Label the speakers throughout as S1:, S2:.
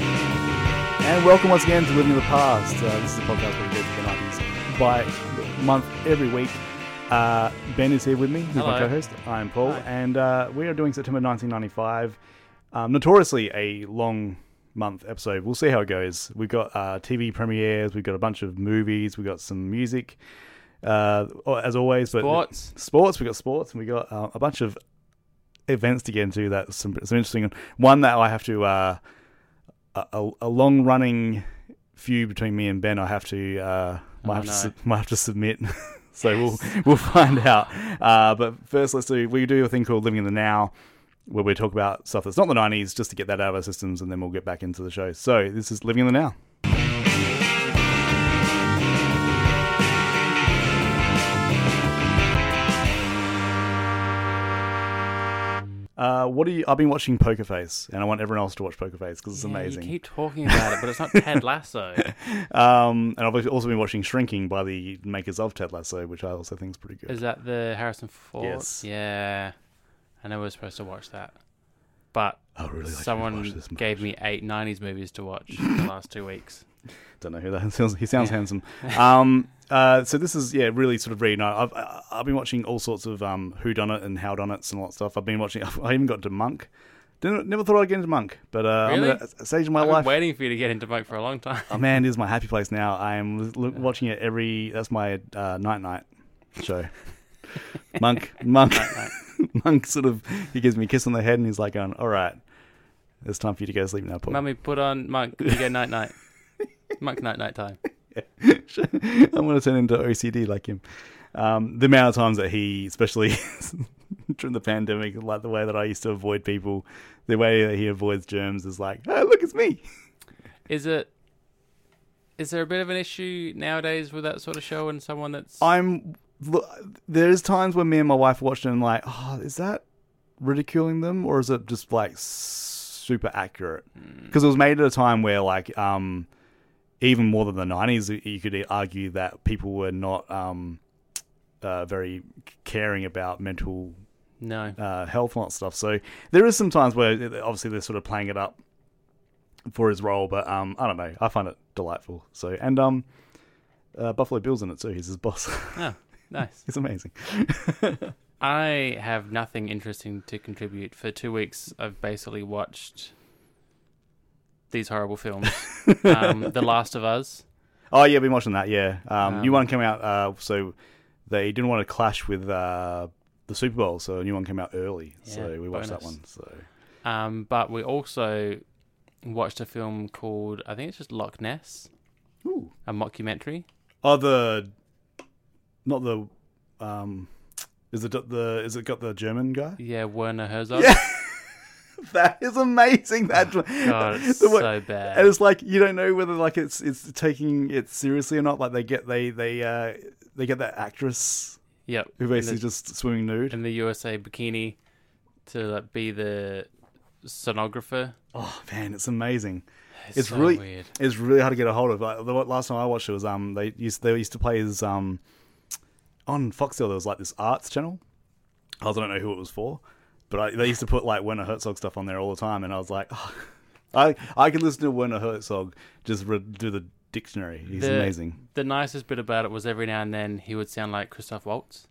S1: And welcome once again to Living in the Past. Uh, this is a podcast where we go through the 90s by month every week. Uh, ben is here with me. He's my
S2: Hello.
S1: co-host. I'm Paul, and uh, we are doing September 1995. Um, notoriously a long month episode. We'll see how it goes. We've got uh, TV premieres. We've got a bunch of movies. We've got some music, uh, oh, as always. But
S2: Sports.
S1: sports. We've got sports, and we got uh, a bunch of events to get into. That some some interesting one that I have to. Uh, a- a, a long running feud between me and Ben. I have to uh, might,
S2: Oh,
S1: have to
S2: no.
S1: su- might have to submit. so we'll we'll find out. Uh, but first, let's do we do a thing called living in the now, where we talk about stuff that's not the '90s, just to get that out of our systems, and then we'll get back into the show. So this is living in the now. Uh, what do you? I've been watching Poker Face, and I want everyone else to watch Poker Face because it's
S2: Yeah,
S1: amazing.
S2: You keep talking about it, but it's not Ted Lasso.
S1: Um, and I've also been watching Shrinking by the makers of Ted Lasso, which I also think is pretty good.
S2: Is that the Harrison Ford?
S1: Yes.
S2: Yeah. I know we were supposed to watch that, but
S1: I really like
S2: someone
S1: watch this movie.
S2: gave me eight '90s movies to watch the last two weeks.
S1: Don't know who that sounds. He sounds handsome. Um, uh, so this is yeah, really sort of really nice. I've I- I've been watching all sorts of um, who done it and how done it's and all that stuff. I've been watching. I even got into Monk. Didn't, never thought I'd get into Monk, but uh,
S2: Really?
S1: I'm at a stage in my
S2: I've been
S1: life.
S2: waiting for you to get into Mike for a long time.
S1: Oh man, it is my happy place now. I am l- l- watching it every. That's my uh, night night show. Monk, monk, monk. Sort of, he gives me a kiss on the head, and he's like, going, "All right, it's time for you to go to sleep now, Paul."
S2: Mummy, put on Mike. You go night night. Mike night night time.
S1: I'm going to turn into OCD like him. Um, the amount of times that he, especially during the pandemic, like the way that I used to avoid people, the way that he avoids germs is like, "Oh, look, it's me."
S2: Is it? Is there a bit of an issue nowadays with that sort of show and someone that's?
S1: I'm look, there's times when me and my wife watched it and like, oh, is that ridiculing them or is it just like super accurate? Because it was made at a time where like um even more than the 90s you could e, argue that people were not um uh, very caring about mental
S2: no.
S1: uh, health and all that stuff. So there is some times where it- obviously they're sort of playing it up for his role, but um, I don't know. I find it delightful. So and um, uh, Buffalo Bill's in it too. He's his boss.
S2: Oh, nice.
S1: it's amazing.
S2: I have nothing interesting to contribute. For two weeks, I've basically watched these horrible films. um, the Last of Us.
S1: Oh yeah, been watching that. Yeah, um, new
S2: Um,
S1: one came out. Uh, so they didn't want to clash with uh, the Super Bowl, so a new one came out early.
S2: Yeah,
S1: so we watched that
S2: bonus.
S1: one. So
S2: Um, but we also watched a film called, I think it's just Loch Ness,
S1: Ooh.
S2: a mockumentary.
S1: oh the not the um, is it the is it got the German guy?
S2: Yeah, Werner Herzog.
S1: Yeah. That is amazing. That
S2: God, it's
S1: the way-
S2: so bad.
S1: and it's like you don't know whether like it's it's taking it seriously or not. Like they get they they uh, they get that actress
S2: yep.
S1: who basically
S2: in the,
S1: just swimming nude.
S2: in the USA bikini to like, be the sonographer.
S1: Oh man, it's amazing.
S2: It's,
S1: It's,
S2: so
S1: really
S2: weird.
S1: it's really hard to get a hold of. Like, the last time I watched it was um they used they used to play his um on Foxtel there was like this arts channel. I don't know who it was for, but I, they used to put like Werner Herzog stuff on there all the time, and I was like, oh. I I could listen to Werner Herzog just re- do the dictionary. He's
S2: The-
S1: amazing.
S2: The nicest bit about it was every now and then he would sound like Christoph Waltz.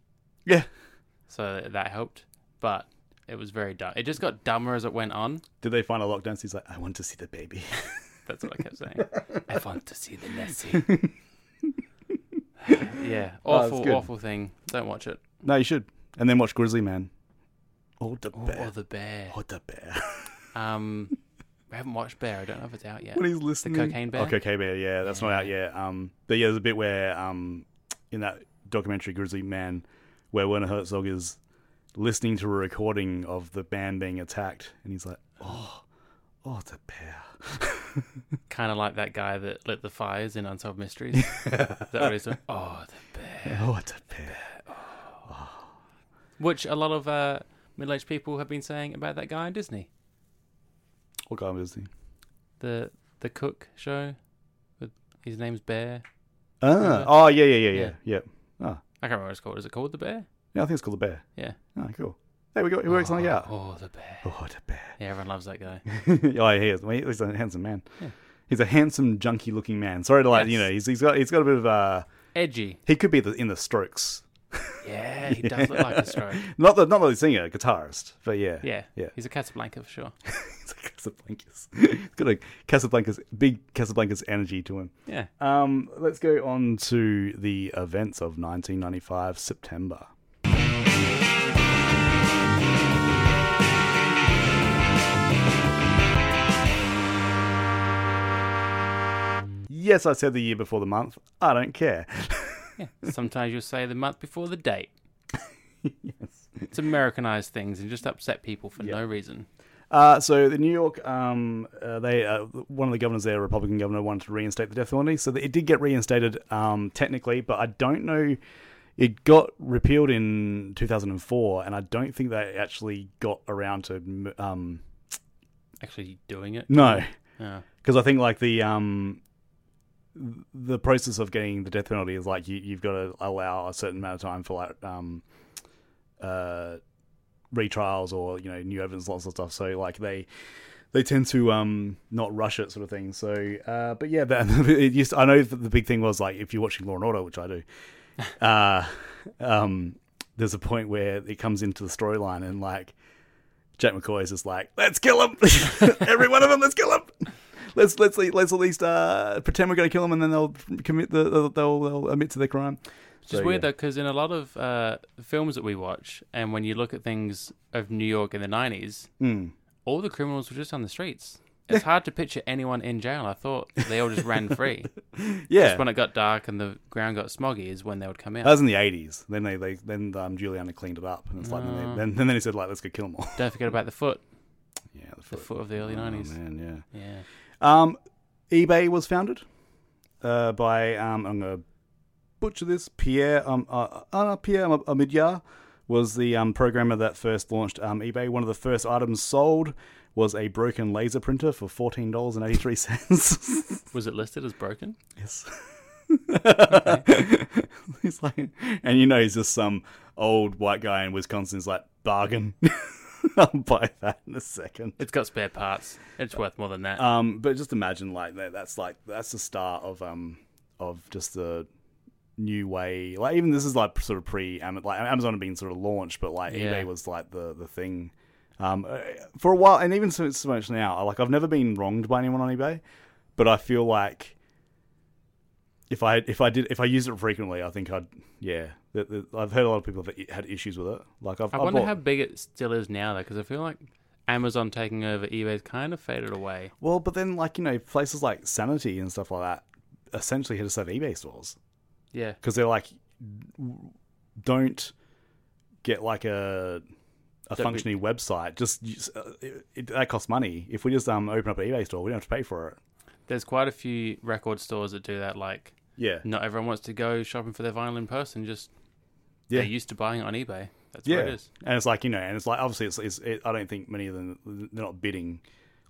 S1: Yeah.
S2: so that helped. But it was very dumb. It just got dumber as it went on.
S1: Did they find a lockdown? So he's like, I want to see the baby.
S2: That's what I kept saying. I want to see the Nessie. yeah,
S1: Oh, it's
S2: awful,
S1: good.
S2: awful thing. Don't watch it.
S1: no, you should. And then watch Grizzly Man. Or the
S2: Or, or
S1: bear.
S2: the bear.
S1: Or the bear.
S2: Um, we haven't watched Bear. I don't know if it's out yet.
S1: when he's listening.
S2: Cocaine Bear?
S1: Oh, Cocaine Bear, yeah, that's not out yet. Um, but yeah, there's a bit where um, in that documentary Grizzly Man, where Werner Herzog is listening to a recording of the band being attacked, and he's like, oh, oh, it's a bear.
S2: Kind of like that guy that lit the fires in Unsolved Mysteries. Is that what he's doing? Oh, the bear.
S1: Oh, it's a bear.
S2: Which a lot of uh, middle-aged people have been saying about that guy on Disney,
S1: What guy was he?
S2: the the cook show. With, his name's Bear.
S1: Ah, oh yeah, yeah, yeah, yeah,
S2: Yeah.
S1: yeah.
S2: I can't remember what it's called. Is it called the Bear?
S1: Yeah, I think it's called the bear.
S2: Yeah.
S1: Oh, cool. Hey, we got he works
S2: oh,
S1: on the out.
S2: Oh, the Bear.
S1: Oh, the bear.
S2: Yeah, everyone loves that guy.
S1: oh, he is. Well, he- He's a handsome man.
S2: Yeah.
S1: He's a handsome, junky-looking man. Sorry to like, you
S2: Yes.
S1: know, he's, he's got he's got a bit of uh,
S2: Edgy.
S1: he could be the, in the Strokes.
S2: Yeah, he does look like a stroke.
S1: Not the not the singer, guitarist, but yeah,
S2: Yeah.
S1: yeah.
S2: He's a Casablanca for sure.
S1: He's a Casablancas. He's got a Casablanca's big Casablanca's energy to him.
S2: Yeah.
S1: Um, let's go on to the events of 1995 September. Yes, I said the year before the month. I don't care.
S2: Yeah. Sometimes you'll say the month before the date.
S1: yes.
S2: It's Americanized things and just upset people for no reason.
S1: Uh, so the New York, um, uh, they uh, one of the governors there, a Republican governor, wanted to reinstate the death penalty. So it did get reinstated um, technically, but I don't know. It got repealed in 2004, and I don't think they actually got around to um,
S2: Actually, doing it.
S1: no,
S2: Yeah.
S1: because I think like the um, the process of getting the death penalty is like you, you've got to allow a certain amount of time for like um, uh, retrials or you know new evidence, lots of stuff. So like they they tend to um, not rush it, sort of thing. So, uh, but yeah, that, it used I know that the big thing was like if you're watching Law and Order, which I do, uh, um, there's a point where it comes into the storyline and like. Jack McCoy is just like, let's kill him, every one of them, let's kill him let's let's le- let's at least uh, pretend we're going to kill them, and then they'll commit the they'll, they'll, they'll admit to their crime.
S2: Which is
S1: So,
S2: weird
S1: yeah.
S2: though, because in a lot of uh, films that we watch, and when you look at things of New York in the '90s,
S1: Mm.
S2: all the criminals were just on the streets. It's hard to picture anyone in jail. I thought they all just ran free.
S1: Yeah, Uh,
S2: Just when it got dark and the ground got smoggy, is when they would come
S1: that
S2: out.
S1: was in the eighties. Then they, they then um, Giuliani cleaned it up, and it's like then,
S2: Ah.
S1: they, then then he said like, let's go kill them all.
S2: Don't forget about the foot,
S1: yeah, the
S2: the
S1: foot.
S2: foot of the early
S1: Oh,
S2: '90s.
S1: man,
S2: Yeah,
S1: yeah. Um, eBay was founded uh, by um, I'm going to butcher this. Pierre um uh, uh, Pierre Am- Amidyar was the um, programmer that first launched um, eBay. One of the first items sold was a broken laser printer for fourteen dollars and eighty three cents.
S2: was it listed as broken?
S1: Yes. he's like, and you know, he's just some old white guy in Wisconsin. He's like, bargain. I'll buy that in a second.
S2: It's got spare parts. It's worth more than that.
S1: Um, but just imagine like that, that's like that's the start of um of just the new way. Like even this is like sort of pre Am- like Amazon had been sort of launched, but like
S2: Yeah.
S1: eBay was like the the thing. Um, uh, for a while, and even so, so much now, I- like I've never been wronged by anyone on eBay, but I feel like if I if I did if I used it frequently, I think I'd yeah. Th- th- I've heard a lot of people that had issues with it. Like I've,
S2: I wonder
S1: bought-
S2: how big it still is now, though, because I feel like Amazon taking over eBay's kind of faded away.
S1: Well, but then like you know places like Sanity and stuff like that essentially hit us at eBay E stores
S2: Yeah,
S1: because they're like don't get like a a
S2: Don't be-
S1: functioning website. Just use- uh, it, it, that costs money. If we just um open up an eBay store, we don't have to pay for it.
S2: there's quite a few record stores that do that. Like,
S1: Yeah,
S2: not everyone wants to go shopping for their vinyl in person. Just
S1: yeah,
S2: they're used to buying it on eBay. That's
S1: yeah.
S2: where it is.
S1: And it's like you know, and it's like obviously it's, it's it, I don't think many of them they're not bidding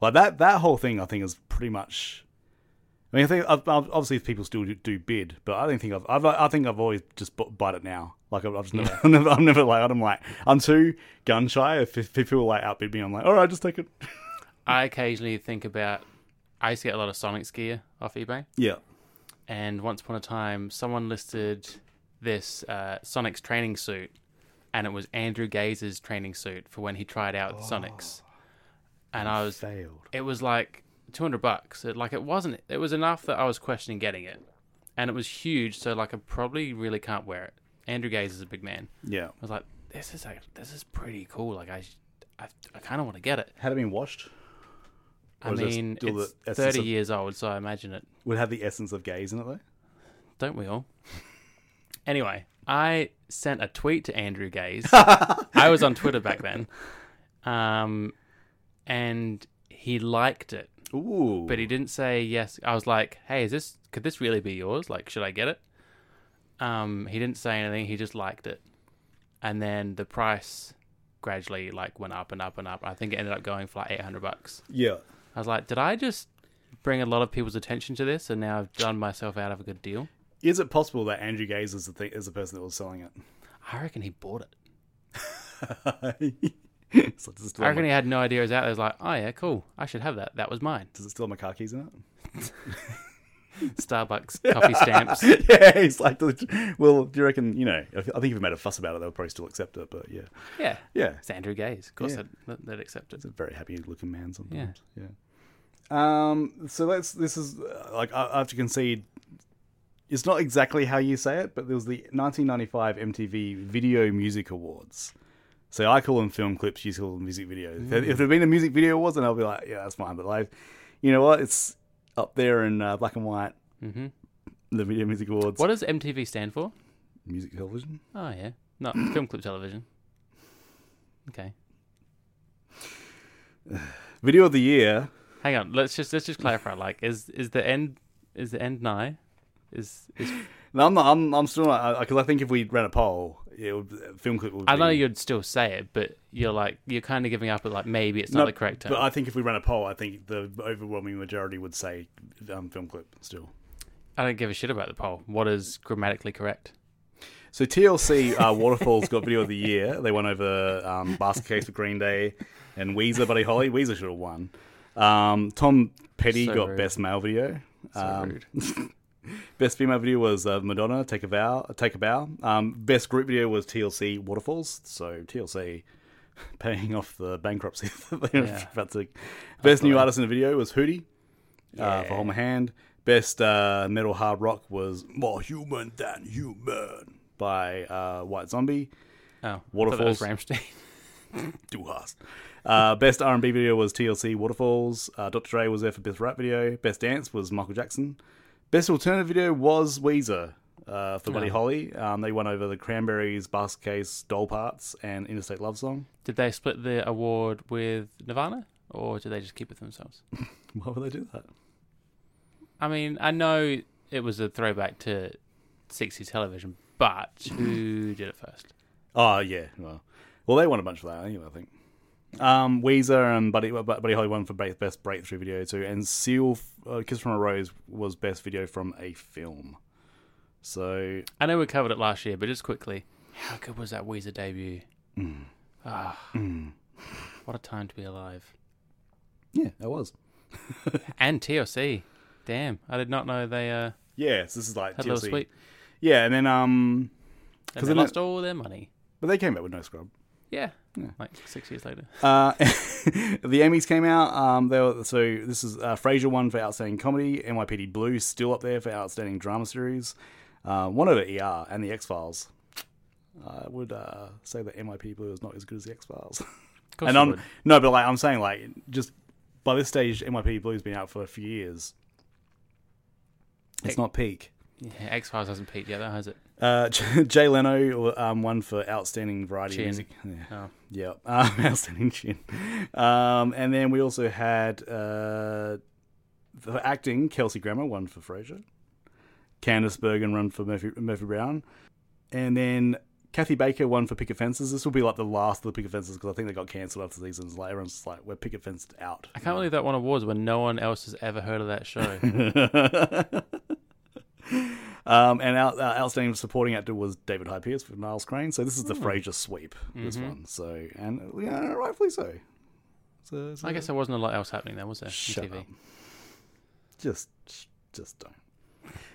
S1: like that. That whole thing I think is pretty much. I mean, I think I've, I've- obviously people still do, do bid, but I don't think I've, I've I think I've always just bu- bought it now. Like I've, I've just never, I'm never, I'm never like I'm like I'm too gun shy. If, if people like outbid me, I'm like all right, just take it.
S2: I occasionally think about. I used to get a lot of Sonic's gear off eBay,
S1: Yeah.
S2: and once upon a time, someone listed this uh, Sonic's training suit, and it was Andrew Gaze's training suit for when he tried out Sonic's. And I was
S1: failed.
S2: it was like 200 bucks it, like it wasn't it was enough that i was questioning getting it and it was huge so like i probably really can't wear it andrew gaze is a big man
S1: Yeah.
S2: i was like this is a, this is pretty cool like i sh- i, I kind of want to get it
S1: Had it been washed,
S2: i
S1: Or is it
S2: mean
S1: still the
S2: it's
S1: essence
S2: 30
S1: of-
S2: years old so i imagine it
S1: would have the essence of gaze in it though.
S2: don't we all anyway i sent a tweet to andrew gaze i was on twitter back then um and he liked it
S1: Ooh.
S2: but he didn't say yes. I was like, "Hey, is this? Could this really be yours? Like, should I get it?" Um, he didn't say anything. He just liked it, and then the price gradually like went up and up and up. I think it ended up going for like 800 bucks.
S1: Yeah.
S2: I was like, did I just bring a lot of people's attention to this and now I've done myself out of a good deal?
S1: Is it possible that Andrew Gaze is the th- is the person that was selling it?
S2: I reckon he bought it.
S1: So does, it
S2: I
S1: still have
S2: reckon
S1: my,
S2: he had no idea it was out there. He was like, oh yeah, cool. I should have that. That was mine.
S1: does it still have my car keys in it?
S2: Starbucks coffee stamps.
S1: yeah, he's like, well, do you reckon? You know, I think if you made a fuss about it, they'll probably still accept it. But yeah,
S2: Yeah.
S1: yeah,
S2: It's Andrew Gaze. Of course,
S1: Yeah.
S2: they'd, they'd accept it.
S1: It's a very happy looking man sometimes. Yeah. Um. So that's this is uh, like I, I have to concede. It's not exactly how you say it, but there was the 1995 MTV Video Music Awards. So I call them film clips. You call them music videos. If
S2: Mm.
S1: If there'd been a music video awards, then I'll be like, yeah, that's fine. But like, you know what? It's up there in uh, black and white.
S2: hmm
S1: The Video Music Awards.
S2: What does MTV stand for?
S1: music television?
S2: Oh yeah, not film clip television. Okay,
S1: Video of the year.
S2: hang on. Let's just let's just clarify. Like, is is the end is the end nigh? Is, is
S1: No, I'm not. I'm, I'm still not because I think if we ran a poll, it would, film clip would.
S2: I know
S1: be-
S2: you'd still say it, but you're like you're kind of giving up. At like maybe it's not
S1: No,
S2: the correct term.
S1: But I think if we ran a poll, I think the overwhelming majority would say um, film clip still.
S2: I don't give a shit about the poll. What is grammatically correct?
S1: So TLC uh, Waterfalls got video of the year. They won over um, Basket Case with Green Day and Weezer, Buddy Holly. Weezer should have won. Um, Tom Petty
S2: So
S1: got
S2: rude.
S1: best male video.
S2: So
S1: Um,
S2: rude. Oh,
S1: Best female video was uh, Madonna, Take a Vow. Take a Bow. Um, best group video was TLC Waterfalls. So TLC paying off the bankruptcy. that they're
S2: Yeah.
S1: about to- Best new
S2: Absolutely.
S1: artist in the video was Hootie uh, for
S2: Yeah.
S1: Hold My Hand. Best uh, metal hard rock was More Human Than Human by uh, White Zombie.
S2: Oh,
S1: Waterfalls.
S2: waterfalls. Ramstein.
S1: Do us. Uh, best R&B video was TLC Waterfalls. Uh, Dr. Dre was there for best rap video. Best dance was Michael Jackson. Best alternative video was Weezer uh, for Buddy
S2: Oh.
S1: Holly. Um, they won over the Cranberries, Basket Case, Doll Parts, and Interstate Love Song.
S2: Did they split the award with Nirvana, or did they just keep it themselves?
S1: Why would they do that?
S2: I mean, I know it was a throwback to 60s television, but who did it first?
S1: Oh yeah, well, well they won a bunch for that anyway. I think um, Weezer and Buddy Bu- Buddy Holly won for break, best breakthrough video too, and Seal uh, Kiss from a Rose was best video from a film. So
S2: I know we covered it last year, but just quickly, how good was that Weezer debut?
S1: mm,
S2: Ah, What a time to be alive.
S1: yeah, that was
S2: And TLC. Damn, I did not know they uh,
S1: yeah. So this is like
S2: had a little
S1: TLC.
S2: sweep.
S1: Yeah, and then um,
S2: And
S1: 'Cause
S2: they
S1: then it-
S2: lost all their money.
S1: but they came back with no scrub.
S2: Yeah,
S1: Yeah.
S2: like six years later.
S1: Uh, the Emmys came out. Um, they were, so this is uh, Frasier won for outstanding comedy. NYPD Blue still up there for outstanding drama series. Uh, one over ER and the X Files. I would uh, say that NYPD Blue is not as good as the X Files.
S2: Of course
S1: and
S2: they
S1: I'm
S2: would.
S1: no, but like I'm saying, like just by this stage, NYPD Blue's been out for a few years. It's not peak.
S2: Yeah, X Files hasn't peaked yet, though, has it?
S1: Uh, Jay Leno um, won for outstanding variety
S2: Chin.
S1: music. Yeah.
S2: Oh.
S1: Yeah, um, outstanding chin. Um, and then we also had uh, for acting Kelsey Grammer won for Frasier, Candice Bergen won for Murphy, Murphy Brown, and then Kathy Baker won for Picket Fences. This will be like the last of the Picket Fences because I think they got cancelled after seasons. Like everyone's just like we're Picket Fenced out.
S2: I can't believe that won awards when no one else has ever heard of that show.
S1: um, and out, uh, outstanding supporting actor was David Hyde Pierce for Niles Crane. So this is the
S2: Hmm.
S1: Frasier sweep. This
S2: Mm-hmm.
S1: one. So and yeah, rightfully so. So, it's
S2: I guess there wasn't a lot else happening then, was there? on
S1: Shut
S2: TV?
S1: up. just just don't.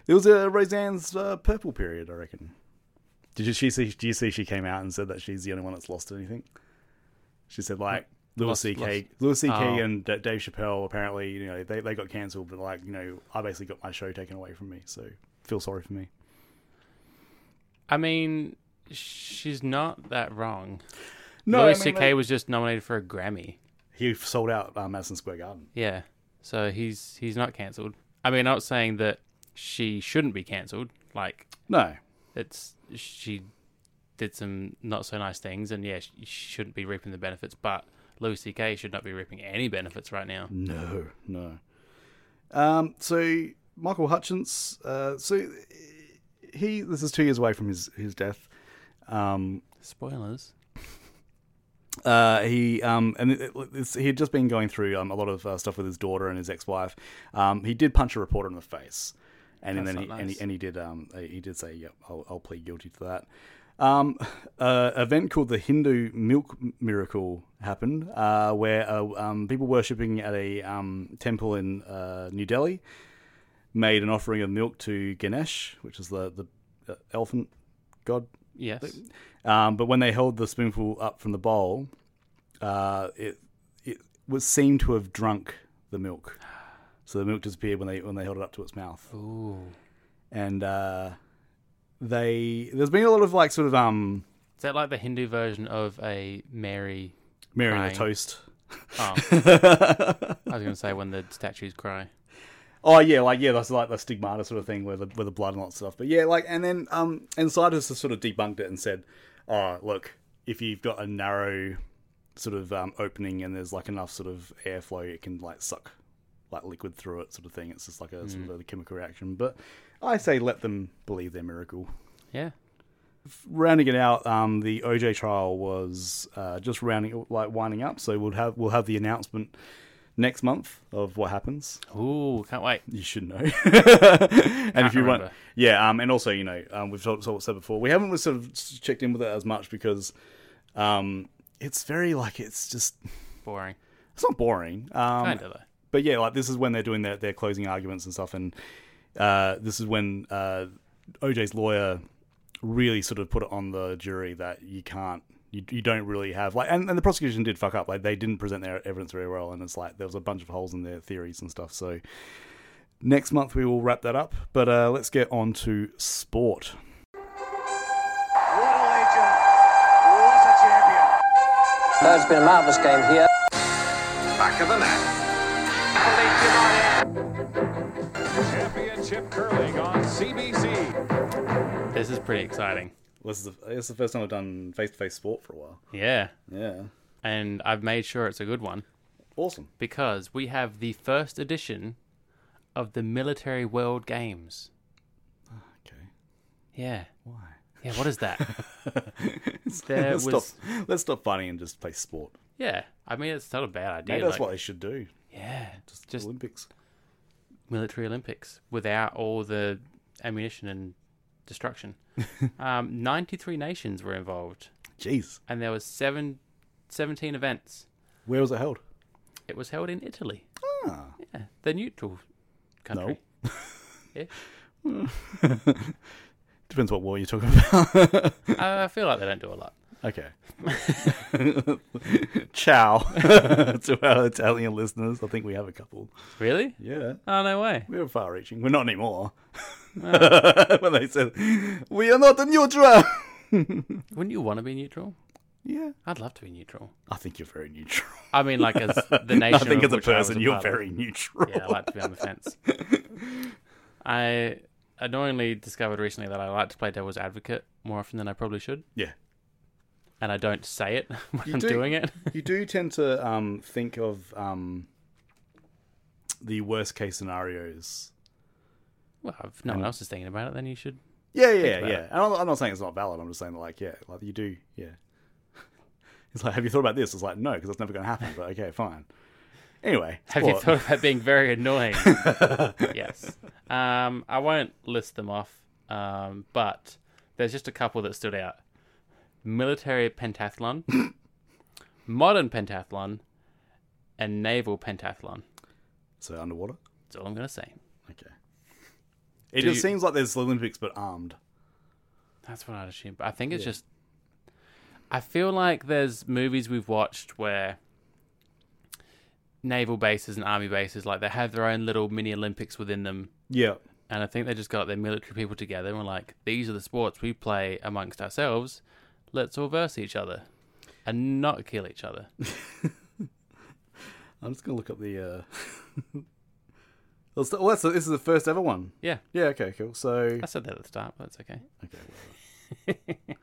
S1: It was uh, Roseanne's uh, purple period, I reckon. Did you she see? Do you see she came out and said that she's the only one that's lost anything? She said like Louis
S2: Lost-
S1: C.K.
S2: lost-
S1: Louis C.K.
S2: Oh.
S1: and D- Dave Chappelle apparently you know they, they got cancelled, but like you know I basically got my show taken away from me, so feel sorry for me.
S2: I mean, she's not that wrong.
S1: No,
S2: Louis
S1: I mean,
S2: C.K.
S1: like-
S2: was just nominated for a Grammy.
S1: he sold out uh, Madison Square Garden.
S2: Yeah, so he's he's not cancelled. I mean, not saying that she shouldn't be cancelled. Like
S1: No,
S2: it's she did some not so nice things, and yeah, she, she shouldn't be reaping the benefits. But Louis C.K. should not be reaping any benefits right now.
S1: No, no. Um, so Michael Hutchins, uh, so he this is two years away from his his death. Um,
S2: Spoilers.
S1: uh, he um, and it, it's, he had just been going through um, a lot of uh, stuff with his daughter and his ex-wife. Um, he did punch a reporter in the face, and,
S2: That's
S1: then he,
S2: not
S1: and he
S2: nice.
S1: and he did um, he did say, "Yep, I'll, I'll plead guilty to that." Um, a event called the Hindu Milk Miracle happened, uh, where uh, um, people worshipping at a um, temple in uh, New Delhi made an offering of milk to Ganesh, which is the the uh, elephant god
S2: Yes.
S1: um, but when they held the spoonful up from the bowl, uh, it it was seemed to have drunk the milk. So the milk disappeared when they when they held it up to its mouth,
S2: Ooh.
S1: and uh, they there's been a lot of like sort of um
S2: Is that like the Hindu version of a Mary?
S1: marrying the
S2: Crying.
S1: toast.
S2: Oh, I was going to say when the statues cry.
S1: Oh yeah, like yeah, that's like the stigmata sort of thing with the with the blood and all that stuff. But yeah, like and then um and Sidus has sort of debunked it and said, Oh, look, if you've got a narrow sort of um, opening and there's like enough sort of airflow it can like suck like liquid through it sort of thing. It's just like a sort of a chemical reaction. But I say let them believe their miracle
S2: Yeah.
S1: rounding it out, um, the OJ trial was uh, just rounding like winding up. So we'll have we'll have the announcement next month of what happens.
S2: Ooh, can't wait.
S1: You should know. and if you want,
S2: remember.
S1: yeah. Um, and also, you know, um, we've talked talked- said before, we haven't sort of s- checked in with it as much because um, it's very like it's just
S2: Boring.
S1: it's not boring. Um,
S2: Kind of though.
S1: but yeah, like this is when they're doing their, their closing arguments and stuff, and uh, this is when uh, OJ's lawyer really sort of put it on the jury that you can't, you, you don't really have like, and, and the prosecution did fuck up, like they didn't present their evidence very well, and it's like there was a bunch of holes in their theories and stuff. So next month we will wrap that up, but uh, let's get on to sport.
S3: What a legend. What a champion.
S4: No, it's been a marvellous game here.
S5: back of the net.
S6: Championship Curling on CBC.
S2: This is pretty exciting.
S1: This is the, this is the first time I've done face to face sport for a while.
S2: Yeah.
S1: Yeah,
S2: And I've made sure it's a good one
S1: awesome.
S2: because we have the first edition of the Military World Games.
S1: Okay,
S2: Yeah.
S1: why?
S2: Yeah, what is that? there
S1: let's
S2: was
S1: stop. Let's stop fighting and just play sport.
S2: Yeah. I mean it's not a bad idea.
S1: Maybe that's
S2: like-
S1: what they should do.
S2: yeah. Just, just
S1: Olympics.
S2: military Olympics without all the ammunition and destruction. um, 93 nations were involved,
S1: Jeez.
S2: and there was seven, 17 events.
S1: Where was it held?
S2: It was held in Italy,
S1: Ah.
S2: yeah, the neutral country.
S1: Depends what war you're talking about.
S2: I, I feel like they don't do a lot.
S1: okay. Ciao to our Italian listeners. I think we have a couple.
S2: Really?
S1: Yeah.
S2: Oh no way!
S1: We're far reaching. We're not anymore. when they said, we are not neutral.
S2: Wouldn't you want to be neutral?
S1: yeah.
S2: I'd love to be neutral.
S1: I think you're very neutral.
S2: I mean, like as the nation.
S1: I think
S2: of
S1: as a
S2: which I was
S1: person, you're
S2: part of.
S1: very neutral.
S2: Yeah, I like to be on the fence. I annoyingly discovered recently that I like to play devil's advocate more often than I probably should.
S1: yeah.
S2: and I don't say it when I'm
S1: do.
S2: doing it.
S1: You do tend to um, think of um, the worst case scenarios
S2: Well, if no one
S1: Mm.
S2: else is thinking about it, then you should.
S1: Yeah, yeah,
S2: about
S1: yeah. And I'm, I'm not saying it's not valid. I'm just saying like, yeah, like you do, yeah. It's like, have you thought about this? It's like, no, because it's never going to happen. But okay, fine. Anyway,
S2: Have you
S1: sport.
S2: thought about being very annoying? yes. Um, I won't list them off, um, but there's just a couple that stood out: military pentathlon, modern pentathlon, and naval pentathlon.
S1: So underwater.
S2: That's all I'm gonna say.
S1: Okay. It
S2: Do
S1: just
S2: you-
S1: seems like there's the Olympics, but armed.
S2: That's what I'd assume. But I think it's just. I feel like there's movies we've watched where naval bases and army bases, like they have their own little mini Olympics within them.
S1: Yeah.
S2: And I think they just got their military people together and were like, these are the sports we play amongst ourselves. Let's all verse each other and not kill each other.
S1: I'm just gonna look up the. Uh... Let's- well, that's the, this is the first ever one.
S2: Yeah,
S1: Yeah. Okay. Cool. So.
S2: I said that at the start, but that's okay.
S1: Okay. whatever.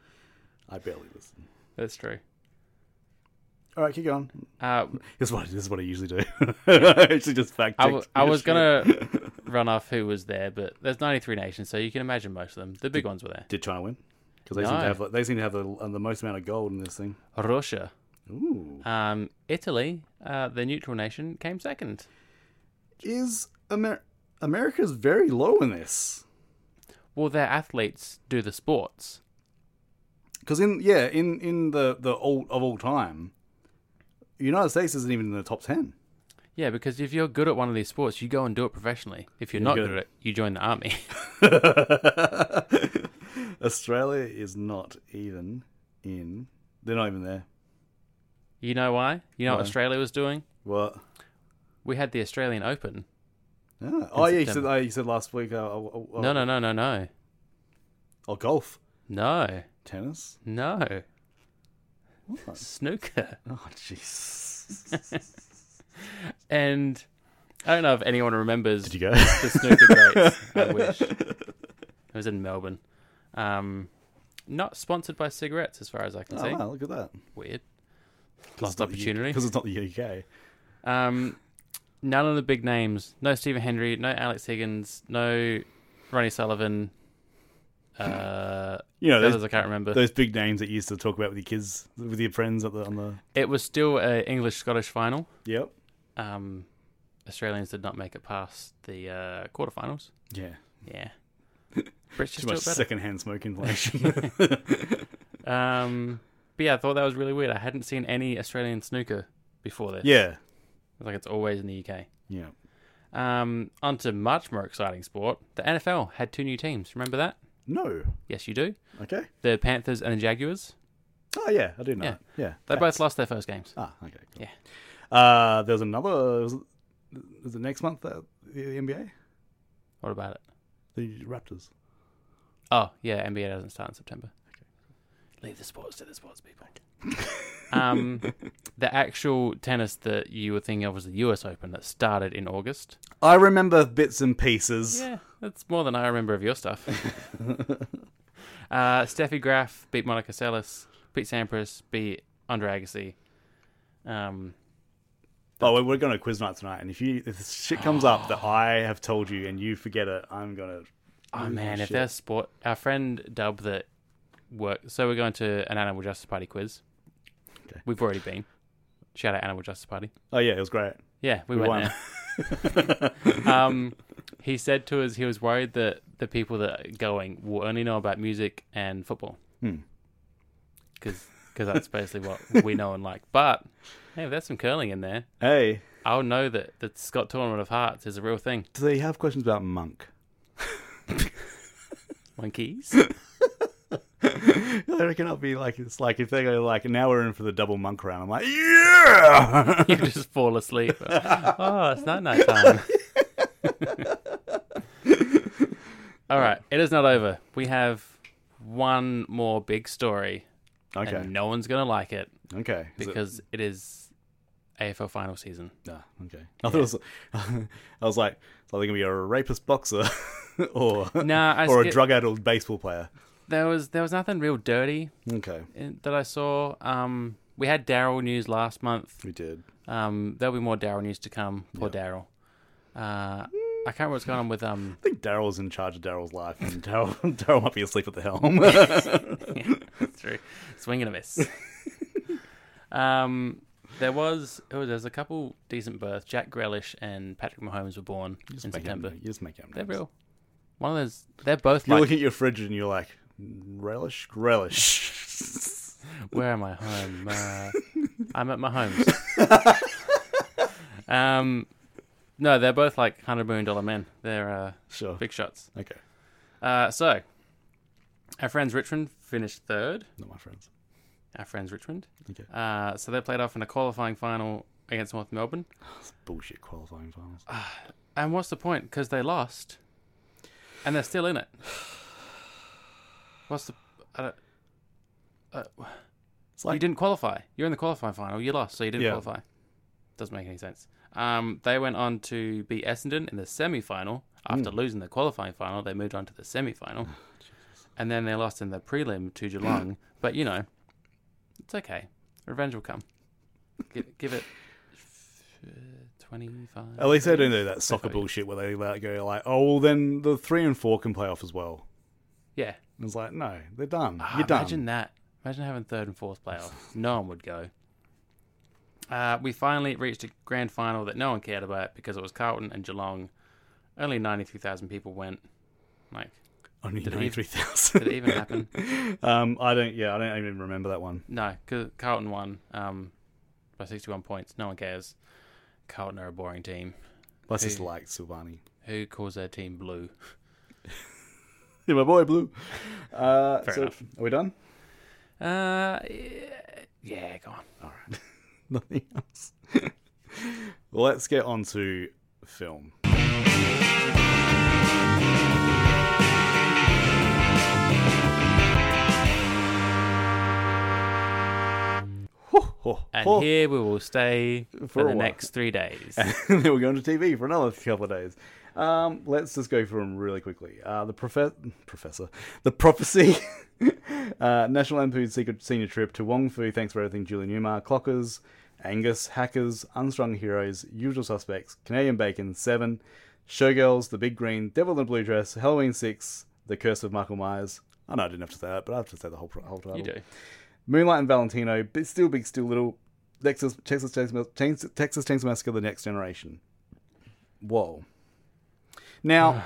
S1: I barely listen.
S2: That's true.
S1: All right, keep going.
S2: Uh,
S1: This is what this is what I usually do. I actually just fact
S2: I,
S1: check.
S2: w- I was
S1: shit.
S2: going to run off who was there, but there's 93 nations, so you can imagine most of them. The big ones were there.
S1: Did China win? Because they
S2: No.
S1: seem to have they seem to have the, uh, the most amount of gold in this thing.
S2: Russia Um, Italy, uh, the neutral nation, came second.
S1: Is Amer- America's very low in this?
S2: Well, their athletes do the sports.
S1: Because in yeah, in in the the old of all time, United States isn't even in the top ten.
S2: Yeah, because if you're good at one of these sports, you go and do it professionally. If you're not
S1: good.
S2: good at it, you join the army.
S1: Australia is not even in. They're not even there.
S2: you know why? You know what Australia was doing?
S1: What?
S2: We had the Australian Open.
S1: Ah. Oh yeah, you said,
S2: September.
S1: oh, you said last week. Uh, oh, oh,
S2: No, no, no, no, no.
S1: Oh, golf,
S2: No,
S1: tennis.
S2: no. Snooker.
S1: Oh jeez.
S2: And I don't know if anyone remembers
S1: Did you go?
S2: the snooker greats. I wish. It was in Melbourne. Um, not sponsored by cigarettes, as far as I can
S1: oh
S2: see.
S1: wow, look at that.
S2: Weird. Lost opportunity.
S1: because it's not the UK.
S2: Um, none of the big names. No Stephen Henry. No Alex Higgins. No Ronnie Sullivan. Uh,
S1: You know,
S2: the
S1: those,
S2: others I can't remember.
S1: those big names that you used to talk about with your kids, with your friends at the on the.
S2: It was still a English Scottish final.
S1: Yep.
S2: Um, Australians did not make it past the uh, quarterfinals.
S1: Yeah.
S2: Yeah, Brits
S1: Too
S2: just do
S1: much
S2: it better.
S1: secondhand smoke inflation.
S2: Um, but yeah, I thought that was really weird. I hadn't seen any Australian snooker before this.
S1: yeah.
S2: It's like it's always in the UK.
S1: Yeah.
S2: Um, on to much more exciting sport. The NFL had two new teams. Remember that?
S1: No.
S2: Yes, you do.
S1: Okay.
S2: The Panthers and the Jaguars.
S1: Oh yeah, I do know.
S2: Yeah.
S1: that. Yeah.
S2: They
S1: Thanks.
S2: both lost their first games.
S1: Ah, okay. Cool.
S2: Yeah.
S1: Yeah. Uh, there's another. Was it, was it next month that the NBA?
S2: What about it?
S1: The Raptors.
S2: Oh yeah, NBA doesn't start in September. Leave the sports to the sports people. um, the actual tennis that you were thinking of was the U.S. Open that started in August.
S1: I remember bits and pieces.
S2: Yeah, that's more than I remember of your stuff. uh, Steffi Graf beat Monica Seles, beat Sampras, beat Andre Agassi. Um,
S1: Oh, we're, we're going to quiz night tonight, and if you if this shit comes up that I have told you and you forget it, I'm gonna.
S2: oh man, if
S1: shit.
S2: there's sport, our friend Dub that work. So we're going to an Animal Justice Party quiz.
S1: Okay.
S2: We've already been. Shout out Animal Justice Party.
S1: Oh yeah, it was great.
S2: Yeah, we,
S1: We
S2: went
S1: won.
S2: there. um, he said to us he was worried that the people that are going will only know about music and football.
S1: Hmm.
S2: Because that's basically what we know and like. But hey, if there's some curling in there,
S1: Hey,
S2: I'll know that the Scott Tournament of Hearts is a real thing.
S1: do they have questions about Monk?
S2: Monkeys?
S1: I reckon I'll be like, it's like if they go like, now we're in for the double monk round. I'm like, yeah.
S2: you just fall asleep. oh, it's not night time. All right, it is not over. We have one more big story,
S1: okay,
S2: and no one's going to like it.
S1: okay. Is it-
S2: because it is AFL final season.
S1: Ah, okay. I, thought it was, I was like, it's either gonna be a rapist boxer or
S2: Nah, I
S1: or a
S2: skip-
S1: drug-addled baseball player.
S2: There was there was nothing real dirty
S1: Okay,
S2: in, that I saw. Um, we had Daryl news last month.
S1: we did.
S2: Um, there'll be more Daryl news to come. Poor Daryl. Uh, I can't remember what's going on with um.
S1: I think Daryl's in charge of Daryl's life, and Daryl Daryl might be asleep at the helm.
S2: Through swing and a miss. um, there was oh, there's a couple decent births. Jack Grealish and Patrick Mahomes were born in
S1: Make up-
S2: September.
S1: You just make up.
S2: They're
S1: names.
S2: real. One of those. They're both
S1: You're
S2: like
S1: looking at your fridge and you're like, relish, relish.
S2: Where am I? Home. Uh, I'm at my home's. um, no, they're both like hundred million dollar men. They're uh,
S1: sure.
S2: big shots.
S1: Okay,
S2: Uh, so, our friends Richmond finished third.
S1: not my friends.
S2: Our friends Richmond.
S1: Okay.
S2: Uh, so they played off in a qualifying final against North Melbourne.
S1: It's bullshit qualifying finals.
S2: And what's the point? Because they lost, and they're still in it. What's the? I don't, uh,
S1: It's like
S2: you didn't qualify. You're in the qualifying final. You lost, so you didn't
S1: Yeah.
S2: qualify. Doesn't make any sense. Um, they went on to beat Essendon in the semi-final. After
S1: Hmm.
S2: losing the qualifying final, they moved on to the semi-final, and then they lost in the prelim to Geelong. but you know, it's okay. Revenge will come. Give, give it uh, twenty-five.
S1: At least they don't do that soccer bullshit where they like go like, oh, well, then the three and four can play off as well.
S2: yeah.
S1: And it's like, no, they're done.
S2: Ah,
S1: You're done.
S2: Imagine that. Imagine having third and fourth playoff. No one would go. Uh, we finally reached a grand final that no one cared about because it was Carlton and Geelong. Only 93,000 people went. Like,
S1: Only
S2: Did it even-
S1: ninety-three thousand.
S2: did it even happen?
S1: um, I don't. Yeah, I don't even remember that one.
S2: No, because Carlton won um, by 61 points. No one cares. Carlton are a boring team.
S1: Plus, it's
S2: Who-
S1: like Silvani.
S2: Who calls their team blue?
S1: Yeah, my boy Blue. Uh,
S2: Fair
S1: so-
S2: enough.
S1: Are we done?
S2: Uh, yeah, go on.
S1: Nothing else. Let's get on to film.
S2: And here we will stay for,
S1: For a
S2: the
S1: while.
S2: next three days.
S1: then we're going to TV for another couple of days. Um, let's just go through them really quickly. Uh, the profe- professor, the prophecy, uh, National Lampoon's Secret Senior Trip to Wong Fu. Thanks for everything, Julie Newmar. Clockers, Angus, Hackers, Unstrung Heroes, Usual Suspects, Canadian Bacon, Seven, Showgirls, The Big Green, Devil in a Blue Dress, Halloween Six, The Curse of Michael Myers. I know I didn't have to say that, but I have to say the whole pro- whole title.
S2: you do.
S1: Moonlight and Valentino, but still big, still little. Texas, Texas, Chainsaw- Chains- Texas Chainsaw Massacre: The Next Generation. Whoa. Now,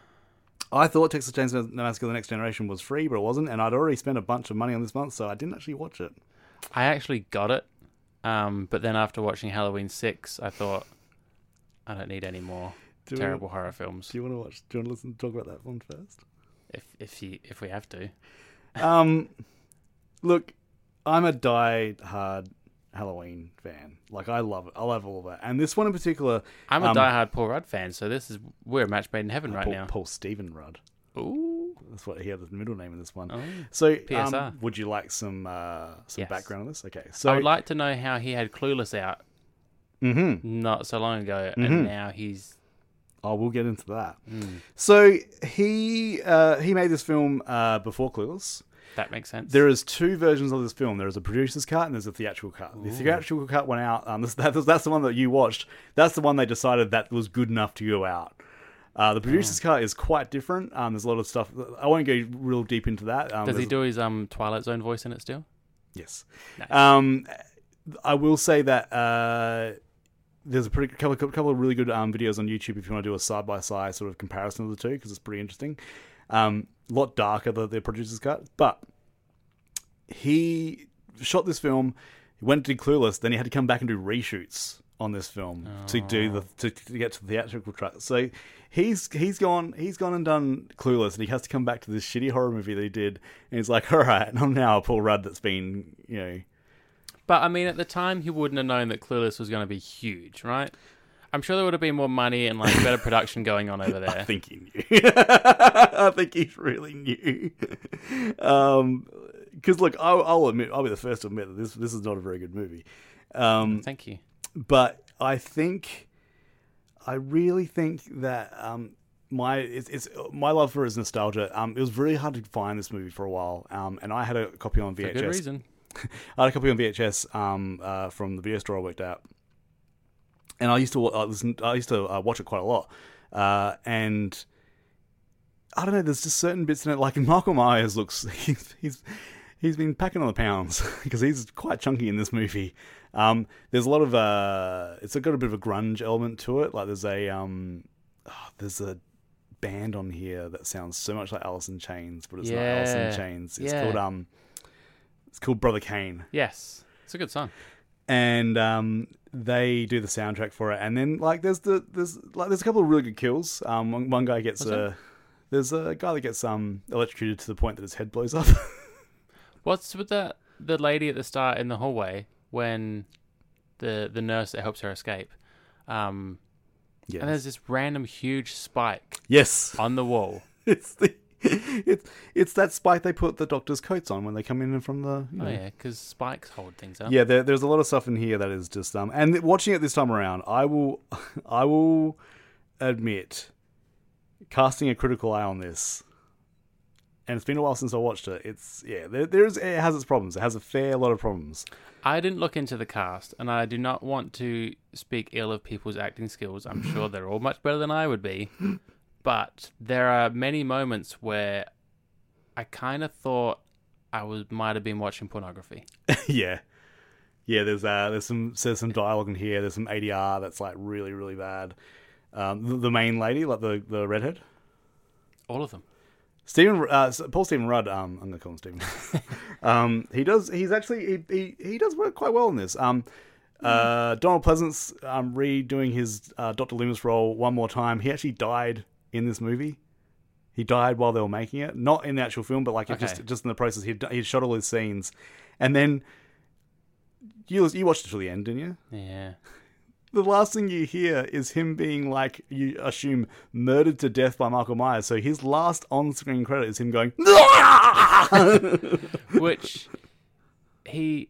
S1: I thought Texas Chainsaw Massacre: The Next Generation was free, but it wasn't, and I'd already spent a bunch of money on this month, so I didn't actually watch it.
S2: I actually got it, um, but then after watching Halloween six, I thought I don't need any more
S1: Do we-
S2: terrible horror films.
S1: Do you want to watch? Do you want to listen? Talk about that one first.
S2: if if you if we have to,
S1: Um, look, I'm a die-hard Halloween fan. Like I love it. I love all of it, and this one in particular.
S2: I'm a
S1: um,
S2: diehard Paul Rudd fan, so this is we're a match made in heaven right
S1: Paul,
S2: now.
S1: Paul Stephen Rudd.
S2: Ooh,
S1: That's what he had the middle name in this one.
S2: Oh.
S1: So,
S2: PSR.
S1: um, would you like some uh, some
S2: Yes.
S1: background on this? Okay,
S2: I
S1: so
S2: would like to know how he had Clueless out
S1: Mhm.
S2: not so long ago,
S1: Mm-hmm.
S2: and now he's
S1: oh, we'll get into that.
S2: Hmm.
S1: So he uh, he made this film uh, before Clueless.
S2: that makes sense.
S1: There is two versions of this film. There is a producer's cut and there's a theatrical cut. The theatrical cut went out. Um, this, that, that's the one that you watched. That's the one they decided that was good enough to go out. Uh, the
S2: Oh.
S1: producer's cut is quite different. Um, there's a lot of stuff. I won't go real deep into that. Um,
S2: Does he
S1: there's-
S2: do his um Twilight Zone voice in it still?
S1: Yes. Um, I will say that uh, there's a pretty couple, couple of really good um, videos on YouTube if you want to do a side by side sort of comparison of the two because it's pretty interesting. Um, a lot darker than the producer's cut, but he shot this film. He went to Clueless, then he had to come back and do reshoots on this film to do the to, to get to the theatrical track. So he's he's gone he's gone and done Clueless, and he has to come back to this shitty horror movie that he did, and he's like, all right, I'm now a Paul Rudd that's been you know
S2: But I mean, at the time, he wouldn't have known that Clueless was going to be huge, right? I'm sure there would have been more money and like better production going on over
S1: I
S2: there.
S1: think he knew. I think he really knew. Um 'cause because look, I'll, I'll admit, I'll be the first to admit that this this is not a very good movie. Um,
S2: Thank you.
S1: but I think, I really think that um, my it's, it's my love for it is nostalgia. Um, it was really hard to find this movie for a while, um, and I had a copy on VHS.
S2: For good reason.
S1: I had a copy on VHS um, uh, from the video store I worked at, and I used to wa- I listen. I used to uh, watch it quite a lot, uh, and I don't know. There's just certain bits in it, like Michael Myers looks. He's he's he's been packing on the pounds because he's quite chunky in this movie. Um, there's a lot of uh, it's got a bit of a grunge element to it. Like there's a um, oh, there's a band on here that sounds so much like Alice in Chains, but it's not Alice in
S2: Yeah.
S1: Chains. It's
S2: Yeah.
S1: called um, it's called Brother Kane
S2: Yes, it's a good song.
S1: and um, they do the soundtrack for it. And then like there's the there's like there's a couple of really good kills. Um, one, one guy gets
S2: that?
S1: a there's a guy that gets um electrocuted to the point that his head blows up.
S2: What's with the the lady at the start in the hallway when the the nurse that helps her escape? Um, and
S1: yes,
S2: there's this random huge spike
S1: yes,
S2: on the wall.
S1: it's the it's it's that spike they put the doctor's coats on when they come in from the you
S2: Oh
S1: know.
S2: yeah, because spikes hold things up.
S1: Yeah, there, there's a lot of stuff in here that is just um, and watching it this time around, I will, I will admit, casting a critical eye on this, and it's been a while since I watched it. It's yeah, there, there's it has its problems. It has a fair lot of problems.
S2: I didn't look into the cast, and I do not want to speak ill of people's acting skills. I'm sure they're all much better than I would be. But there are many moments where I kind of thought I was might have been watching pornography.
S1: yeah, yeah, there's uh, there's some there's some dialogue in here. There's some ADR that's like really really bad. Um, the, the main lady, like the the redhead,
S2: All of them.
S1: Stephen, uh, S- Paul Stephen Rudd. Um, I'm gonna call him Stephen. um, he does. He's actually he, he he does work quite well in this. Um, uh, Donald Pleasance um redoing his uh, Doctor Loomis role one more time. He actually died in this movie. He died while they were making it, not in the actual film, but like it just
S2: Okay.
S1: just in the process. He he shot all his scenes, and then you you watched it till the end, didn't you?
S2: Yeah.
S1: the last thing you hear is him being like you assume murdered to death by Michael Myers. So his last on-screen credit is him going.
S2: Which he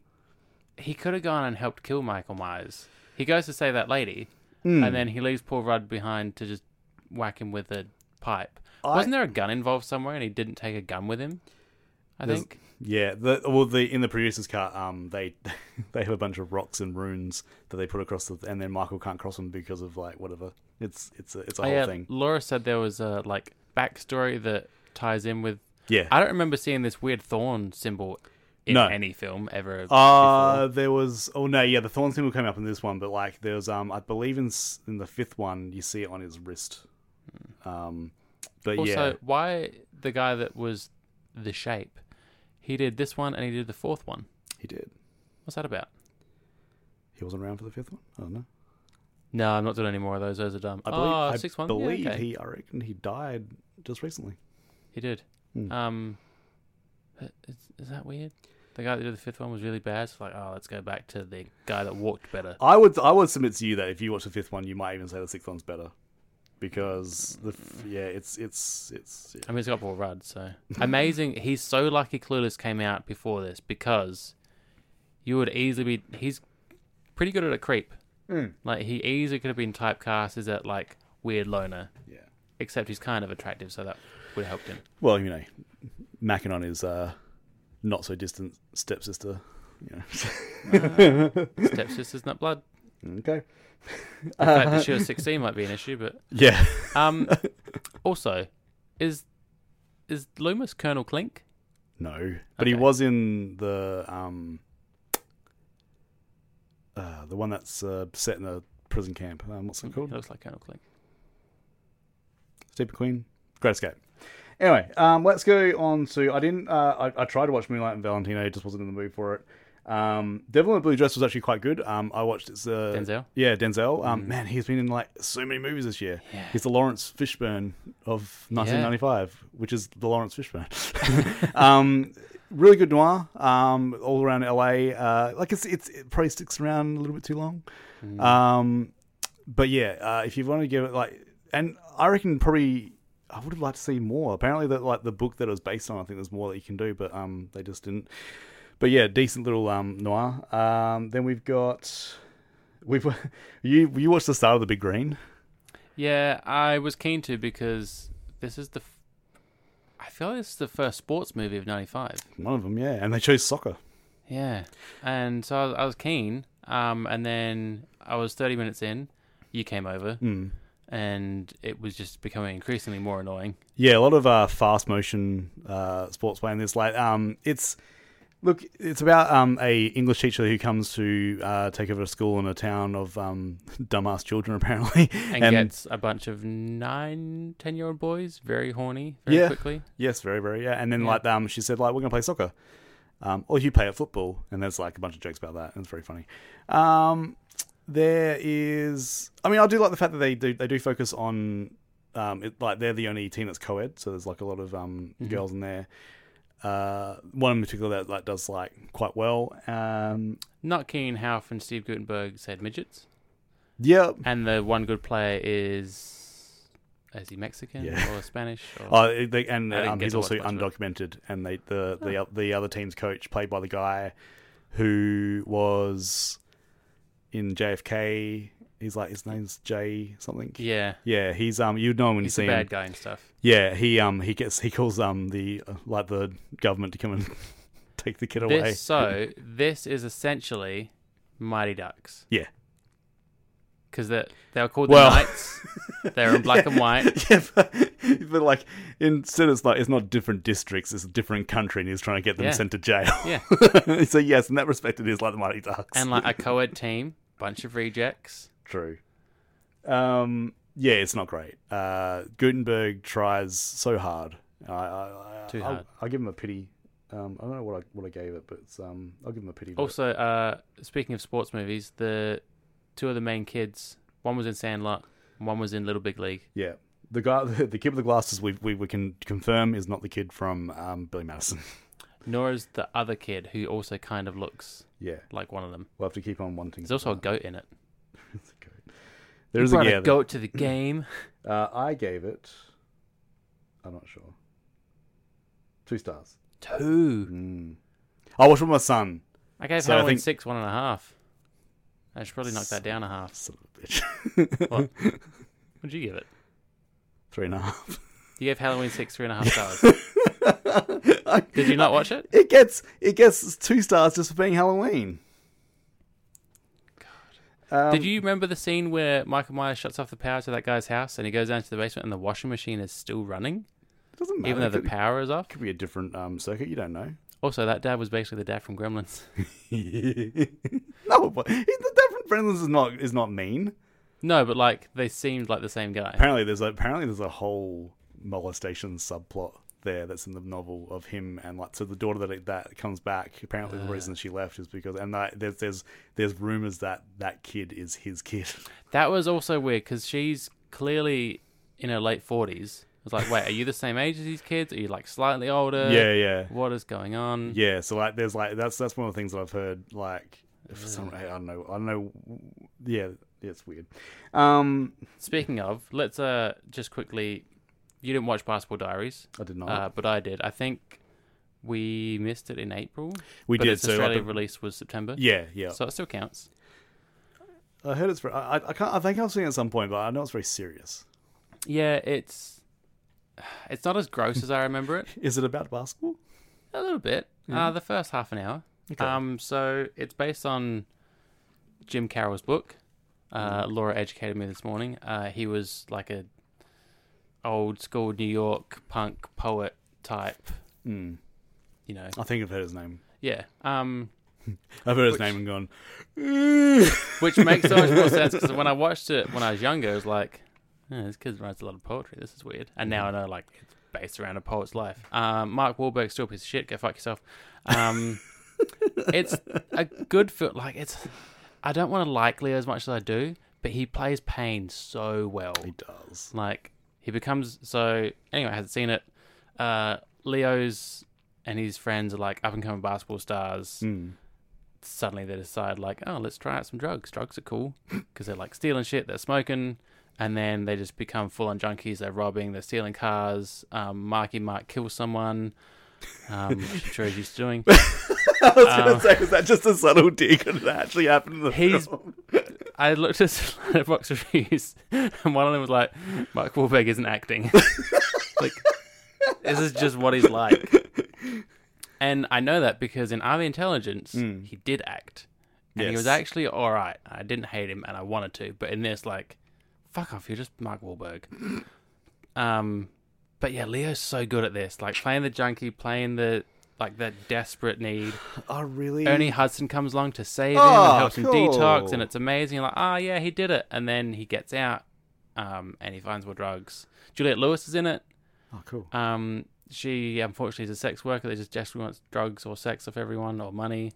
S2: he could have gone and helped kill Michael Myers. He goes to save that lady,
S1: Hmm.
S2: and then he leaves Paul Rudd behind to just whack him with a pipe. Wasn't there a gun involved somewhere, and he didn't take a gun with him? I
S1: There's-
S2: think.
S1: yeah, the, well, the in the producer's cut, um, they they have a bunch of rocks and runes that they put across, the, and then Michael can't cross them because of like whatever. It's it's a, it's a
S2: Oh,
S1: whole
S2: yeah,
S1: thing.
S2: Laura said there was a like backstory that ties in with.
S1: Yeah.
S2: I don't remember seeing this weird thorn symbol in
S1: No.
S2: any film ever.
S1: Uh, there was oh no, yeah, the thorn symbol came up in this one, but like there was um, I believe in s- in the fifth one, you see it on his wrist. Um, but
S2: before. Hmm. Also,
S1: yeah,
S2: why the guy that was the shape? He did this one and he did the fourth one.
S1: he did.
S2: What's that about?
S1: He wasn't around for the fifth one. I don't know.
S2: No, I'm not doing any more of those. Those are dumb.
S1: I believe,
S2: oh,
S1: I
S2: six one. Yeah,
S1: believe
S2: okay. he...
S1: he, I reckon he died just recently.
S2: did.
S1: Hmm.
S2: Um, but is, is that weird? The guy that did the fifth one was really bad. It's like, oh, let's go back to the guy that walked better.
S1: I would, I would submit to you that if you watch the fifth one, you might even say the sixth one's better because the, f- yeah, it's, it's, it's,
S2: I mean, it's got Paul Rudd, so amazing. He's so lucky Clueless came out before this because you would easily be. He's pretty good at a creep.
S1: Hmm.
S2: Like he easily could have been typecast as that like weird loner,
S1: yeah.
S2: except he's kind of attractive, so that would have helped him.
S1: Well, you know, macking on his uh, not so distant stepsister. You know.
S2: Stepsister's not blood.
S1: okay.
S2: The fact that she was sixteen might be an issue, but
S1: Yeah.
S2: Um, also, is is Loomis Colonel Clink?
S1: No, but he
S2: Okay.
S1: was in the um, uh, the one that's uh, set in a prison camp. Um, what's it
S2: He
S1: called?
S2: looks like Colonel Clink.
S1: Steve Queen, Great Escape. Anyway, um, let's go on to. I didn't. Uh, I, I tried to watch Moonlight and Valentino. Just wasn't in the mood for it. Um, Devil in a Blue Dress was actually quite good. Um, I watched it's uh,
S2: Denzel?
S1: Yeah, Denzel. Um, man, he's been in like so many movies this year.
S2: Yeah.
S1: He's the Lawrence Fishburne of 1995, which is the Lawrence Fishburne. um, really good noir. Um, all around LA. Uh, like it's it's it probably sticks around a little bit too long. Um, but yeah, uh, if you want to give it like, and I reckon probably I would have liked to see more. Apparently, that like the book that it was based on, I think there's more that you can do, but um, they just didn't. But yeah, decent little um noir. Um, then we've got we've you you watched the start of the Big Green.
S2: Yeah, I was keen to because this is the. F- I feel like this is the first sports movie of '95.
S1: One of them, yeah, and they chose soccer.
S2: Yeah, and so I was, I was keen. Um, and then I was 30 minutes in. You came over, and it was just becoming increasingly more annoying.
S1: Yeah, a lot of uh, fast motion uh, sports play in this. Like, um, it's look, it's about um, a English teacher who comes to uh, take over a school in a town of um, dumbass children, apparently,
S2: And, gets a bunch of nine, ten-year-old boys very horny very
S1: yeah,
S2: quickly.
S1: yes, very, very, yeah. And then like, um, she said, like, we're gonna play soccer, um, or you play at football, and there's like a bunch of jokes about that, and it's very funny. Um, there is, I mean, I do like the fact that they do they do focus on. Um, it, like they're the only team that's co-ed, so there's like a lot of um, girls in there. uh, one in particular that like does like quite well. Um,
S2: Not keen how often Steve Gutenberg said midgets.
S1: yeah,
S2: And the one good player is is he Mexican
S1: Yeah.
S2: or Spanish? Or...
S1: uh, they, and
S2: I didn't
S1: um,
S2: get
S1: he's
S2: to
S1: also
S2: watch much of
S1: undocumented. And they the the o- the other team's coach, played by the guy who was in JFK. He's like his name's Jay something.
S2: yeah,
S1: yeah. He's um you'd know him when you
S2: he's
S1: see
S2: a
S1: him.
S2: bad guy and stuff.
S1: Yeah, he um he gets he calls um the uh, like the government to come and take the kid away.
S2: This, so this is essentially Mighty Ducks
S1: yeah,
S2: because they they were called
S1: Well-
S2: the Knights. they were in black and white.
S1: yeah, but, but like instead, it's like it's not different districts; it's a different country, and he's trying to get them
S2: Yeah.
S1: sent to jail.
S2: Yeah,
S1: so yes, in that respect, it is like the Mighty Ducks.
S2: and like a co-ed team, bunch of rejects.
S1: True. Um, yeah, it's not great. Uh, Gutenberg tries so hard. I, I, I,
S2: Too
S1: I'll-
S2: hard.
S1: I'll give him a pity. Um, I don't know what I what I gave it, but it's, um, I'll give him a pity. vote.
S2: Also, uh, speaking of sports movies, the two of the main kids, one was in Sandlot, and one was in Little Big League.
S1: yeah, the guy, the, kid with the glasses, we, we we can confirm is not the kid from um, Billy Madison.
S2: Nor is the other kid who also kind of looks
S1: yeah,
S2: like one of them.
S1: we'll have to keep on wanting.
S2: There's also a goat in it.
S1: Mm, there Mm. is a
S2: Brought
S1: yeah.
S2: a goat to the game.
S1: Uh, I gave it. I'm not sure. Two stars.
S2: Two.
S1: Mm. I watched with my son.
S2: I gave
S1: So I
S2: Halloween
S1: think-
S2: six one and a half. I should probably knock that down a half.
S1: Son of a bitch.
S2: What? What'd you give it?
S1: Three and a half.
S2: You gave Halloween six three and a half stars. Did you not watch it?
S1: It gets it gets two stars just for being Halloween. God. Um,
S2: Did you remember the scene where Michael Myers shuts off the power to that guy's house and he goes down to the basement and the washing machine is still running,
S1: it Doesn't matter.
S2: even though the
S1: It could-
S2: power is off?
S1: could be a different um, circuit. You don't know.
S2: Also, that dad was basically the dad from Gremlins.
S1: no, but he- the different friendless is not is not mean.
S2: No, but like they seemed like the same guy.
S1: Apparently, there's a, apparently there's a whole molestation subplot there that's in the novel of him and like so the daughter that it, that comes back. Apparently,
S2: Uh.
S1: the reason she left is because and that, there's there's there's rumors that that kid is his kid.
S2: That was also weird because she's clearly in her late forties. I was like, wait, are you the same age as these kids? Are you like slightly older?
S1: yeah, yeah.
S2: What is going on?
S1: Yeah, so like, there's like that's that's one of the things that I've heard. Like, for some I don't know, I don't know. Yeah, it's weird. Um,
S2: Speaking of, let's uh just quickly. You didn't watch Basketball Diaries,
S1: I did not.
S2: uh, but I did. I think we missed it in April.
S1: we
S2: but
S1: did.
S2: its
S1: So like,
S2: Australia
S1: the-
S2: release was September.
S1: yeah, yeah.
S2: So it still counts.
S1: I heard it's. ver- I, I can't. I think I've seen it at some point, but I know it's very serious.
S2: Yeah, it's it's not as gross as I remember it.
S1: Is it about basketball?
S2: A little bit. Uh, the first half an hour. Um, so it's based on Jim Carroll's book. Uh, Laura educated me this morning. Uh, he was like a old school New York punk poet type.
S1: Hmm.
S2: You know,
S1: I think I've heard his name.
S2: yeah. Um,
S1: I've heard his name and gone.
S2: which makes so much more sense because when I watched it when I was younger, it was like, "Oh, this kid writes a lot of poetry. This is weird. And now I know like it's based around a poet's life. Um, Mark Wahlberg's still a piece of shit. Go fuck yourself. Um, it's a good film. Like it's, I don't want to like Leo as much as I do, but he plays pain so well.
S1: He does.
S2: Like he becomes so. Anyway, hasn't seen it. Uh, Leo's and his friends are like up and coming basketball stars. Suddenly they decide like, oh, let's try out some drugs. Drugs are cool because they're like stealing shit. They're smoking, and then they just become full on junkies. They're robbing. They're stealing cars. Um, Marky Mark kills someone. Um, which I'm sure he's used to doing.
S1: I was gonna say, was that just a subtle dig? Did that actually happened? In the
S2: He's-
S1: film?
S2: I looked at some letterbox reviews, and one of them was like, "Mark Wahlberg isn't acting. like, this is just what he's like." And I know that because in Army Intelligence, he did act, and he was
S1: Yes.
S2: actually all right. I didn't hate him, and I wanted to, but in this, like, fuck off, you're just Mark Wahlberg. Um, but yeah, Leo's so good at this, like playing the junkie, playing the like that desperate need.
S1: Oh really?
S2: Ernie Hudson comes along to save him
S1: Oh,
S2: and helps
S1: cool.
S2: him detox, and it's amazing. You're like, oh yeah, he did it, and then he gets out, um, and he finds more drugs. Juliette Lewis is in it.
S1: Oh cool.
S2: Um, she unfortunately is a sex worker that just desperately wants drugs or sex off everyone or money,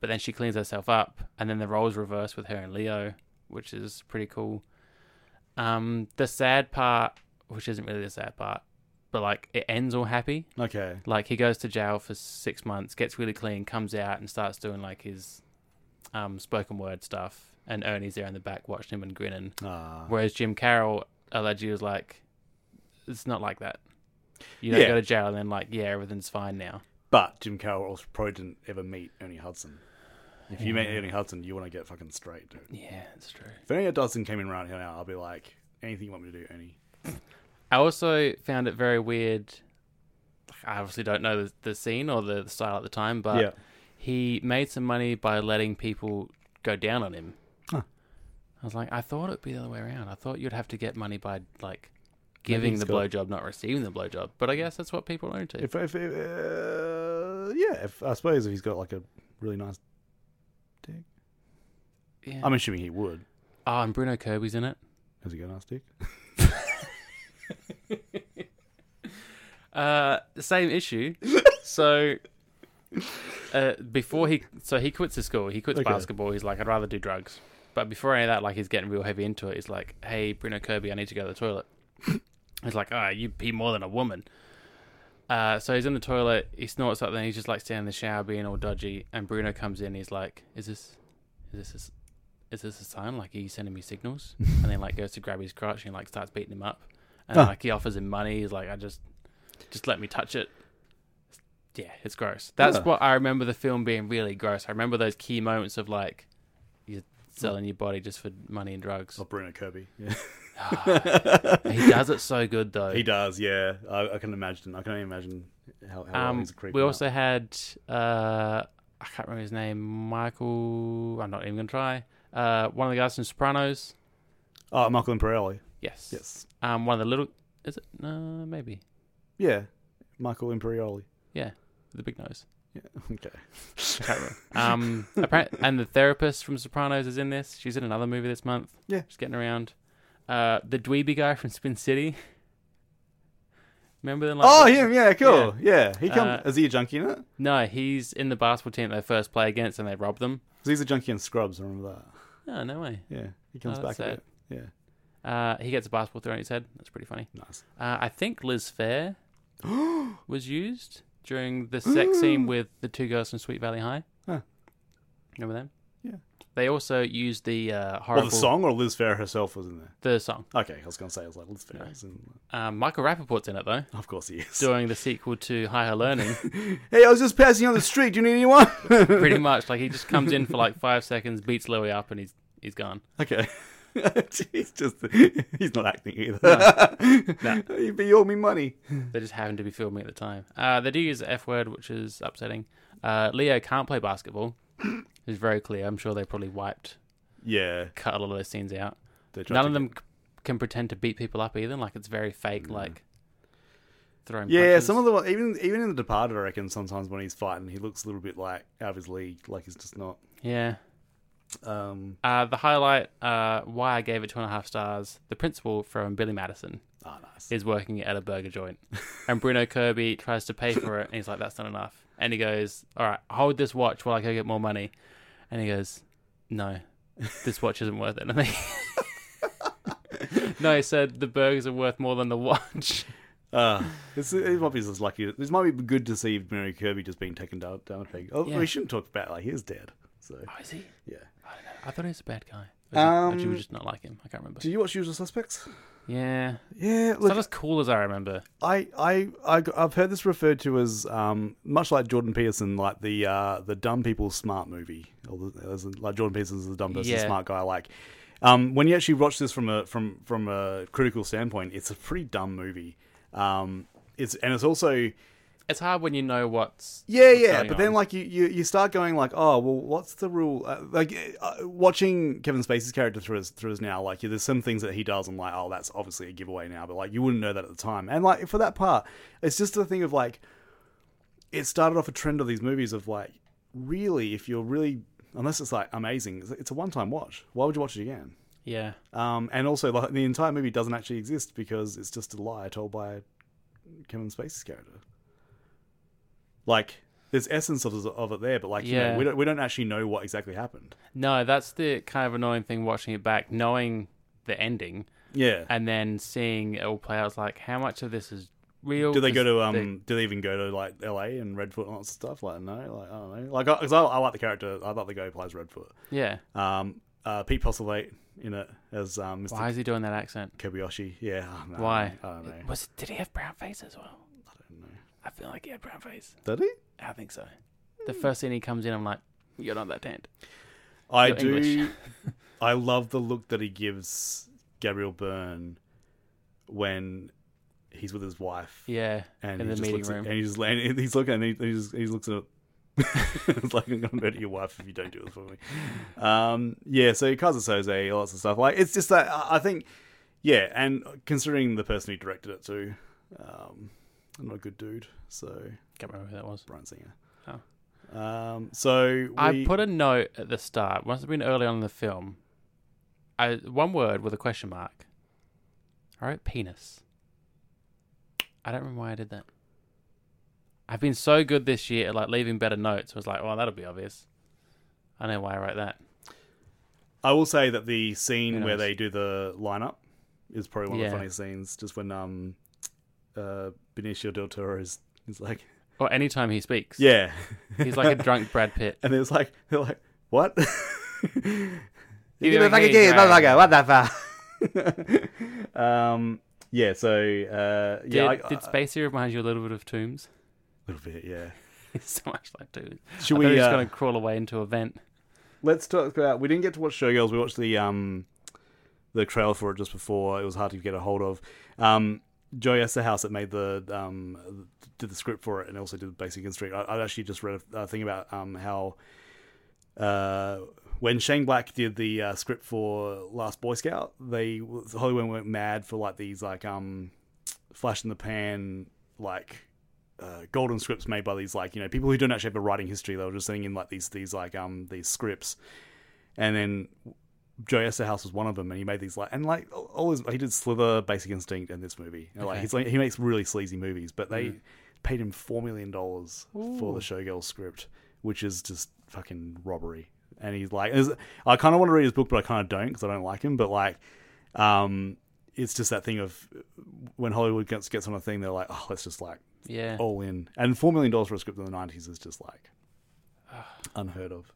S2: but then she cleans herself up, and then the roles reverse with her and Leo, which is pretty cool. Um, the sad part, which isn't really the sad part, but like it ends all happy.
S1: Okay.
S2: Like he goes to jail for six months, gets really clean, comes out and starts doing like his um, spoken word stuff. And Ernie's there in the back watching him and grinning.
S1: Ah.
S2: Whereas Jim Carroll allegedly was like, "It's not like that. You don't
S1: Yeah.
S2: go to jail and then like, yeah, everything's fine now."
S1: But Jim Carroll also probably didn't ever meet Ernie Hudson. If you meet Ernie Hudson, you want to get fucking straight, dude.
S2: Yeah, that's true.
S1: If Ernie Hudson came in around here now, I'll be like, anything you want me to do, Ernie.
S2: I also found it very weird. I obviously don't know the, the scene or the, the style at the time, but
S1: Yeah.
S2: he made some money by letting people go down on him. I was like, I thought it'd be the other way around. I thought you'd have to get money by like giving
S1: it's
S2: the
S1: got-
S2: blowjob, not receiving the blowjob. But I guess that's what people are into.
S1: If, if uh, yeah, if I suppose if he's got like a really nice dick,
S2: yeah.
S1: I'm assuming he would.
S2: oh, and Bruno Kirby's in it.
S1: Has he got a nice dick?
S2: Uh, same issue. so, uh, before he, so he quits the school. He quits
S1: Okay.
S2: basketball. He's like, I'd rather do drugs. But before any of that, like he's getting real heavy into it. He's like, Hey, Bruno Kirby, I need to go to the toilet. he's like, Ah, you pee more than a woman. Uh, so he's in the toilet. He snorts up. Then he's just like standing in the shower, being all dodgy. And Bruno comes in. He's like, Is this, is this, a, is this a sign? Like, are you sending me signals? and then like goes to grab his crotch and like starts beating him up. And
S1: Ah.
S2: like he offers him money. He's like, I just just let me touch it. Yeah, it's gross. That's
S1: Yeah.
S2: what I remember the film being really gross. I remember those key moments of like you're selling your body just for money and drugs.
S1: Bruno Kirby. Yeah.
S2: he does it so good though.
S1: Oh. He does, yeah. I, I can imagine. I can only imagine how, how well
S2: Um,
S1: he's a creep.
S2: we
S1: now.
S2: also had uh, I can't remember his name. Michael. I'm not even gonna try. Uh, one of the guys from Sopranos.
S1: oh, Michael Imperioli.
S2: Yes.
S1: Yes,
S2: Um, one of the little. Is it? No, maybe.
S1: yeah, Michael Imperioli.
S2: Yeah, the big nose.
S1: Yeah, okay.
S2: Um, apparent- and the therapist from Sopranos is in this. She's in another movie this month.
S1: Yeah.
S2: she's getting around. Uh, the dweeby guy from Spin City. Remember them? Like,
S1: Oh, him. Yeah, cool. Yeah, he come.
S2: Uh,
S1: is he a junkie in it?
S2: No, he's in the basketball team they first play against, and they rob them.
S1: 'Cause he's a junkie in Scrubs. I remember that.
S2: Oh, no way.
S1: Yeah, he comes
S2: Oh,
S1: back
S2: that's
S1: a bit. Yeah,
S2: Uh, he gets a basketball thrown at his head. That's pretty funny.
S1: nice.
S2: Uh, I think Liz Fair was used during the sex scene with the two girls from Sweet Valley High.
S1: Huh.
S2: Remember them?
S1: Yeah.
S2: They also used the uh,
S1: Well,
S2: horrible
S1: the song or Liz Fair herself was in there.
S2: The song.
S1: Okay, I was gonna say I was like Liz Fair. is in-
S2: Um, Michael Rappaport's in it though,
S1: Of course he is.
S2: doing the sequel to Higher Learning.
S1: Hey, I was just passing on the street. Do you need anyone?
S2: pretty much, like he just comes in for like five seconds, beats Louis up, and he's he's gone.
S1: okay. he's just he's not acting either. You- but you owe me money.
S2: They just happened to be filming at the time. Uh, they do use the F word, which is upsetting. Uh, Leo can't play basketball. It's very clear. I'm sure they probably wiped,
S1: Yeah.
S2: cut a lot of those scenes out.
S1: they tried
S2: None
S1: to
S2: of
S1: get-
S2: them c can pretend to beat people up either. Like it's very fake. Like throwing.
S1: Yeah,
S2: punches.
S1: some of the one- even even in the Departed, I reckon sometimes when he's fighting, he looks a little bit like out of his league, like he's just not.
S2: yeah.
S1: Um,
S2: Uh, the highlight, uh, why I gave it two and a half stars. The principal from Billy Madison.
S1: ah, nice.
S2: is working at a burger joint. And Bruno Kirby tries to pay for it, and he's like, that's not enough. And he goes, all right, hold this watch while I go get more money. And he goes, no, this watch isn't worth anything. no, he said the burgers are worth more than the watch.
S1: Uh, it's, it might be just lucky. This might be good to see Mary Kirby just being taken down, down a peg. Oh,
S2: Yeah.
S1: We shouldn't talk about like his dad. So
S2: Oh, is he?
S1: yeah.
S2: I thought he was a bad guy. Or did you- or did
S1: Um,
S2: you just not like him? I can't remember.
S1: Do you watch Usual Suspects?
S2: Yeah.
S1: Yeah,
S2: It's
S1: look,
S2: not as cool as I remember.
S1: I, I, I, I've heard this referred to as um, much like Jordan Peterson, like the uh, the dumb people smart movie, or the, as in, like Jordan Peterson's the dumb person
S2: Yeah.
S1: smart guy. Like um, when you actually watch this from a from from a critical standpoint, it's a pretty dumb movie. Um, it's and it's also
S2: It's hard when you know what's.
S1: yeah,
S2: what's
S1: yeah,
S2: going
S1: but then
S2: on.
S1: like you, you, you start going like, oh well, what's the rule? Uh, like uh, watching Kevin Spacey's character through his through his now, like there's some things that he does, I'm like, oh, that's obviously a giveaway now, but like you wouldn't know that at the time. And like for that part, it's just the thing of like, it started off a trend of these movies of like, really, if you're really, unless it's like amazing, it's- it's a one time watch. Why would you watch it again?
S2: Yeah.
S1: Um, and also, like, the entire movie doesn't actually exist because it's just a lie told by Kevin Spacey's character. Like, there's essence of, of it there, but like, you
S2: Yeah.
S1: know, we don't we don't actually know what exactly happened.
S2: No, that's the kind of annoying thing watching it back, knowing the ending.
S1: Yeah.
S2: and then seeing it all play out, it's like how much of this is real?
S1: do they go to
S2: 'Cause
S1: um?
S2: they-
S1: Do they even go to like L.A. and Redfoot and all that stuff? Like, no, like I don't know. Like, because I, I like the character. I like the guy who plays Redfoot.
S2: yeah.
S1: Um, uh, Pete Postlewaite in it as um, Mr.
S2: Why is he doing that accent?
S1: Kobayashi. Yeah. I don't know.
S2: Why?
S1: I don't know.
S2: Was did he have brown face as well? I don't know. I feel like he had brown face.
S1: Did he?
S2: I think so. The first scene he comes in, I'm like, you're not that tanned.
S1: I
S2: Your
S1: do.
S2: English.
S1: I love the look that he gives Gabriel Byrne when he's with his wife.
S2: Yeah,
S1: and he
S2: in the
S1: just
S2: meeting
S1: looks at-
S2: room.
S1: and he's and he's looking and he, he just he looks at it's like I'm gonna murder your wife if you don't do this for me. Um, yeah, so Kaiser Soze, lots of stuff. Like it's just that I I think, yeah, and considering the person who directed it too, um, I'm not a good dude. So
S2: Can't remember who that was.
S1: Brian Singer.
S2: Oh.
S1: Um, so
S2: I
S1: we-
S2: put a note at the start. Must have been early on in the film. I one word with a question mark. All right, penis. I don't remember why I did that. I've been so good this year at like leaving better notes. I was like, well, that'll be obvious. I know why I write that.
S1: I will say that the scene
S2: Who
S1: where
S2: knows?
S1: they do the lineup is probably one of
S2: Yeah.
S1: the funniest scenes. Just when um, uh, Benicio del Toro is, is like,
S2: Or anytime he speaks,
S1: yeah,
S2: he's like a drunk Brad Pitt.
S1: and it's like they're like, what?
S2: You
S1: Give me
S2: don't
S1: back
S2: get
S1: again,
S2: it,
S1: not
S2: right.
S1: like a- what the fuck? um, yeah. So uh,
S2: Did,
S1: yeah, I,
S2: did
S1: I-
S2: Spacey remind you a little bit of Tombs?
S1: a little bit. Yeah.
S2: so much like Tombs.
S1: Should
S2: I thought he
S1: we?
S2: was
S1: Uh,
S2: gonna crawl away into a vent.
S1: Let's talk about. We didn't get to watch Showgirls. We watched the um, the trailer for it just before. It was hard to get a hold of. Um, Joey Esterhouse that made the um, did the script for it and also did Basic Instinct. I, I actually just read a, a thing about um how uh, when Shane Black did the uh, script for Last Boy Scout, they Hollywood went mad for like these like um flash in the pan like uh, golden scripts made by these like you know people who don't actually have a writing history. They were just sending in like these these like um these scripts, and then Joe Esterhouse was one of them, and he made these like and like all- all his he did Slither, Basic Instinct, and this movie. And, like
S2: Okay.
S1: he's like he makes really sleazy movies, but they paid him four million dollars for the Showgirl script, which is just fucking robbery. And he's like, is- I kind of want to read his book, but I kind of don't because I don't like him. But like, um, it's just that thing of when Hollywood gets gets on a thing, they're like, oh, let's just like
S2: Yeah.
S1: all in. And four million dollars for a script in the nineties is just like unheard of.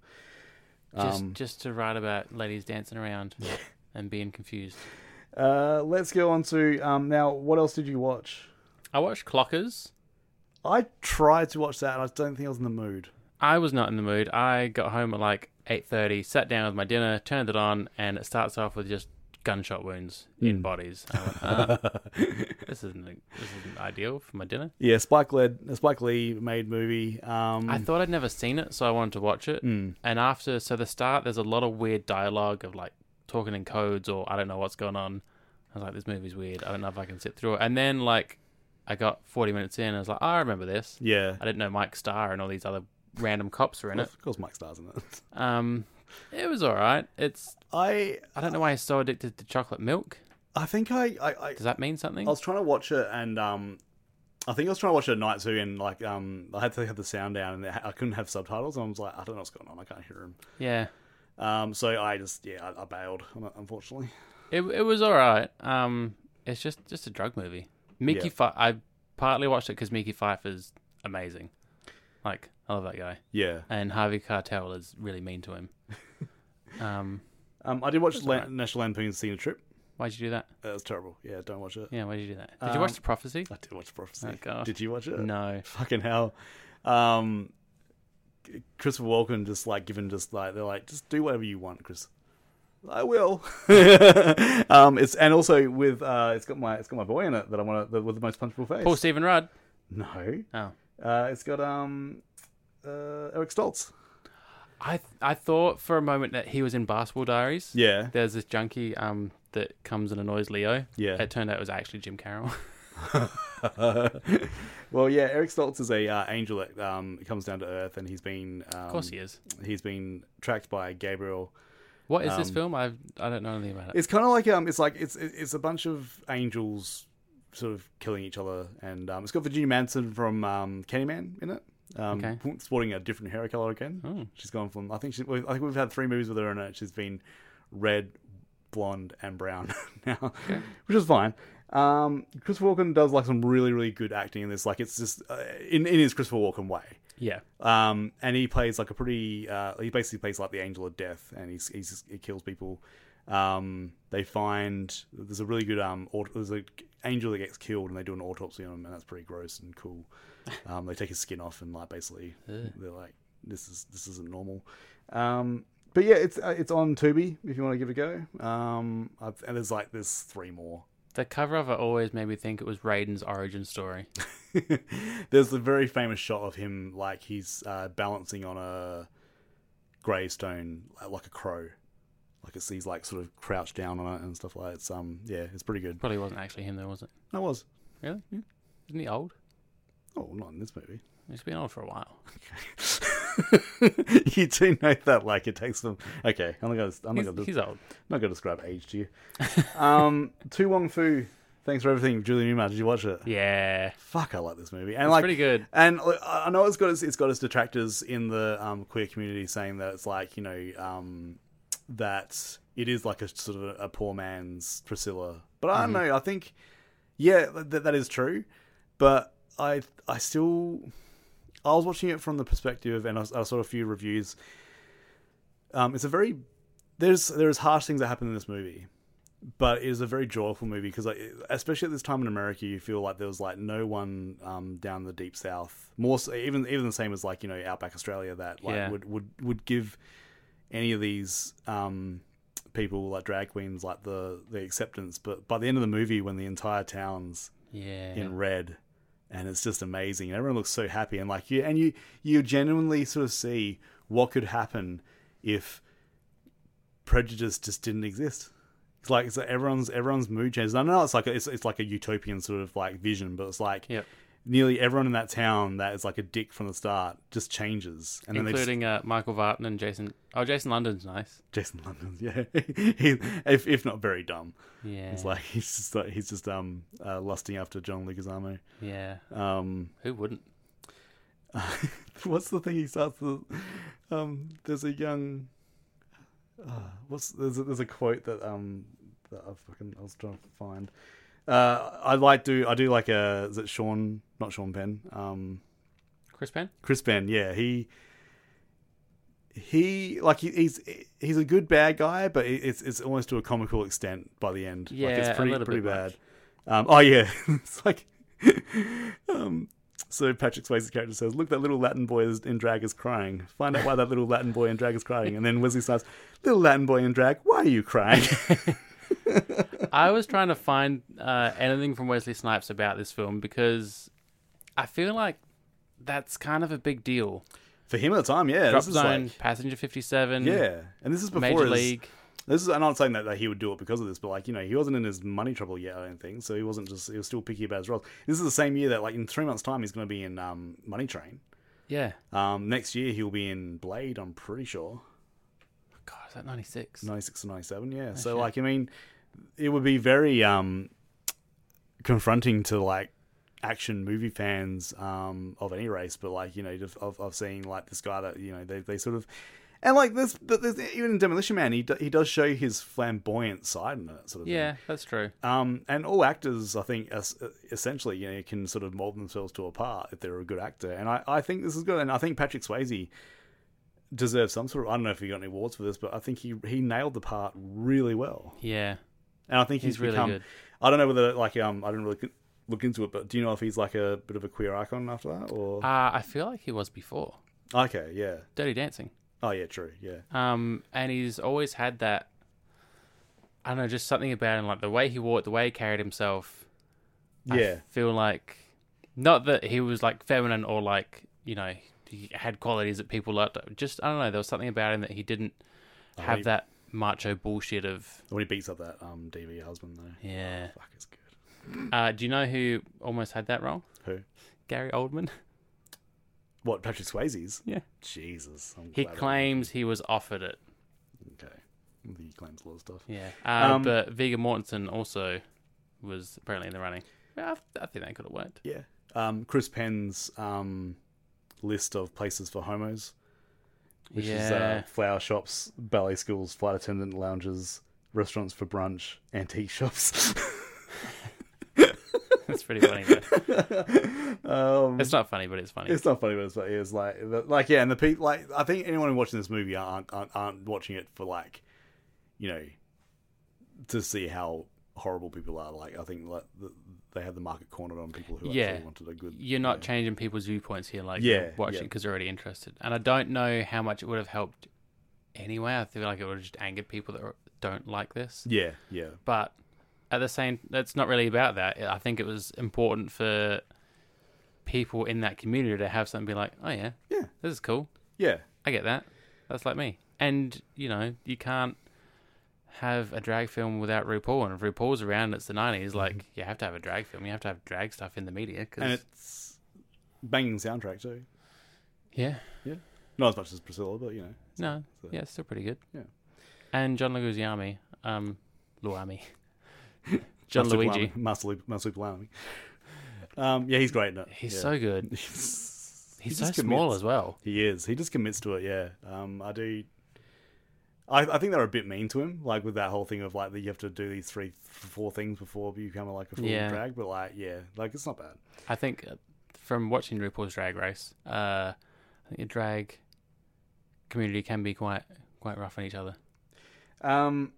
S2: Just
S1: Um,
S2: just to write about ladies dancing around and being confused.
S1: Uh, let's go on to um, now. What else did you watch?
S2: I watched Clockers.
S1: I tried to watch that, and I don't think I was in the mood.
S2: I was not in the mood. I got home at like eight thirty, sat down with my dinner, turned it on, and it starts off with just gunshot wounds in bodies. I went, "Uh, this isn't this isn't ideal for my dinner.
S1: Yeah, Spike led Spike Lee made movie. Um,
S2: I thought I'd never seen it, so I wanted to watch it. Mm. And after, so the start, there's a lot of weird dialogue of like talking in codes or I don't know what's going on. I was like, this movie's weird. I don't know if I can sit through it. And then like, I got 40 minutes in. I was like, oh, I remember this.
S1: yeah,
S2: I didn't know Mike Starr and all these other random cops were in it.
S1: of course Mike Starr's in it.
S2: Um, it was all right. It's
S1: I
S2: I don't know why I'm so addicted to chocolate milk.
S1: I think I I, I
S2: Does that mean something?
S1: I was trying to watch it and um I think I was trying to watch it at night too and like um I had to have the sound down and I couldn't have subtitles and I was like I don't know what's going on I can't hear him
S2: Yeah,
S1: um so I just yeah I, I bailed un- unfortunately
S2: it it was all right. Um, it's just just a drug movie. Mickey,
S1: Yeah.
S2: Fi- I partly watched it because Mickey Pfeiffer's amazing. Like I love that guy,
S1: yeah
S2: and Harvey Cartel is really mean to him. um,
S1: um I did watch La-
S2: alright.
S1: National Lampoon's Scenic Trip
S2: why'd you do that?
S1: that was terrible yeah don't watch it
S2: Yeah, why'd you do that? Did you watch
S1: Um,
S2: the prophecy?
S1: I did watch The Prophecy
S2: Oh, God.
S1: did you watch it
S2: No.
S1: fucking hell um Christopher Walken just like given just like they're like just do whatever you want Chris I will. um, it's and also with uh, it's got my it's got my boy in it that I want to with the most punchable face.
S2: Paul Stephen Rudd.
S1: No.
S2: Oh,
S1: Uh, it's got um, uh, Eric Stoltz.
S2: I th- I thought for a moment that he was in Basketball Diaries.
S1: Yeah.
S2: there's this junkie um that comes and annoys Leo.
S1: Yeah.
S2: It turned out it was actually Jim Carroll.
S1: well, yeah. Eric Stoltz is a uh, angel that um, comes down to earth, and he's been um,
S2: of course he is.
S1: he's been tracked by Gabriel.
S2: What is this film? I I don't know anything about it.
S1: Um, It's kind of like um, it's like it's it's a bunch of angels sort of killing each other, and um, it's got Virginia Manson from um, Candyman in it. Um,
S2: Okay. Hmm.
S1: sporting a different hair color again. She's gone from I think she, I think we've had three movies with her in it. She's been red, blonde, and brown now, which is fine. Um, Christopher Walken does like some really really good acting in this. Like it's just uh, in in his Christopher Walken way.
S2: Yeah.
S1: Um, and he plays like a pretty. Uh, he basically plays like the angel of death, and he's, he's he kills people. Um, they find there's a really good um, aut- there's an angel that gets killed, and they do an autopsy on him, and that's pretty gross and cool. Um, they take his skin off, and like basically they're like, this is this isn't normal. Um, but yeah, it's uh, it's on Tubi if you want to give it a go. Um, I've, and there's like there's three more.
S2: The cover of it always made me think it was Raiden's origin story.
S1: There's the very famous shot of him, like he's uh, balancing on a gravestone, like- like a crow. Like it's he's like sort of crouched down on it and stuff like that. It's um yeah, it's pretty good.
S2: Probably wasn't actually him though, was it?
S1: I was
S2: Really?
S1: Hmm.
S2: Isn't he old?
S1: oh not in this movie.
S2: He's been old for a while.
S1: you do know that like it takes them. Okay, I'm not gonna I'm not
S2: He's,
S1: gonna
S2: he's old.
S1: I'm not gonna describe age to you. um, Tu Wong Fu. Thanks for everything, Julie Newmar. Did you watch it?
S2: Yeah.
S1: fuck, I like this movie. And like,
S2: pretty good.
S1: And like, I I know it's got its, it's got its detractors in the um, queer community saying that it's like you know um, that it is like a sort of a, poor man's Priscilla. But I don't know. I think yeah, that that is true. But I I still I was watching it from the perspective, and I, I saw a few reviews. Um, it's a very there's there's harsh things that happen in this movie, but it is a very joyful movie because like, especially at this time in America, you feel like there was like no one um, down the deep south more so, even even the same as like you know outback Australia that like
S2: Yeah.
S1: would would would give any of these um, people like drag queens like the the acceptance. But by the end of the movie, when the entire town's
S2: Yeah.
S1: in red and it's just amazing and everyone looks so happy and like you and you you genuinely sort of see what could happen if prejudice just didn't exist it's like it's like everyone's everyone's mood changes i know it's like a, it's, it's like a utopian sort of like vision but it's like
S2: Yep.
S1: nearly everyone in that town that is like a dick from the start just changes and then they just
S2: Including uh, Michael Vartan and Jason. Oh, Jason London's nice.
S1: jason london's yeah he, if, if not very dumb
S2: Yeah.
S1: it's like he's just like he's just um uh, lusting after john leguizamo
S2: yeah.
S1: um
S2: Who wouldn't?
S1: what's the thing he starts with? Um, there's a young. Uh, what's there's a, there's a quote that um that I fucking I was trying to find. Uh, I like do I do like a is it Sean not Sean Penn um
S2: Chris Penn?
S1: Chris Penn yeah he he like he, he's he's a good bad guy but it- it's it's almost to a comical extent by the end like
S2: Yeah,
S1: it's
S2: a
S1: pretty
S2: little
S1: pretty
S2: bit
S1: bad
S2: much.
S1: um oh yeah it's like um so Patrick Swayze's character says, "Look, that little Latin boy is in drag is crying. Find out why that little Latin boy in drag is crying." And then Wesley starts, "Little Latin boy in drag, why are you crying?"
S2: I was trying to find uh, anything from Wesley Snipes about this film because I feel like that's kind of a big deal.
S1: For him at the time, yeah,
S2: Drop
S1: this is
S2: Zone,
S1: like,
S2: Passenger 57,
S1: yeah, and this is before
S2: Major
S1: his-
S2: League.
S1: This is I'm not saying that, that he would do it because of this, but like you know, he wasn't in his money trouble yet. I don't think so. He wasn't just he was still picky about his roles. This is the same year that like in three months' time he's going to be in um, Money Train.
S2: Yeah.
S1: Um, next year he'll be in Blade. I'm pretty sure
S2: Oh, God, is that 96?
S1: ninety six and ninety seven. Yeah. So like I mean, it would be very um, confronting to like action movie fans um, of any race, but like you know of, of, of seeing like this guy that you know they, they sort of and like this, but this even in Demolition Man he do, he does show his flamboyant side in that sort of thing.
S2: Yeah, that's true.
S1: Um, and all actors, I think, es- essentially, you know, can sort of mold themselves to a part if they're a good actor. And I, I think this is good. And I think Patrick Swayze deserves some sort of. I don't know if he got any awards for this, but I think he he nailed the part really well.
S2: Yeah.
S1: And I think he's,
S2: He's really
S1: become.
S2: good.
S1: I don't know whether like um I didn't really look into it, but do you know if he's like a bit of a queer icon after that or?
S2: Uh, I feel like he was before.
S1: okay, yeah.
S2: Dirty Dancing.
S1: Oh yeah, true. Yeah,
S2: Um, and he's always had that. I don't know, just something about him, like the way he walked, the way he carried himself.
S1: yeah.
S2: I feel like, not that he was like feminine or like you know he had qualities that people liked. Just I don't know, there was something about him that he didn't have
S1: Oh, he-
S2: that macho bullshit of.
S1: when he beats up that um DV husband though,
S2: Yeah.
S1: fuck, it's good.
S2: Uh, do you know who almost had that role?
S1: Who?
S2: Gary Oldman.
S1: What Patrick Swayze's?
S2: Yeah.
S1: Jesus, I'm
S2: He
S1: glad I-
S2: claims he was offered it.
S1: Okay. He claims a lot of stuff.
S2: Yeah. Uh,
S1: Um,
S2: but Viggo Mortensen also was apparently in the running. Yeah, I, I think that could have worked.
S1: Yeah. Um, Chris Penn's um, list of places for homos, which is uh,
S2: yeah.
S1: flower shops, ballet schools, flight attendant lounges, restaurants for brunch, antique shops.
S2: That's pretty funny. Though.
S1: um,
S2: It's not funny, but it's funny.
S1: it's not funny, but it's, like- it's like, like, yeah, and the people, like, I think anyone watching this movie aren't, aren't, aren't watching it for, like, you know, to see how horrible people are. Like, I think like, the, they have the market cornered on people who
S2: Yeah.
S1: actually wanted a good.
S2: You're not changing people's viewpoints here. Like,
S1: Yeah,
S2: you're watching
S1: yeah.
S2: because they're already interested. And I don't know how much it would have helped anyway. I feel like it would have just angered people that are- don't like this.
S1: Yeah, yeah.
S2: But at the same, that's not really about that. I think it was important for people in that community to have something be like, oh yeah,
S1: Yeah.
S2: this is cool.
S1: Yeah.
S2: I get that. That's like me. And you know, you can't have a drag film without RuPaul. And if RuPaul's around, and it's the nineties. Like you have to have a drag film. You have to have drag stuff in the media.
S1: Mm-hmm. And
S2: Cause,
S1: it's banging soundtrack too.
S2: yeah,
S1: Not as much as Priscilla, but you know.
S2: no, yeah, it's still pretty good.
S1: Yeah.
S2: And John Leguizamo, um, Luami, John
S1: Marsupilami-
S2: Luigi.
S1: Marsupil- Marsupilami. Um, yeah, he's great in it.
S2: He's
S1: Yeah.
S2: so good.
S1: He's
S2: He's so small as well.
S1: He is. He just commits to it. Yeah. Um, I do. I, I think they were a bit mean to him, like with that whole thing of like that you have to do these three, four things before you become like a full
S2: Yeah.
S1: drag. But like, yeah, like it's not bad.
S2: I think uh, from watching RuPaul's Drag Race, uh, I think the drag community can be quite quite rough on each other.
S1: Um,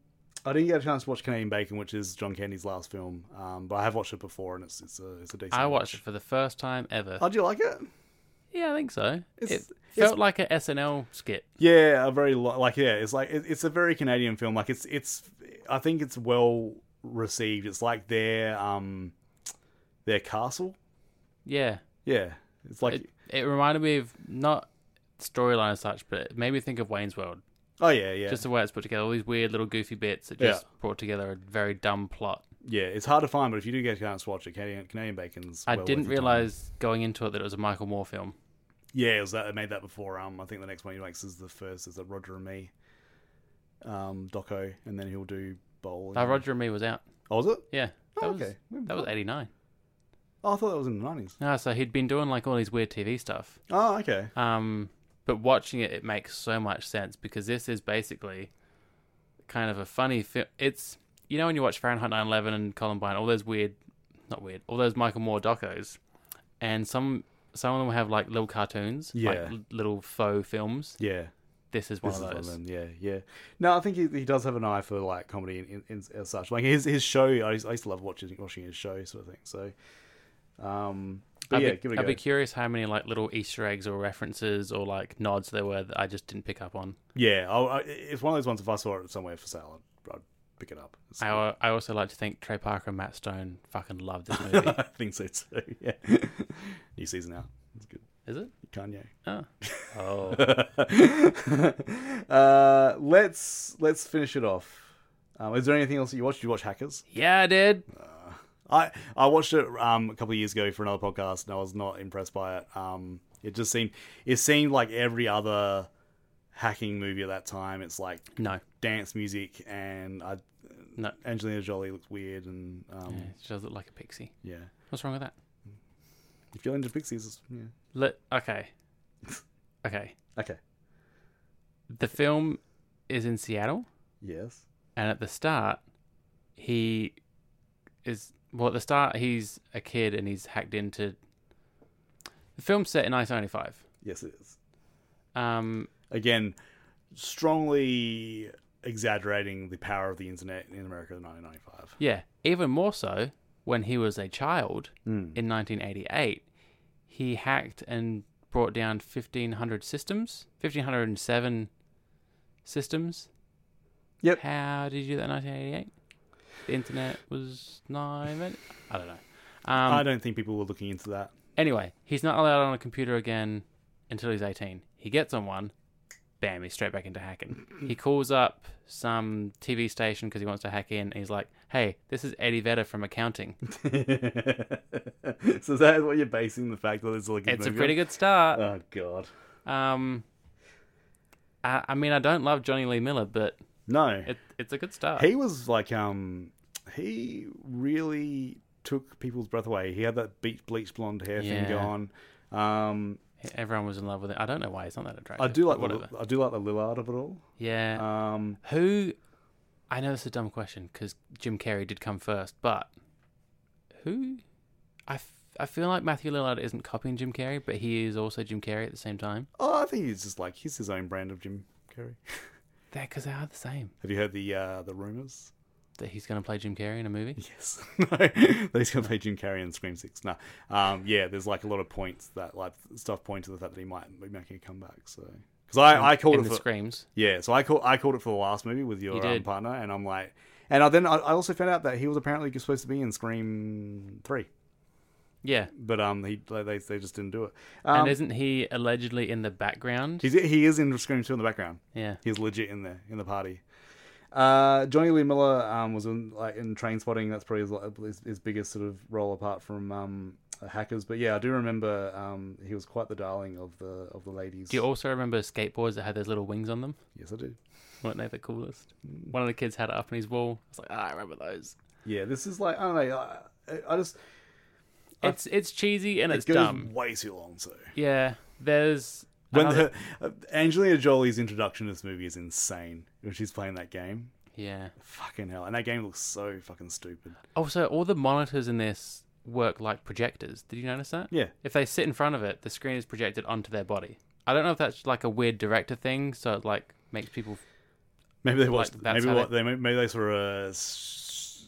S1: I didn't get a chance to watch Canadian Bacon, which is John Candy's last film, um, but I have watched it before, and it's it's a it's a decent.
S2: I
S1: watch.
S2: watched it for the first time ever.
S1: Oh, do you like it?
S2: Yeah, I think so.
S1: It's-
S2: it
S1: it's-
S2: felt like a SNL skit.
S1: Yeah, a very lo- like yeah, it's like it, it's a very Canadian film. Like it's it's I think it's well received. It's like their um their castle.
S2: Yeah,
S1: Yeah, it's like
S2: it, it reminded me of not storyline as such, but it made me think of Wayne's World.
S1: oh yeah yeah
S2: Just the way it's put together, all these weird little goofy bits that
S1: Yeah.
S2: just brought together a very dumb plot.
S1: yeah. It's hard to find, but if you do get a chance to watch it, Canadian Canadian Bacon's.
S2: I
S1: well
S2: didn't
S1: worth your time.
S2: realize going into it that it was a Michael Moore film.
S1: Yeah, it was that they made that before. Um, I think the next one he makes is the first is the Roger and Me, um, Doco, and then he'll do Bowl.
S2: Now Roger and Me was out.
S1: Oh, was it?
S2: Yeah, that
S1: Oh,
S2: was
S1: okay.
S2: that was eighty nine.
S1: Oh, I thought that was in the nineties.
S2: No, so he'd been doing like all these weird TV stuff.
S1: Oh, okay.
S2: Um, but watching it, it makes so much sense because this is basically kind of a funny film. It's you know when you watch Fahrenheit 9/11 and Columbine, all those weird, not weird, all those Michael Moore docos, and some some of them have like little cartoons, like
S1: Yeah.
S2: l- little faux films.
S1: Yeah.
S2: This is one
S1: This is
S2: of
S1: one of
S2: those.
S1: them, yeah, yeah. No, I think he, he does have an eye for like comedy and, and, and as such. Like his his show, I used, I used to love watching watching his show sort of thing. So, um, but
S2: I'd,
S1: yeah,
S2: be,
S1: give it a
S2: I'd
S1: go.
S2: be curious how many like little Easter eggs or references or like nods there were that I just didn't pick up on.
S1: yeah, I'll, I, it's one of those ones. If I saw it somewhere for sale, I'd, I'd pick it up. It's-
S2: I, I also like to think Trey Parker and Matt Stone fucking love this movie.
S1: I think so too. Yeah, new season out. It's good.
S2: is it?
S1: Kanye.
S2: Oh. oh.
S1: uh, let's let's finish it off. Um, is there anything else that you watched? Did you watch Hackers?
S2: Yeah, I did.
S1: I I watched it um, a couple of years ago for another podcast, and I was not impressed by it. Um, it just seemed it seemed like every other hacking movie at that time. It's like
S2: No,
S1: dance music, and I,
S2: no.
S1: Angelina Jolie looks weird, and um,
S2: She does look like a pixie.
S1: yeah.
S2: What's wrong with that?
S1: If you're into pixies, it's- yeah.
S2: Let, okay. Okay.
S1: Okay.
S2: The film is in Seattle,
S1: Yes.
S2: and at the start, he is. Well, at the start, he's a kid and he's hacked into. The film's set in 1995.
S1: Yes, it is.
S2: Um,
S1: Again, strongly exaggerating the power of the internet in America in 1995.
S2: yeah. Even more so when he was a child
S1: Hmm.
S2: in 1988, he hacked and brought down 1,500 systems, 1,507 systems.
S1: Yep.
S2: How did you do that in 1988? The internet was not invented. I don't know.
S1: I
S2: Um,
S1: don't think people were looking into that.
S2: anyway, he's not allowed on a computer again until he's 18. He gets on one, bam, he's straight back into hacking. he calls up some TV station because he wants to hack in. And he's like, hey, this is Eddie Vedder from accounting.
S1: so is that what you're basing the fact that it's like
S2: it's a pretty good start.
S1: Oh god.
S2: Um, I, I mean, I don't love Johnny Lee Miller, but
S1: No,
S2: it, it's a good start.
S1: he was like um, he really took people's breath away. He had that beach bleach blonde hair
S2: Yeah.
S1: thing going. Um,
S2: Everyone was in love with it. I don't know why he's not that attractive.
S1: I do like
S2: but whatever.
S1: the I do like the Lillard of it all.
S2: yeah.
S1: Um,
S2: Who? I know it's a dumb question because Jim Carrey did come first, but who? I, f- I feel like Matthew Lillard isn't copying Jim Carrey, but he is also Jim Carrey at the same time.
S1: oh, I think he's just like he's his own brand of Jim Carrey.
S2: They're because they are the same.
S1: Have you heard the uh, the rumors?
S2: That he's going to play Jim Carrey in a movie.
S1: Yes. no. That he's gonna play Jim Carrey in Scream Six. No. Um, yeah, there's like a lot of points that like stuff point to the fact that he might be making a comeback. So because I, I called
S2: in
S1: it
S2: the
S1: for,
S2: screams.
S1: yeah, so I call I called it for the last movie with your um,
S2: did.
S1: partner, and I'm like, And I, then I, I also found out that he was apparently supposed to be in Scream Three,
S2: Yeah.
S1: but um, he like, they they just didn't do it.
S2: And
S1: Um,
S2: isn't he allegedly in the background?
S1: he's he is in Scream Two in the background.
S2: Yeah.
S1: He's legit in there in the party. Uh, Johnny Lee Miller um, was in like in Train Spotting. That's probably his, like, his, his biggest sort of role apart from um, Hackers. But yeah, I do remember um, he was quite the darling of the of the ladies.
S2: Do you also remember skateboards that had those little wings on them?
S1: yes, I do.
S2: Weren't they the coolest? One of the kids had it up on his wall. I was like, ah, I remember those.
S1: Yeah, this is like I don't know. I, I just
S2: It's it's cheesy and it's
S1: it goes
S2: dumb.
S1: way too long. So
S2: Yeah. There's
S1: when
S2: another-
S1: the, Angelina Jolie's introduction to this movie is insane when she's playing that game.
S2: yeah.
S1: Fucking hell, and that game looks so fucking stupid.
S2: Also, all the monitors in this work like projectors. Did you notice that?
S1: Yeah.
S2: If they sit in front of it, the screen is projected onto their body. I don't know if that's like a weird director thing, so it like makes people.
S1: Maybe they watched.
S2: that's
S1: maybe
S2: how
S1: what they maybe they saw a s-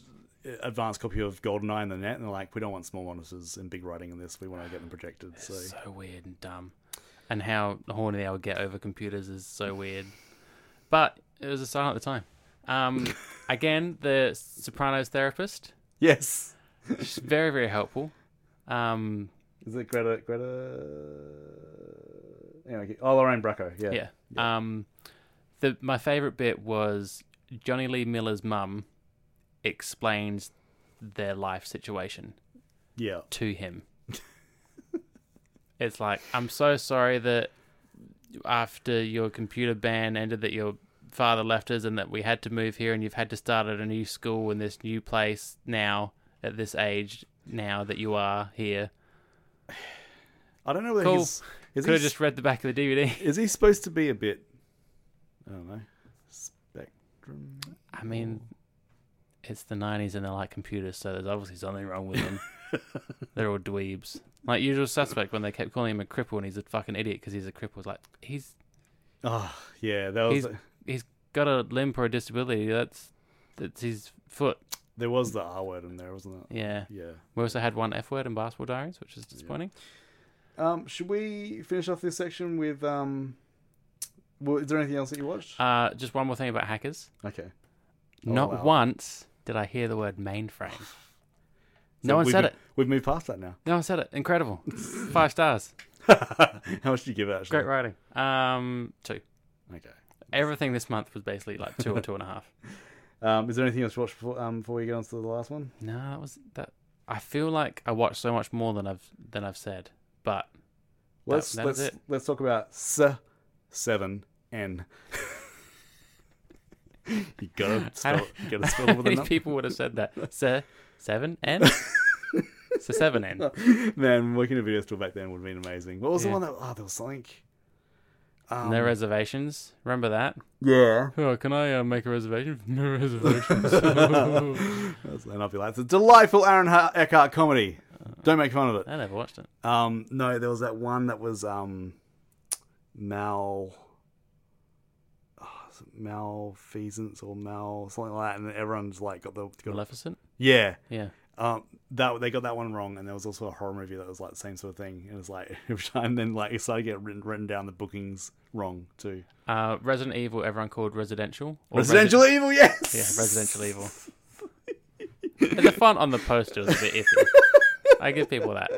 S1: advanced copy of GoldenEye in the net, and they're like, we don't want small monitors and big writing in this. We want to get them projected. So
S2: So weird and dumb, and how horny they would get over computers is so weird. But it was a sign at the time. Um, again, the Sopranos therapist,
S1: yes,
S2: she's very very helpful. Um,
S1: is it Greta? Greta? Anyway, oh Lorraine Bracco. Yeah,
S2: yeah. Um, the my favorite bit was Johnny Lee Miller's mum explains their life situation
S1: yeah.
S2: to him. it's like I'm so sorry that after your computer ban ended, that your father left us, and that we had to move here, and you've had to start at a new school in this new place now at this age. Now that you are here,
S1: I don't know whether
S2: Cool.
S1: he's is
S2: could
S1: he,
S2: have just read the back of the DVD.
S1: is he supposed to be a bit? I don't know. Spectrum.
S2: I mean, it's the '90s and they like computers, so there's obviously something wrong with them. They're all dweebs. Like usual suspect when they kept calling him a cripple and he's a fucking idiot because he's a cripple. It's like he's
S1: Oh yeah, that was
S2: he's he's got a limp or a disability. That's that's his foot.
S1: there was the R word in there, wasn't it?
S2: Yeah.
S1: Yeah.
S2: We also had one F word in Basketball Diaries, which is disappointing.
S1: Um, should we finish off this section with um? Well, is there anything else that you watched?
S2: Uh, just one more thing about hackers.
S1: okay. Oh,
S2: Not
S1: wow.
S2: once did I hear the word mainframe. no
S1: So
S2: one
S1: we've
S2: said
S1: mo-
S2: it.
S1: We've moved past that now.
S2: No one said it. Incredible. Five stars.
S1: How much do you give it? Actually?
S2: Great writing. Um, two.
S1: Okay.
S2: Everything this month was basically like two or two and a half.
S1: Um, is there anything else you watched before, um, before we get on to the last one?
S2: No, that was that. I feel like I watched so much more than I've than I've said, but
S1: Let's
S2: that
S1: let's
S2: is it.
S1: let's talk about S seven N. you gotta spell it. You gotta spell
S2: how
S1: it with a
S2: many
S1: number.
S2: people would have said that? Sir, seven n. it's a seven
S1: Oh,
S2: n.
S1: Man, working a video store back then would have been amazing. What was the
S2: Yeah.
S1: one that? Oh, there was something. Um,
S2: No reservations. Remember that?
S1: Yeah.
S2: Oh, can I uh, make a reservation? No reservations.
S1: And I'll be like, it's a delightful Aaron Ha- Eckhart comedy. Don't make fun of it.
S2: I never watched it.
S1: Um, no, there was that one that was um, mal, oh, is it malfeasance or mal something like that, and everyone's like got the got,
S2: Maleficent.
S1: yeah.
S2: Yeah.
S1: Um, that they got that one wrong, and there was also a horror movie that was like the same sort of thing. It was like every time, then like it started to get written, written down the bookings wrong too.
S2: Uh, Resident Evil. Everyone called residential. Or
S1: Residential E-
S2: Resi-
S1: Evil, yes.
S2: yeah, residential evil. the font on the poster was a bit iffy. I give people that.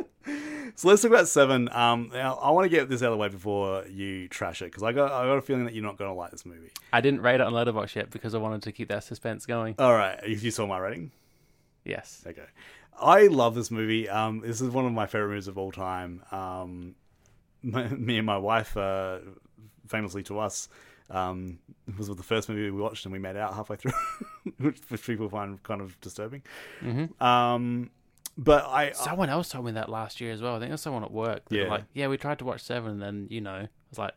S1: So let's talk about seven. Um, now I want to get this out of the way before you trash it because I got I got a feeling that you're not going to like this movie.
S2: I didn't rate it on Letterboxd yet because I wanted to keep that suspense going.
S1: All right, if you saw my rating.
S2: Yes.
S1: Okay. I love this movie. Um, this is one of my favorite movies of all time. Um, my, me and my wife, uh, famously to us, um, was the first movie we watched and we made out halfway through, which, which people find kind of disturbing. Um, but I,
S2: Someone else told me that last year as well. I think it was someone at work. They
S1: Uh,
S2: were
S1: Yeah.
S2: Like, yeah, we tried to watch Seven, and then you know, I was like,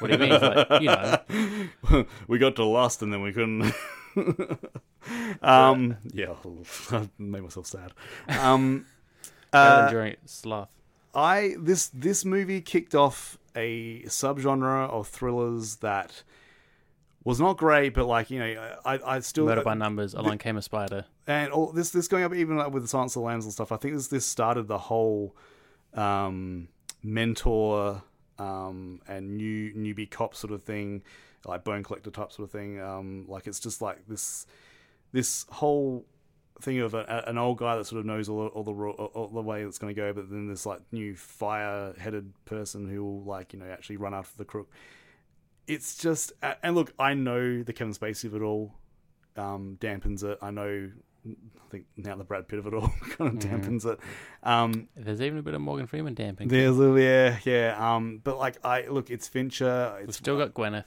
S2: what do you mean? It's like, you know,
S1: we got to Lost and then we couldn't. um, yeah, I made myself sad. Um,
S2: well, enduring sloth.
S1: I this this movie kicked off a subgenre of thrillers that was not great, but like you know, I I still
S2: Murder by numbers. Along came a spider.
S1: and all this this going up even like with the Silence of the Lambs and stuff. I think this this started the whole um, mentor um, and new newbie cop sort of thing, like bone collector type sort of thing. Um, like it's just like this this whole thing of a, a- an old guy that sort of knows all, the- all the ru- all, all the way it's going to go, but then this like new fire-headed person who will like you know actually run after the crook. It's just a- and look, I know the Kevin Spacey of it all um, dampens it. I know. I think now the Brad Pitt of it all kind of dampens it. Um,
S2: There's even a bit of Morgan Freeman damping.
S1: there's a little, yeah, yeah. Um, but like I look, it's Fincher.
S2: We've
S1: It's
S2: still got Gwyneth.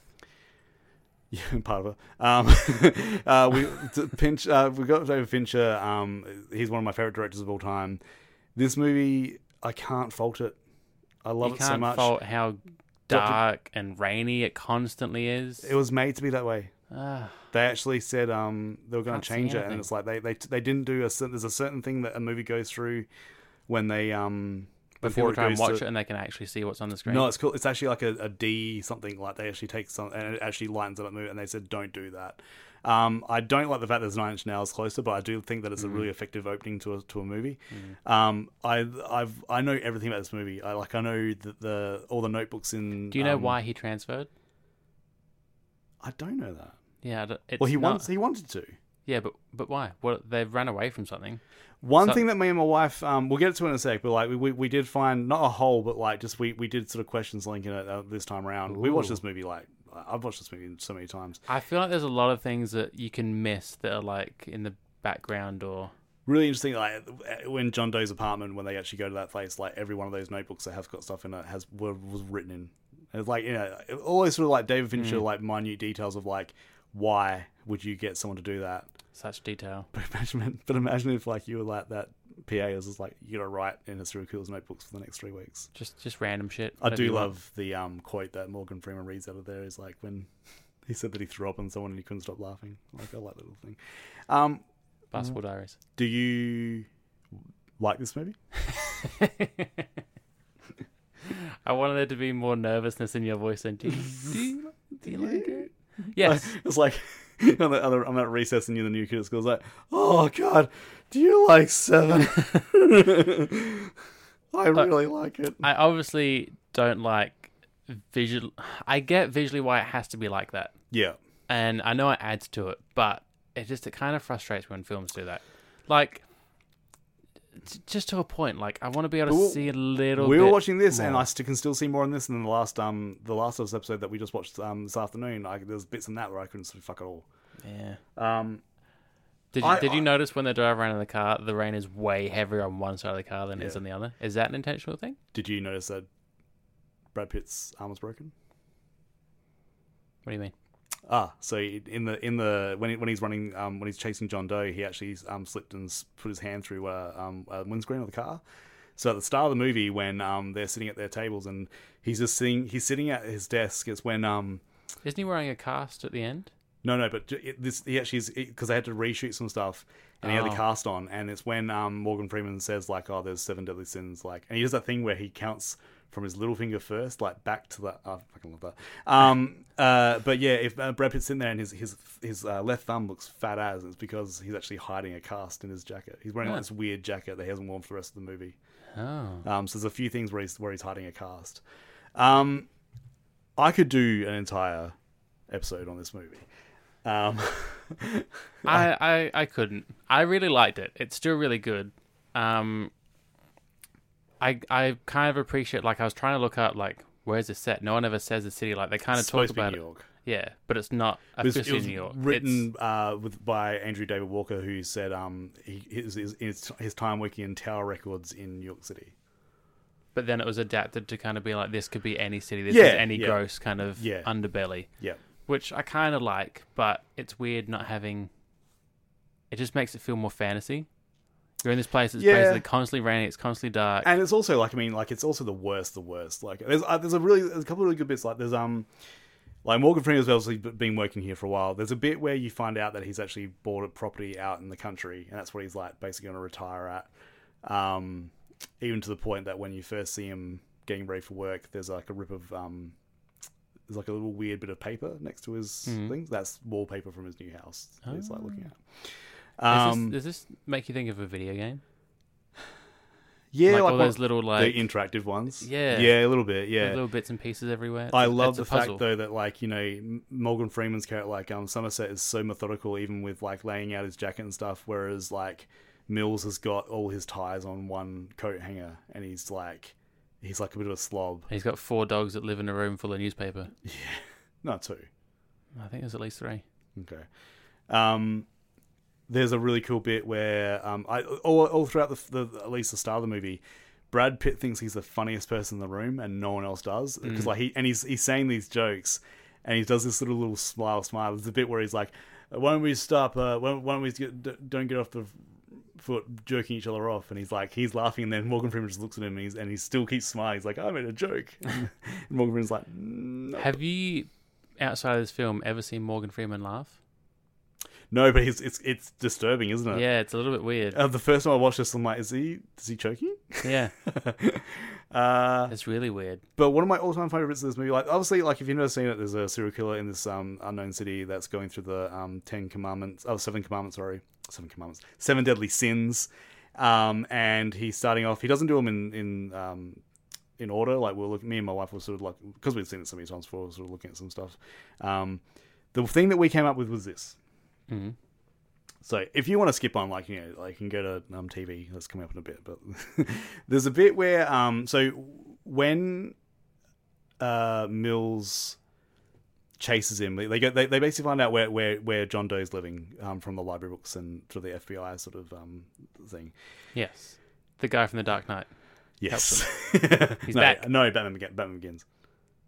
S1: yeah, part of it. Um, uh, we t- pinch. Uh, we got David Fincher. Um, he's one of my favorite directors of all time. This movie, I can't fault it. I love
S2: you
S1: it
S2: can't
S1: so much.
S2: fault how dark and rainy it constantly is.
S1: It was made to be that way.
S2: Ah.
S1: They actually said um, they were going
S2: Can't
S1: to
S2: see
S1: change it, and
S2: anything.
S1: it's like they, they they didn't do a cer- there's a certain thing that a movie goes through when they um when
S2: before we
S1: people
S2: try and
S1: goes
S2: watch
S1: to-
S2: it and they can actually see what's on the screen.
S1: No, it's cool. It's actually like a, a D something. Like they actually take some and it actually lightens up the movie. And they said, don't do that. Um, I don't like the fact there's Nine Inch Nails closer, but I do think that it's a
S2: Mm-hmm.
S1: really effective opening to a, to a movie. Um, I I've I know everything about this movie. I like I know the, the all the notebooks in.
S2: Do you know
S1: um,
S2: why he transferred?
S1: I don't know that.
S2: Yeah, I don't- it's
S1: Well, he
S2: not-
S1: wants he wanted to.
S2: Yeah, but but why? Well, they've run away from something.
S1: One
S2: So-
S1: thing that me and my wife, um, we'll get to it in a sec, but like we, we, we did find not a hole, but like just we, we did sort of questions linking it uh, this time around. We watched
S2: Ooh.
S1: this movie like I've watched this movie so many times.
S2: I feel like there's a lot of things that you can miss that are like in the background or
S1: really interesting like uh, when john doe's apartment when they actually go to that place like every one of those notebooks that have got stuff in it has were, was written in And it's like you know always sort of like david fincher
S2: Mm.
S1: like minute details of like why would you get someone to do that
S2: such detail.
S1: but imagine but imagine if like you were like that pa is just like you gotta write in a serial killer's notebooks for the next three weeks
S2: Just just random shit.
S1: i
S2: whatever
S1: do
S2: you want.
S1: love the um quote that morgan freeman reads out of there is like when he said that he threw up on someone and he couldn't stop laughing like i like that little thing um
S2: Basketball Diaries.
S1: do you like this movie
S2: I wanted there to be more nervousness in your voice than do you, do you, do you like it? Yes.
S1: It's like on the other, I'm at recess and you're the new kid at school. It's like, oh god, do you like Seven?
S2: Uh,
S1: I really like it.
S2: I obviously don't like visual I get visually why it has to be like that.
S1: Yeah,
S2: and I know it adds to it, but it just it kind of frustrates me when films do that. Like, t- just to a point. Like, I want to be able to
S1: Well,
S2: see a little.
S1: we
S2: bit
S1: were watching this, and
S2: more.
S1: I st- can still see more on this than the last um the last of us episode that we just watched um this afternoon. Like, there's bits in that where I couldn't see fuck at all.
S2: yeah.
S1: Um,
S2: Did you,
S1: I-
S2: did
S1: I-
S2: you notice when they drive around in the car, the rain is way heavier on one side of the car than it is
S1: Yeah.
S2: on the other? Is that an intentional thing?
S1: did you notice that Brad Pitt's arm was broken?
S2: What do you mean?
S1: Ah, so in the in the when he, when he's running um, when he's chasing John Doe, he actually um, slipped and s- put his hand through a, um, a windscreen of the car. So at the start of the movie, when um, they're sitting at their tables and he's just sitting he's sitting at his desk, it's when um
S2: Isn't he wearing a cast at the end?
S1: no no but j- it, this he actually is because they had to reshoot some stuff and he had the
S2: Oh.
S1: cast on and it's when um, Morgan Freeman says like oh there's seven deadly sins like and he does that thing where he counts from his little finger first like back to the oh, I fucking love that um uh but yeah if uh, Brad Pitt's in there and his his his uh, left thumb looks fat as it's because he's actually hiding a cast in his jacket he's wearing like this weird jacket that he hasn't worn for the rest of the movie
S2: Oh,
S1: um, so there's a few things where he's where he's hiding a cast. Um, I could do an entire episode on this movie. Um,
S2: I, I I couldn't. I really liked it. It's still really good. Um, I I kind of appreciate. Like I was trying to look up like where's the set. No one ever says the city. Like they kind of
S1: it's
S2: talk
S1: supposed to be
S2: about
S1: New
S2: it.
S1: York.
S2: Yeah, but it's not
S1: It was, it
S2: officially
S1: was
S2: New York.
S1: written uh, with by Andrew David Walker, who said um, he, his, his his his time working in Tower Records in New York City.
S2: It's, but then it was adapted to kind of be like this could be any city. This
S1: Yeah,
S2: is any
S1: yeah.
S2: gross kind of
S1: Yeah.
S2: underbelly,
S1: Yeah,
S2: which I kind of like. But it's weird not having. It just makes it feel more fantasy. You're in this place. It's
S1: Yeah.
S2: basically constantly raining. It's constantly dark.
S1: and it's also like I mean, like it's also the worst, the worst. Like there's uh, there's a really there's a couple of really good bits. Like there's um, like Morgan Freeman's obviously b- been working here for a while. There's a bit where you find out that he's actually bought a property out in the country, and that's what he's like basically going to retire at. Um, even to the point that when you first see him getting ready for work, there's like a rip of um, there's like a little weird bit of paper next to his
S2: Mm-hmm.
S1: things. That's wallpaper from his new house. that He's like looking at.
S2: Does Oh. this-
S1: Um,
S2: does this make you think of a video game?
S1: Yeah,
S2: like, all
S1: what-
S2: those little like
S1: the interactive ones.
S2: Yeah.
S1: yeah, a little bit. Yeah,
S2: little bits and pieces everywhere.
S1: I
S2: It's-
S1: love
S2: it's
S1: the
S2: a
S1: fact
S2: puzzle.
S1: though that like you know M- Morgan Freeman's character like um Somerset is so methodical even with like laying out his jacket and stuff, whereas like Mills has got all his ties on one coat hanger and he's like he's like a bit of a slob.
S2: He's got four dogs that live in a room full of newspaper.
S1: No, two.
S2: I think there's at least three.
S1: Okay. Um, there's a really cool bit where um, I all, all throughout the, the at least the start of the movie, Brad Pitt thinks he's the funniest person in the room, and no one else does because like he and he's he's saying these jokes, and he does this little little smile smile. There's a bit where he's like, "Why don't we stop? Uh, why, why don't we get, d- don't get off the foot jerking each other off?" And he's like, he's laughing, and then Morgan Freeman just looks at him, and, he's, and he still keeps smiling. He's like, "I made a joke," and Morgan Freeman's like, "No."
S2: Have you, outside of this film, ever seen Morgan Freeman laugh?
S1: "No," but he's, it's it's disturbing, isn't it?
S2: Yeah, it's a little bit weird.
S1: Uh, the first time I watched this, I'm like, is he is he choking?
S2: yeah,
S1: Uh,
S2: it's really weird.
S1: but one of my all time favorites of this movie, like obviously, like if you've never seen it, there's a serial killer in this um, unknown city that's going through the um, ten commandments, oh seven commandments, sorry, seven commandments, seven deadly sins, um, and he's starting off. He doesn't do them in in um, in order. Like we're looking, me and my wife were sort of like because we've seen it so many times before, we we're sort of looking at some stuff. Um, the thing that we came up with was this. So if you want to skip on, like you know, like you can go to um, TV. That's coming up in a bit, but there's a bit where um, so when uh, Mills chases him, they go, they, they basically find out where where where John Doe's living um, from the library books and through the FBI sort of um, thing.
S2: Yes, the guy from The Dark Knight.
S1: Yes,
S2: He's
S1: no,
S2: back.
S1: no, Batman, Begi- Batman Begins.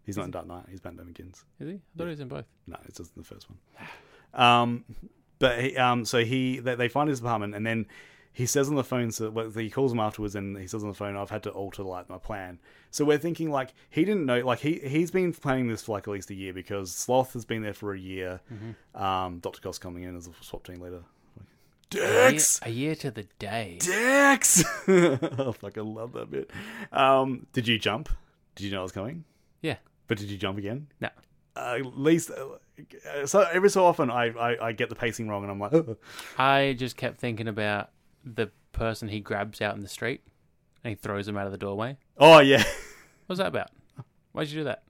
S1: He's not in Dark Knight. He's Batman Begins.
S2: Is he? I thought he was in both.
S1: No, it's just the first one. Um, but he, um, so he they, they find his apartment, and then he says on the phone. So well, he calls him afterwards, and he says on the phone, "I've had to alter like my plan." So we're thinking like he didn't know. Like he he's been planning this for like at least a year because Sloth has been there for a year. Um, Doctor Cos coming in as a swap team leader.
S2: A year,
S1: Dex,
S2: a year to the day.
S1: Dex. Oh, I fucking love that bit. Um, did you jump? Did you know I was coming?
S2: Yeah.
S1: But did you jump again?
S2: No.
S1: uh, at least uh, so every so often I, I, I get the pacing wrong and I'm like "Ugh."
S2: I just kept thinking about the person he grabs out in the street and he throws him out of the doorway.
S1: oh yeah
S2: What was that about? Why'd you do that?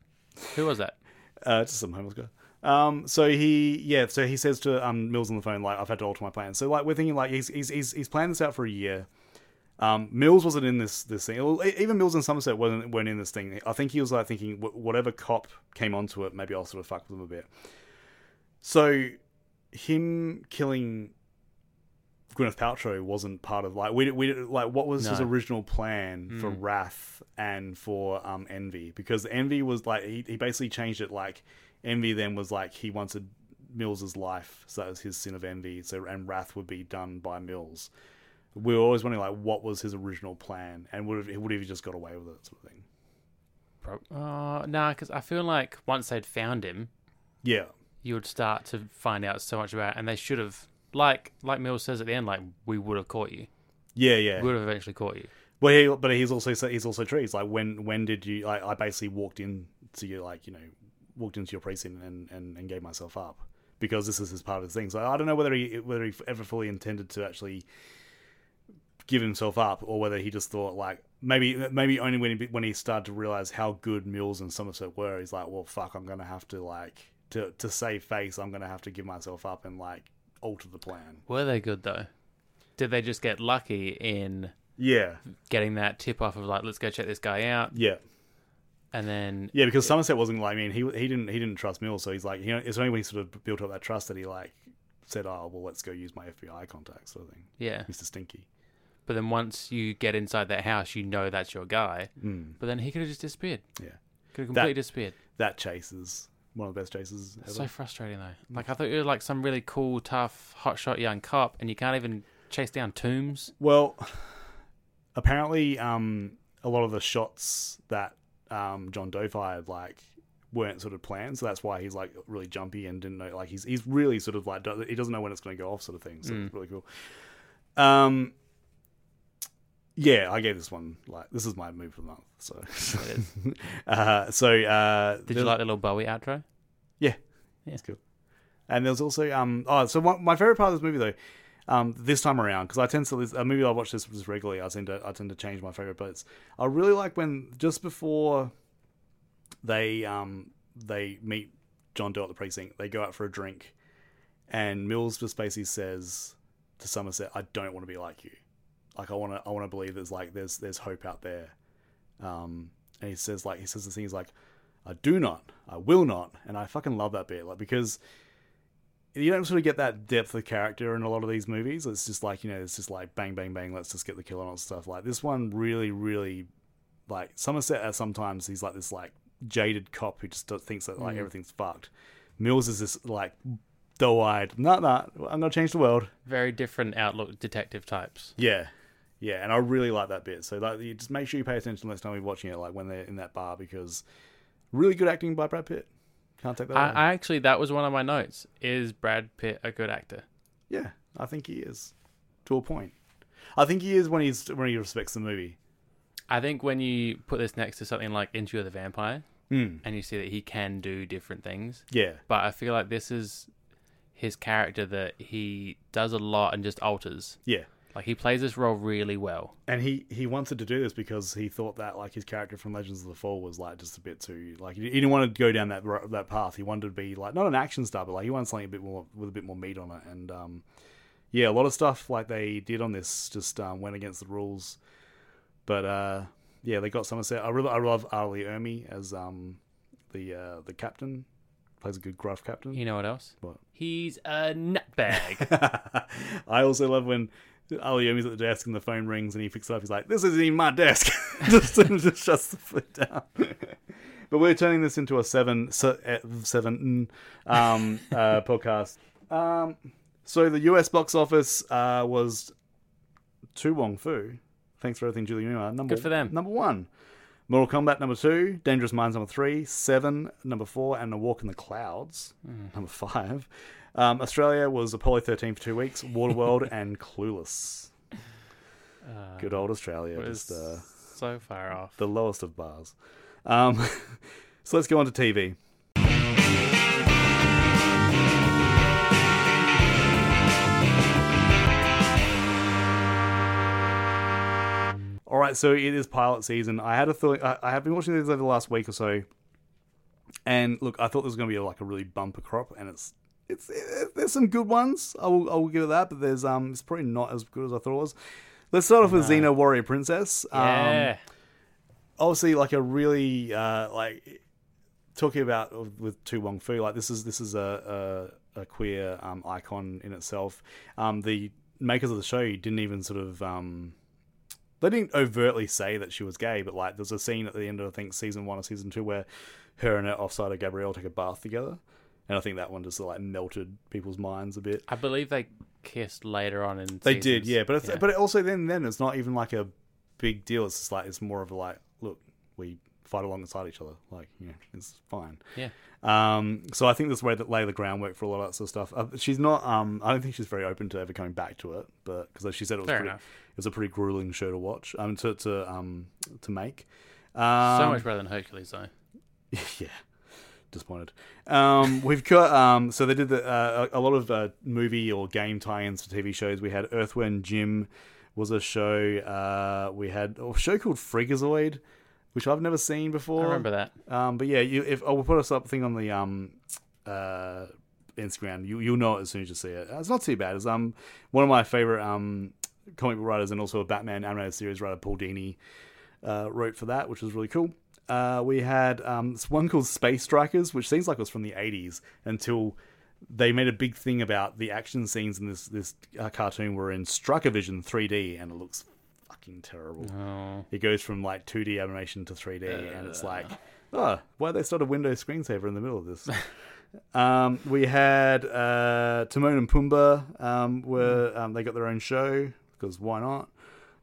S2: Who was that?
S1: uh, just some homeless guy um so he yeah so he says to um Mills on the phone like I've had to alter my plan so like we're thinking like he's he's he's, he's planned this out for a year um Mills wasn't in this this thing Well, e- even Mills and Somerset wasn't weren't in this thing I think he was like thinking "Wh- whatever cop came onto it maybe I'll sort of fuck with them a bit so him killing Gwyneth Paltrow wasn't part of like we we like what was his
S2: No.
S1: original plan for Wrath and for um Envy because Envy was like he, he basically changed it like Envy then was like he wanted Mills's life so that was his sin of envy so and Wrath would be done by Mills. We were always wondering like what was his original plan and would have, would have he just got away with it sort of thing.
S2: Pro- uh, nah, because I feel like once they'd found him,
S1: Yeah.
S2: you would start to find out so much about, and they should have, like, like Mills says at the end, like we would have caught you,
S1: Yeah, yeah.
S2: we would have eventually caught you.
S1: Well, he, but he's also he's also true. He's like, when when did you? I, I basically walked in to you, like you know, walked into your precinct and, and, and gave myself up because this is his part of the thing. So I don't know whether he whether he ever fully intended to actually give himself up or whether he just thought like maybe maybe only when he when he started to realize how good Mills and Somerset were, he's like, well, fuck, I'm gonna have to like to to save face, I'm gonna have to give myself up and like alter the plan.
S2: Were they good though? Did they just get lucky in
S1: Yeah,
S2: getting that tip off of like, let's go check this guy out,
S1: yeah.
S2: and then
S1: Yeah, because Somerset wasn't like. I mean, he he didn't he didn't trust Mills, so he's like, you know, it's only when he sort of built up that trust that he like said, "Oh, well, let's go use my FBI contact," sort of thing.
S2: yeah,
S1: Mr. Stinky.
S2: but then once you get inside that house, you know that's your guy. Mm. But then he could have just disappeared.
S1: Yeah,
S2: Could have completely
S1: That-
S2: disappeared.
S1: that chase is one of the best chases ever.
S2: So frustrating though. Like I thought you were like some really cool, tough, hotshot young cop, and you can't even chase down tombs.
S1: well, apparently, um, a lot of the shots that um, John Doe fired like weren't sort of planned, so that's why he's like really jumpy and didn't know. Like he's he's really sort of like do- he doesn't know when it's going to go off, sort of thing. So
S2: Mm.
S1: it's really cool. Um. Yeah, I gave this one like this is my move of the month. So, uh, so uh,
S2: Did you like the little Bowie outro?
S1: yeah,
S2: Yeah.
S1: it's cool. And there's also um oh so one, my favorite part of this movie though, um, this time around because I tend to a movie I watch this just regularly. I tend to I tend to change my favorite, but it's, I really like when just before they um, they meet John Doe at the precinct. They go out for a drink, and Mills just basically says to Somerset, "I don't want to be like you. Like I want to I want to believe there's like there's there's hope out there." Um, and he says like he says this thing. He's like, "I do not. I will not." And I fucking love that bit, like because you don't sort of get that depth of character in a lot of these movies. It's just like you know, it's just like bang, bang, bang. Let's just get the killer on and stuff. Like this one, really, really, like Somerset. uh, Sometimes he's like this like jaded cop who just thinks that like everything's fucked. Mills is this like doe-eyed, not that I'm gonna change the world.
S2: Very different outlook detective types.
S1: Yeah, yeah, and I really like that bit. So like, you just make sure you pay attention next time you're watching it, like when they're in that bar, because really good acting by Brad Pitt. Can't take that. away.
S2: I, I actually that was one of my notes. Is Brad Pitt a good actor?
S1: Yeah, I think he is to a point. I think he is when he's when he respects the movie.
S2: I think when you put this next to something like Into the Vampire, and you see that he can do different things,
S1: Yeah,
S2: but I feel like this is his character that he does a lot and just alters.
S1: yeah.
S2: Like he plays this role really well.
S1: And he he wanted to do this because he thought that like his character from Legends of the Fall was like just a bit too like he didn't want to go down that ro- that path. He wanted to be like not an action star, but like he wanted something a bit more with a bit more meat on it. And um, yeah, a lot of stuff like they did on this just um, went against the rules. But uh, yeah, they got Somerset. I really I love Ali Ermi as um the uh, the captain plays a good gruff captain.
S2: You know what else?
S1: What?
S2: He's a nutbag.
S1: I also love when Aliomi's at the desk and the phone rings and he picks it up. He's like, "This isn't even my desk." just, just shuts the foot down. but we're turning this into a seven se- eh, seven mm, um, uh, podcast. Um, so the U.S. box office uh, was Tu Wong Fu. Thanks for everything, Julie Newmar. Number
S2: Good for them.
S1: Number one. Mortal Kombat number two, Dangerous Minds number three, Seven number four, and A Walk in the Clouds number five. Um, Australia was Apollo 13 for two weeks, Waterworld, and Clueless. Good old Australia,
S2: It's
S1: just uh,
S2: so far off.
S1: the lowest of bars. Um, so let's go on to TV. All right, so it is pilot season. I had a thought. I, I have been watching these over the last week or so, and look, I thought there was going to be like a really bumper crop, and it's it's it, there's some good ones. I will I will give it that, but there's um it's probably not as good as I thought it was. Let's start off with Xena Warrior Princess. Um,
S2: yeah.
S1: obviously like a really uh, like talking about with Tu Wong Fu, like this is this is a a, a queer um, icon in itself. Um, the makers of the show didn't even sort of um, they didn't overtly say that she was gay, but like there's a scene at the end of I think season one or season two where her and her offsider Gabrielle take a bath together. And I think that one just like melted people's minds a bit.
S2: I believe they kissed later on in.
S1: They did,
S2: seasons.
S1: yeah. But it's, but it also then then it's not even like a big deal. It's just like it's more of a like, look, we fight alongside each other. Like, you know, it's fine.
S2: yeah.
S1: Um, so I think this way that lay the groundwork for a lot of that sort of stuff. Uh, she's not. Um, I don't think she's very open to ever coming back to it, but because she said it was
S2: Fair
S1: pretty,
S2: enough.
S1: it was a pretty grueling show to watch. Um, to to um to make.
S2: So
S1: Um,
S2: much better than Hercules though.
S1: yeah disappointed um we've got um so they did the, uh, a a lot of uh, movie or game tie-ins to tv shows we had earthworm jim was a show uh we had a show called freakazoid which i've never seen before
S2: I remember that.
S1: um but yeah you if i will put us up thing on the um uh instagram you you'll know it as soon as you see it Uh, it's not too bad it's um one of my favorite um comic book writers and also a batman animated series writer paul dini uh, wrote for that, which was really cool. Uh, we had um, this one called Space Strikers, which seems like it was from the 80s until they made a big thing about the action scenes in this this uh, cartoon were in Strikervision 3D, and it looks fucking terrible. It goes from like 2D animation to 3D, and it's like,
S2: Uh.
S1: oh, why they start a Windows screensaver in the middle of this? um, we had uh, Timon and Pumbaa um,
S2: Mm.
S1: were um, they got their own show because why not?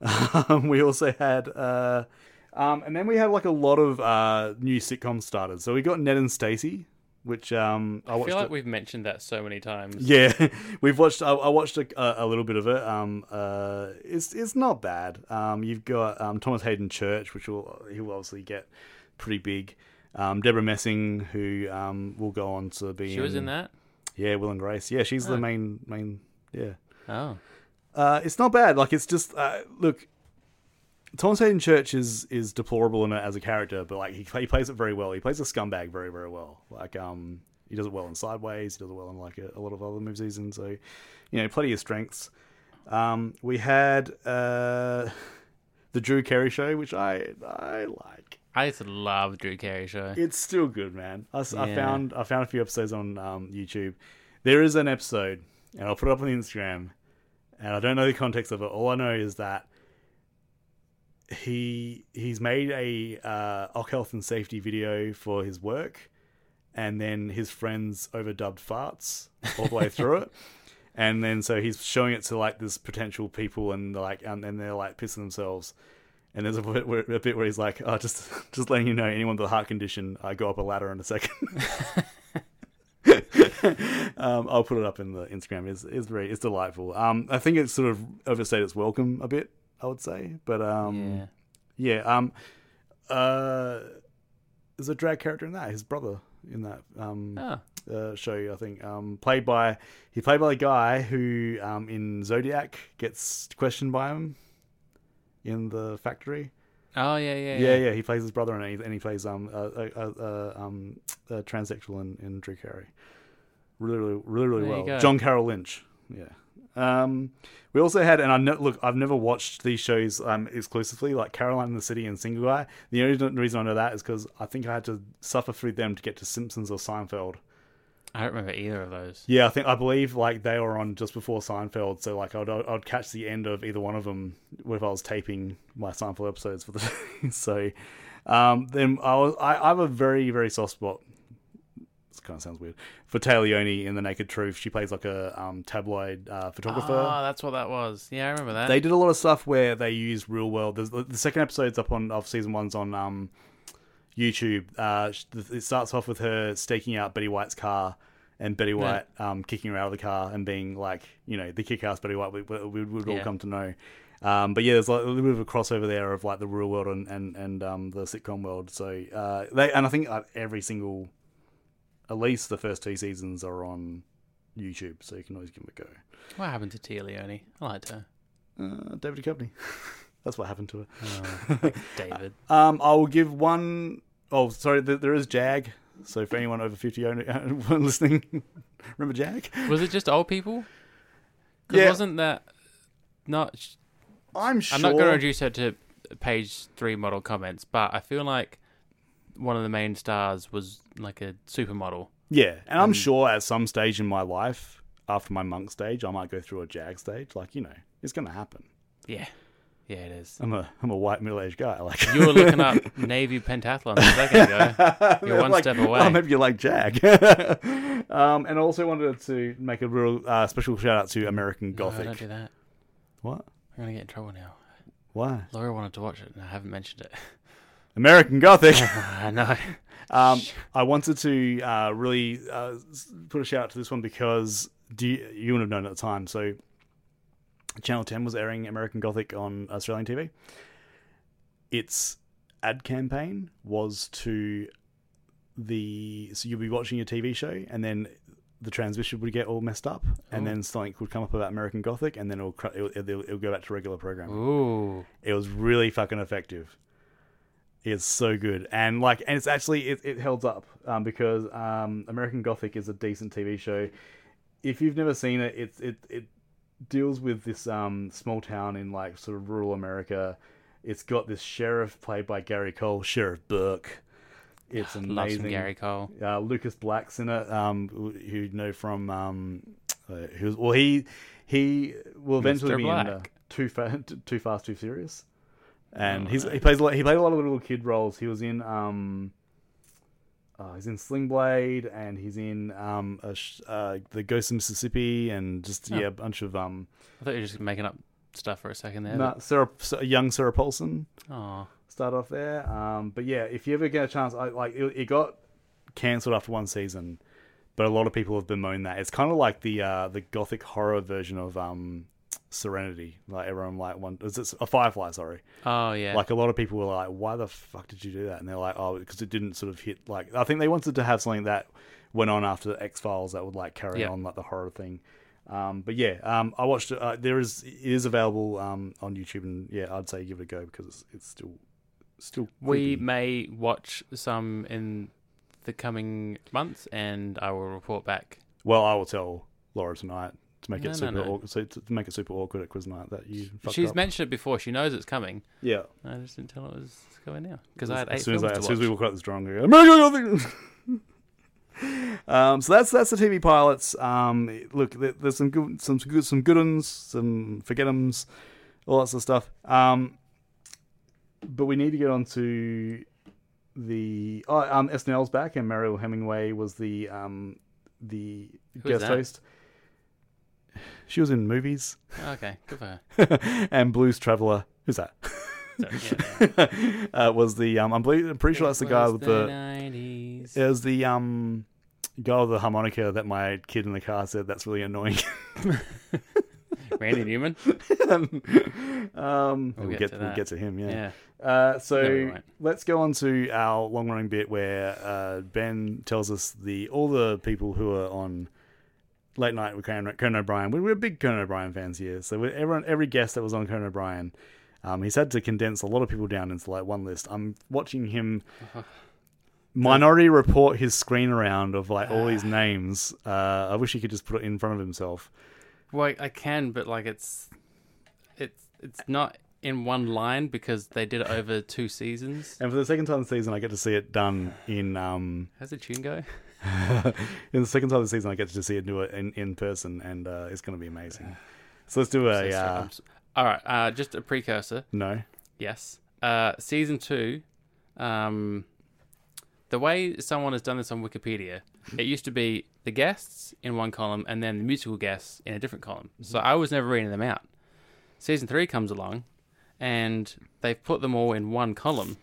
S1: Um, we also had, uh, um, and then we had like a lot of uh, new sitcom started. So we got Ned and Stacy, which um, I
S2: I
S1: watched.
S2: feel
S1: a-
S2: like we've mentioned that so many times.
S1: yeah, we've watched. I, I watched a, a, a little bit of it. Um, uh, it's it's not bad. Um, you've got um, Thomas Hayden Church, which will he will obviously get pretty big. Um, Deborah Messing, who um, will go on to be
S2: She was in that.
S1: yeah, Will and Grace. Yeah, she's the main main. Yeah,
S2: Oh,
S1: Uh, it's not bad. Like it's just uh, look, Thomas Hayden Church is is deplorable in it as a character, but like he, he plays it very well. He plays a scumbag very very well. Like um, he does it well in Sideways. He does it well in like a, a lot of other movies he's in. So, you know, plenty of strengths. Um, we had uh, the Drew Carey show, which I I like.
S2: I used to love Drew Carey show.
S1: It's still good, man. I, s- I
S2: Yeah.
S1: found I found a few episodes on um, YouTube. There is an episode, and I'll put it up on the Instagram. And I don't know the context of it. All I know is that he he's made a uh, Oc Health and Safety video for his work, and then his friends overdubbed farts all the way through it. And then so he's showing it to like this potential people, and they're like, and, and they're like pissing themselves. And there's a bit, where, a bit where he's like, "Oh, just just letting you know, anyone with a heart condition, I go up a ladder in a second. um, I'll put it up in the Instagram. It's it's very it's delightful. Um, I think it's sort of overstayed its welcome a bit. I would say, but um,
S2: yeah.
S1: yeah, um, uh, there's a drag character in that. His brother in that um,
S2: Oh,
S1: uh, show, I think, um, played by he played by the guy who um, in Zodiac gets questioned by him in the factory.
S2: oh yeah, yeah,
S1: Yeah,
S2: yeah.
S1: yeah, he plays his brother and he, and he plays um a, a, a, a, um a transsexual in, in Drew Carey. Really, really, really, really
S2: There you
S1: well.
S2: go.
S1: John Carroll Lynch. Yeah. Um, we also had, and I know, look, I've never watched these shows um exclusively, like Caroline in the City and Single Guy. The only reason I know that is because I think I had to suffer through them to get to Simpsons or Seinfeld.
S2: I don't remember either of those.
S1: Yeah, I think I believe like they were on just before Seinfeld, so like I'd I'd catch the end of either one of them if I was taping my Seinfeld episodes for the day. so um, then I was I, I have a very very soft spot. This kind of sounds weird for Taleone in The Naked Truth. She plays like a um, tabloid uh, photographer.
S2: Oh, that's what that was. Yeah, I remember that.
S1: They did a lot of stuff where they used real world. There's, the second episode's up on of season one's on um, YouTube. Uh, sh- it starts off with her staking out Betty White's car and Betty White um, kicking her out of the car and being like, you know, the kick ass Betty White we, we, we would all
S2: Yeah.
S1: come to know. Um, but yeah, there's like a little bit of a crossover there of like the real world and and, and um, the sitcom world. So uh, they and I think uh, every single, at least the first two seasons are on YouTube, so you can always give them a go.
S2: What happened to Tia Leone? I liked her.
S1: Uh, David Duchovny. That's what happened to her. Oh.
S2: David.
S1: Um, I will give one oh sorry, th- there is Jag. So for anyone over fifty only, listening, remember Jag?
S2: was it just old people? 'Cause
S1: Yeah.
S2: Wasn't that not? sh-
S1: I'm sure.
S2: I'm not going to reduce her to page three model comments, but I feel like one of the main stars was like a supermodel.
S1: Yeah, and
S2: Um,
S1: I'm sure at some stage in my life, after my monk stage, I might go through a Jag stage. Like you know, it's going to happen.
S2: Yeah. Yeah, it is.
S1: I'm a I'm a white middle aged guy. Like
S2: You were looking up Navy pentathlon a second ago. You're one
S1: like,
S2: step away.
S1: Oh, maybe you like Jag. um, and I also wanted to make a real uh, special shout out to American
S2: No,
S1: Gothic.
S2: don't do that.
S1: what?
S2: We're going to get in trouble now.
S1: Why?
S2: Laura wanted to watch it, and I haven't mentioned it.
S1: American Gothic.
S2: I know.
S1: Um, I wanted to uh, really uh, s- put a shout out to this one because do you, you wouldn't have known at the time. So, Channel 10 was airing American Gothic on Australian TV. Its ad campaign was to the. So, you'd be watching a TV show, and then the transmission would get all messed up, and then something would come up about American Gothic, and then it'll, cr- it'll, it'll, it'll go back to regular programming.
S2: Ooh.
S1: It was really fucking effective. It's so good, and like, and it's actually it, it held up um, because um, American Gothic is a decent TV show. If you've never seen it, it it it deals with this um, small town in like sort of rural America. It's got this sheriff played by Gary Cole, Sheriff Burke. It's amazing.
S2: Love some Gary Cole.
S1: Uh, Lucas Black's in it, um, who you know from um, uh, who's well he he will eventually
S2: Mr.
S1: be in uh,
S2: Black.
S1: too fa- too fast, too serious, and he's he plays a lot, he played a lot of little kid roles. He was in um, uh, he's in Sling Blade, and he's in um, a sh- uh, the Ghost of Mississippi, and just yeah, a bunch of um,
S2: I thought you were just making up stuff for a second there.
S1: nah, Sarah, Sarah- young Sarah Paulson
S2: but- Aw.
S1: start off there. Um, but yeah, if you ever get a chance, I like it, it got cancelled after one season, but a lot of people have bemoaned that. It's kind of like the uh, the gothic horror version of um, Serenity. Like everyone like one is it a Firefly? Sorry,
S2: Oh, yeah.
S1: like a lot of people were like, "Why the fuck did you do that?" And they're like, "Oh, because it didn't sort of hit." Like I think they wanted to have something that went on after X Files that would like carry
S2: Yeah.
S1: on like the horror thing. Um, but yeah, um, I watched. it, Uh, there is it is available um, on YouTube, and yeah, I'd say give it a go because it's, it's still still
S2: We
S1: creepy.
S2: may watch some in the coming months, and I will report back.
S1: Well, I will tell Laura tonight to make
S2: No,
S1: it
S2: no,
S1: super
S2: no.
S1: awkward. So to to make it super awkward at quiz night that you fucked
S2: She's
S1: up.
S2: mentioned it before. She knows it's coming.
S1: yeah.
S2: I just didn't tell her it was coming now because I had eight
S1: as soon as,
S2: films
S1: I,
S2: to
S1: as soon as
S2: watch.
S1: we walk out this drawing room, I go, um, so that's that's the TV pilots. Um, look, there, there's some good, some good, some good uns, some forgetums, all that sort of stuff. Um, but we need to get on to the oh, um, SNL's back, and Mariel Hemingway was the um, the
S2: Who is
S1: guest
S2: that?
S1: host. She was in movies
S2: Okay, good for her.
S1: and Blues Traveler. Who's that?
S2: So, yeah.
S1: uh, was the um, I'm, ble- I'm pretty sure that's the guy
S2: Was
S1: with the
S2: 90s.
S1: it was the um guy with the harmonica that my kid in the car said that's really annoying.
S2: Randy Newman.
S1: um, we'll,
S2: get
S1: get,
S2: to
S1: we'll
S2: that.
S1: get to him. Yeah.
S2: Yeah.
S1: Uh,
S2: No, we
S1: so
S2: won't.
S1: let's go on to our long running bit where uh, Ben tells us the all the people who are on late night with Conan, Conan O'Brien. We're, we're big Conan O'Brien fans here, so we're, everyone every guest that was on Conan O'Brien. Um, he's had to condense a lot of people down into like one list. I'm watching him Minority Report his screen around of like all these names. Uh, I wish he could just put it in front of himself.
S2: Well, I can, but like it's, it's it's not in one line because they did it over two seasons.
S1: And for the second time this season, I get to see it done in um,
S2: How's the tune go?
S1: in the second time this season. I get to see it do it in, in person, and uh, it's going to be amazing. So let's do a uh,
S2: I'm s- All right, uh, just a precursor.
S1: no.
S2: Yes. Uh, season two, um, the way someone has done this on Wikipedia, it used to be the guests in one column and then the musical guests in a different column.
S1: Mm-hmm.
S2: So I was never reading them out. Season three comes along and they've put them all in one column.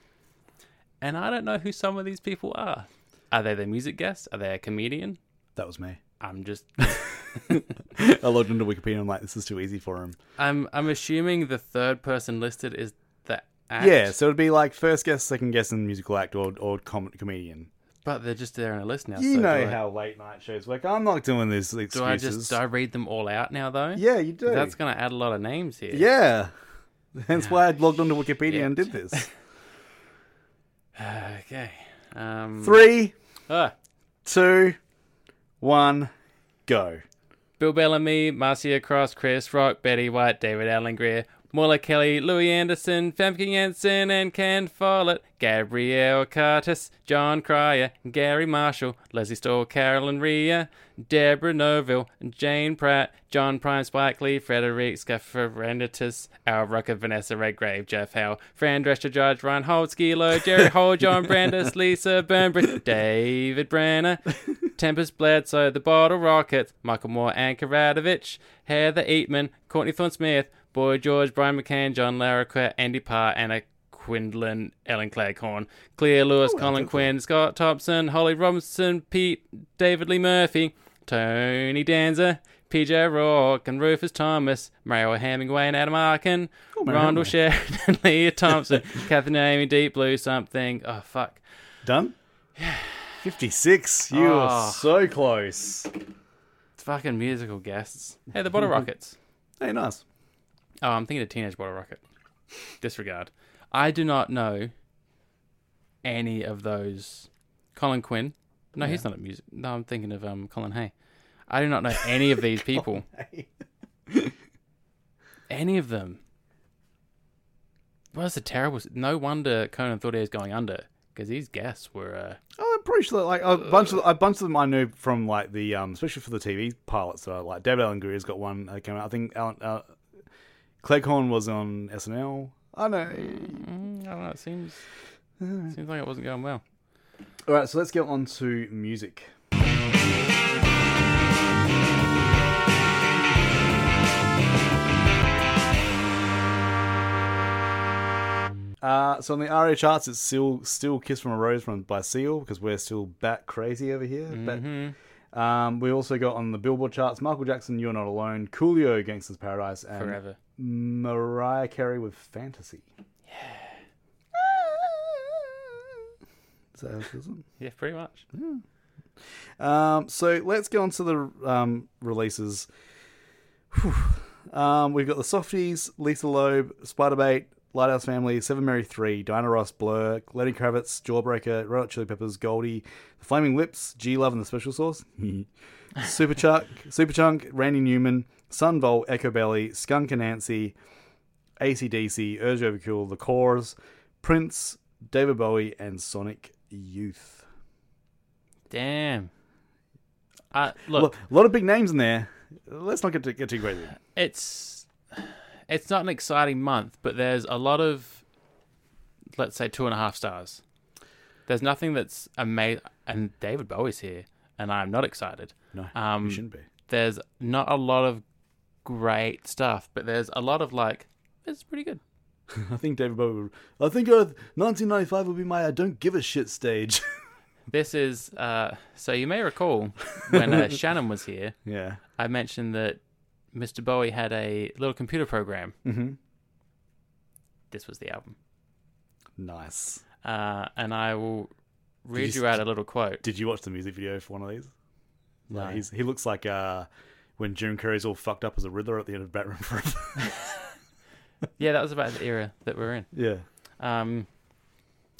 S2: And I don't know who some of these people are. Are they the music guest? Are they a comedian?
S1: That was me.
S2: I'm just.
S1: I logged into Wikipedia. and I'm like, this is too easy for him.
S2: I'm. I'm assuming the third person listed is the act.
S1: Yeah. So it'd be like first guess, second guess, and musical act or or com- comedian.
S2: But they're just there in a list now.
S1: You
S2: so
S1: know
S2: do I-
S1: how late night shows work. I'm not doing this excuses.
S2: Do I just do I read them all out now though?
S1: yeah, you do.
S2: That's gonna add a lot of names here.
S1: Yeah. Hence why I logged onto Wikipedia and did this.
S2: Okay. Um,
S1: Three,
S2: ah,
S1: two, one, go.
S2: Bill Bellamy, Marcia Cross, Chris Rock, Betty White, David Allen Greer, Moira Kelly, Louis Anderson, Famke Janssen, and Ken Follett, Gabrielle Curtis, John Cryer, Gary Marshall, Leslie Stahl, Carolyn Rhea, Deborah Noville, Jane Pratt, John Prime, Spike Lee, Frederick Scafarenditis, Al Rucker, Vanessa Redgrave, Jeff Howe, Fran Drescher, Judge Ryan Holt, Skilo, Jerry Hole, John Brandis, Lisa Burnbury, David Branner, Tempest Bledsoe, The Bottle Rockets, Michael Moore, Anne Karadovich, Heather Eatman, Courtney Thorne Smith, Boy George, Brian McCann, John Larroquette, Andy Parr, Anna Quindlin, Ellen Claghorn, Claire Lewis, Colin Quinn, Scott Thompson, Holly Robinson, Pete, David Lee Murphy, Tony Danza, PJ Rourke and Rufus Thomas, Mario Hemingway and Adam Arkin, Rondell Sheridan, Leah Thompson, Catherine Amy, Deep Blue, something. Oh, fuck.
S1: Done? 56. You
S2: Oh.
S1: are so close.
S2: Fucking musical guests. Hey, the Bottle Rockets.
S1: Hey, nice.
S2: Oh, I'm thinking of Teenage Bottle Rocket. Disregard. I do not know any of those. Colin Quinn. No, he's not a music. No, I'm thinking of um Colin Hay. I do not know any of these people. any of them. Well, that's a terrible. s- No wonder Conan thought he was going under because these guests were. Uh,
S1: Oh, I'm pretty sure like a bunch of a bunch of them I knew from like the um especially for the TV pilots that I like. David Allen Greer's got one that came out. I think Alan uh, Cleghorn was on SNL. I know.
S2: Mm, I don't know. It seems seems like it wasn't going well.
S1: All right, so let's get on to music. Uh, Uh, so on the RA charts, it's still still "Kiss from a Rose" from by Seal because we're still bat crazy over here. Bat- um, we also got on the Billboard charts Michael Jackson, "You're Not Alone," Coolio, "Gangsta's Paradise," and
S2: Forever.
S1: Mariah Carey with "Fantasy." Yeah. Is that how it feels?
S2: Yeah, pretty much.
S1: Um, so let's go on to the um, releases. Um, we've got the Softies, Lisa Loeb, Spiderbait, Lighthouse Family, Seven Mary Three, Diana Ross, Blur, Lenny Kravitz, Jawbreaker, Red Hot Chili Peppers, Goldie, The Flaming Lips, G Love and the Special Sauce, Superchunk, Superchunk, Randy Newman, Sunvol, Echo Belly, Skunk and Nancy, ACDC, Urge Overkill, The Cores, Prince, David Bowie, and Sonic Youth.
S2: Damn. Uh,
S1: A
S2: look,
S1: lo- lot of big names in there. Let's not get, to, get too crazy.
S2: it's it's not an exciting month, but there's a lot of let's say two and a half stars. There's nothing that's amazing, and David Bowie's here, and I'm not excited.
S1: No,
S2: Um,
S1: you shouldn't be.
S2: There's not a lot of great stuff, but there's a lot of like it's pretty good.
S1: I think David Bowie. Would, I think uh, 1995 would be my "I don't give a shit" stage.
S2: This is uh, so you may recall when uh, Shannon was here,
S1: yeah,
S2: I mentioned that Mr. Bowie had a little computer program. Mm-hmm. This was the album.
S1: nice.
S2: Uh, and I will read
S1: you
S2: you, out a little quote.
S1: Did you watch the music video for one of these?
S2: No.
S1: Like, he's, he looks like uh, when Jim Carrey's all fucked up as a Riddler at the end of Batman Forever.
S2: Yeah, that was about the era that we're in.
S1: yeah,
S2: Um,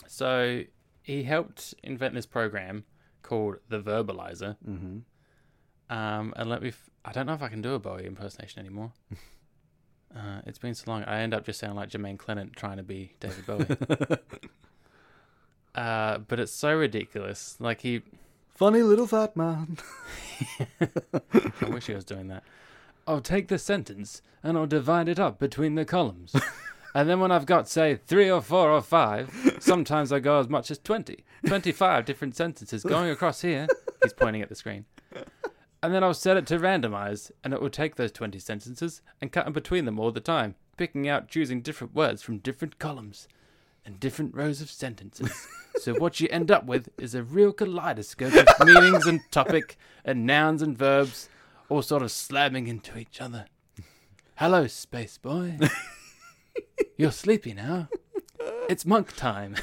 S2: so he helped invent this program called the Verbalizer. Mm-hmm. Um, and let me. F- I don't know if I can do a Bowie impersonation anymore. uh, it's been so long. I end up just sounding like Jermaine Clement trying to be David Bowie. uh, but it's so ridiculous. Like he.
S1: funny little fat man.
S2: I wish he was doing that. I'll take the sentence and I'll divide it up between the columns. and then when I've got, say, three or four or five, sometimes I go as much as 20, 25 different sentences going across here. He's pointing at the screen. And then I'll set it to randomize, and it will take those 20 sentences and cut in between them all the time, picking out, choosing different words from different columns and different rows of sentences. so what you end up with is a real kaleidoscope of meanings and topic and nouns and verbs all sort of slamming into each other. Hello, space boy. You're sleepy now. It's monk time.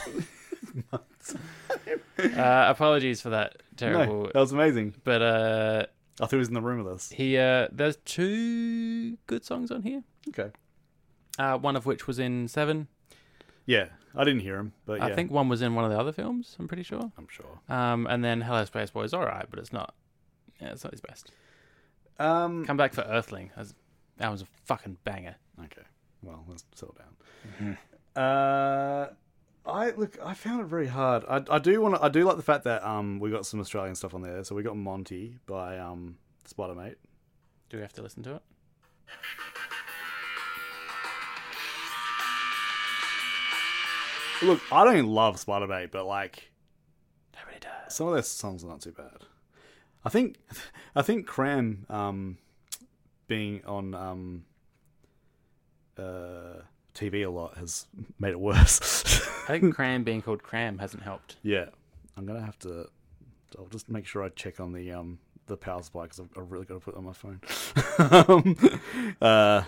S2: uh, apologies for that terrible.
S1: No, that was amazing.
S2: But uh,
S1: I thought he was in the room with us.
S2: he uh, there's two good songs on here.
S1: Okay.
S2: Uh, one of which was in Seven.
S1: Yeah, I didn't hear him, but
S2: I
S1: yeah,
S2: think one was in one of the other films. I'm pretty sure.
S1: I'm sure.
S2: Um, and then Hello Space Boy is all right, but it's not. Yeah, it's not his best.
S1: Um.
S2: Come back for Earthling. That was, that was a fucking banger.
S1: Okay. Well, let's settle down. Uh. I look. I found it very hard. I, I do want to. I do like the fact that um we got some Australian stuff on there. So we got Monty by um Spider Mate.
S2: Do we have to listen to it?
S1: Look, I don't love Spider Mate, but like
S2: Nobody does.
S1: some of their songs are not too bad. I think, I think Cram, um, being on um, uh, TV a lot has made it worse.
S2: I think Cram being called Cram hasn't helped.
S1: yeah, I'm gonna have to. I'll just make sure I check on the um the power supply because I've, I've really got to put it on my phone. um, uh,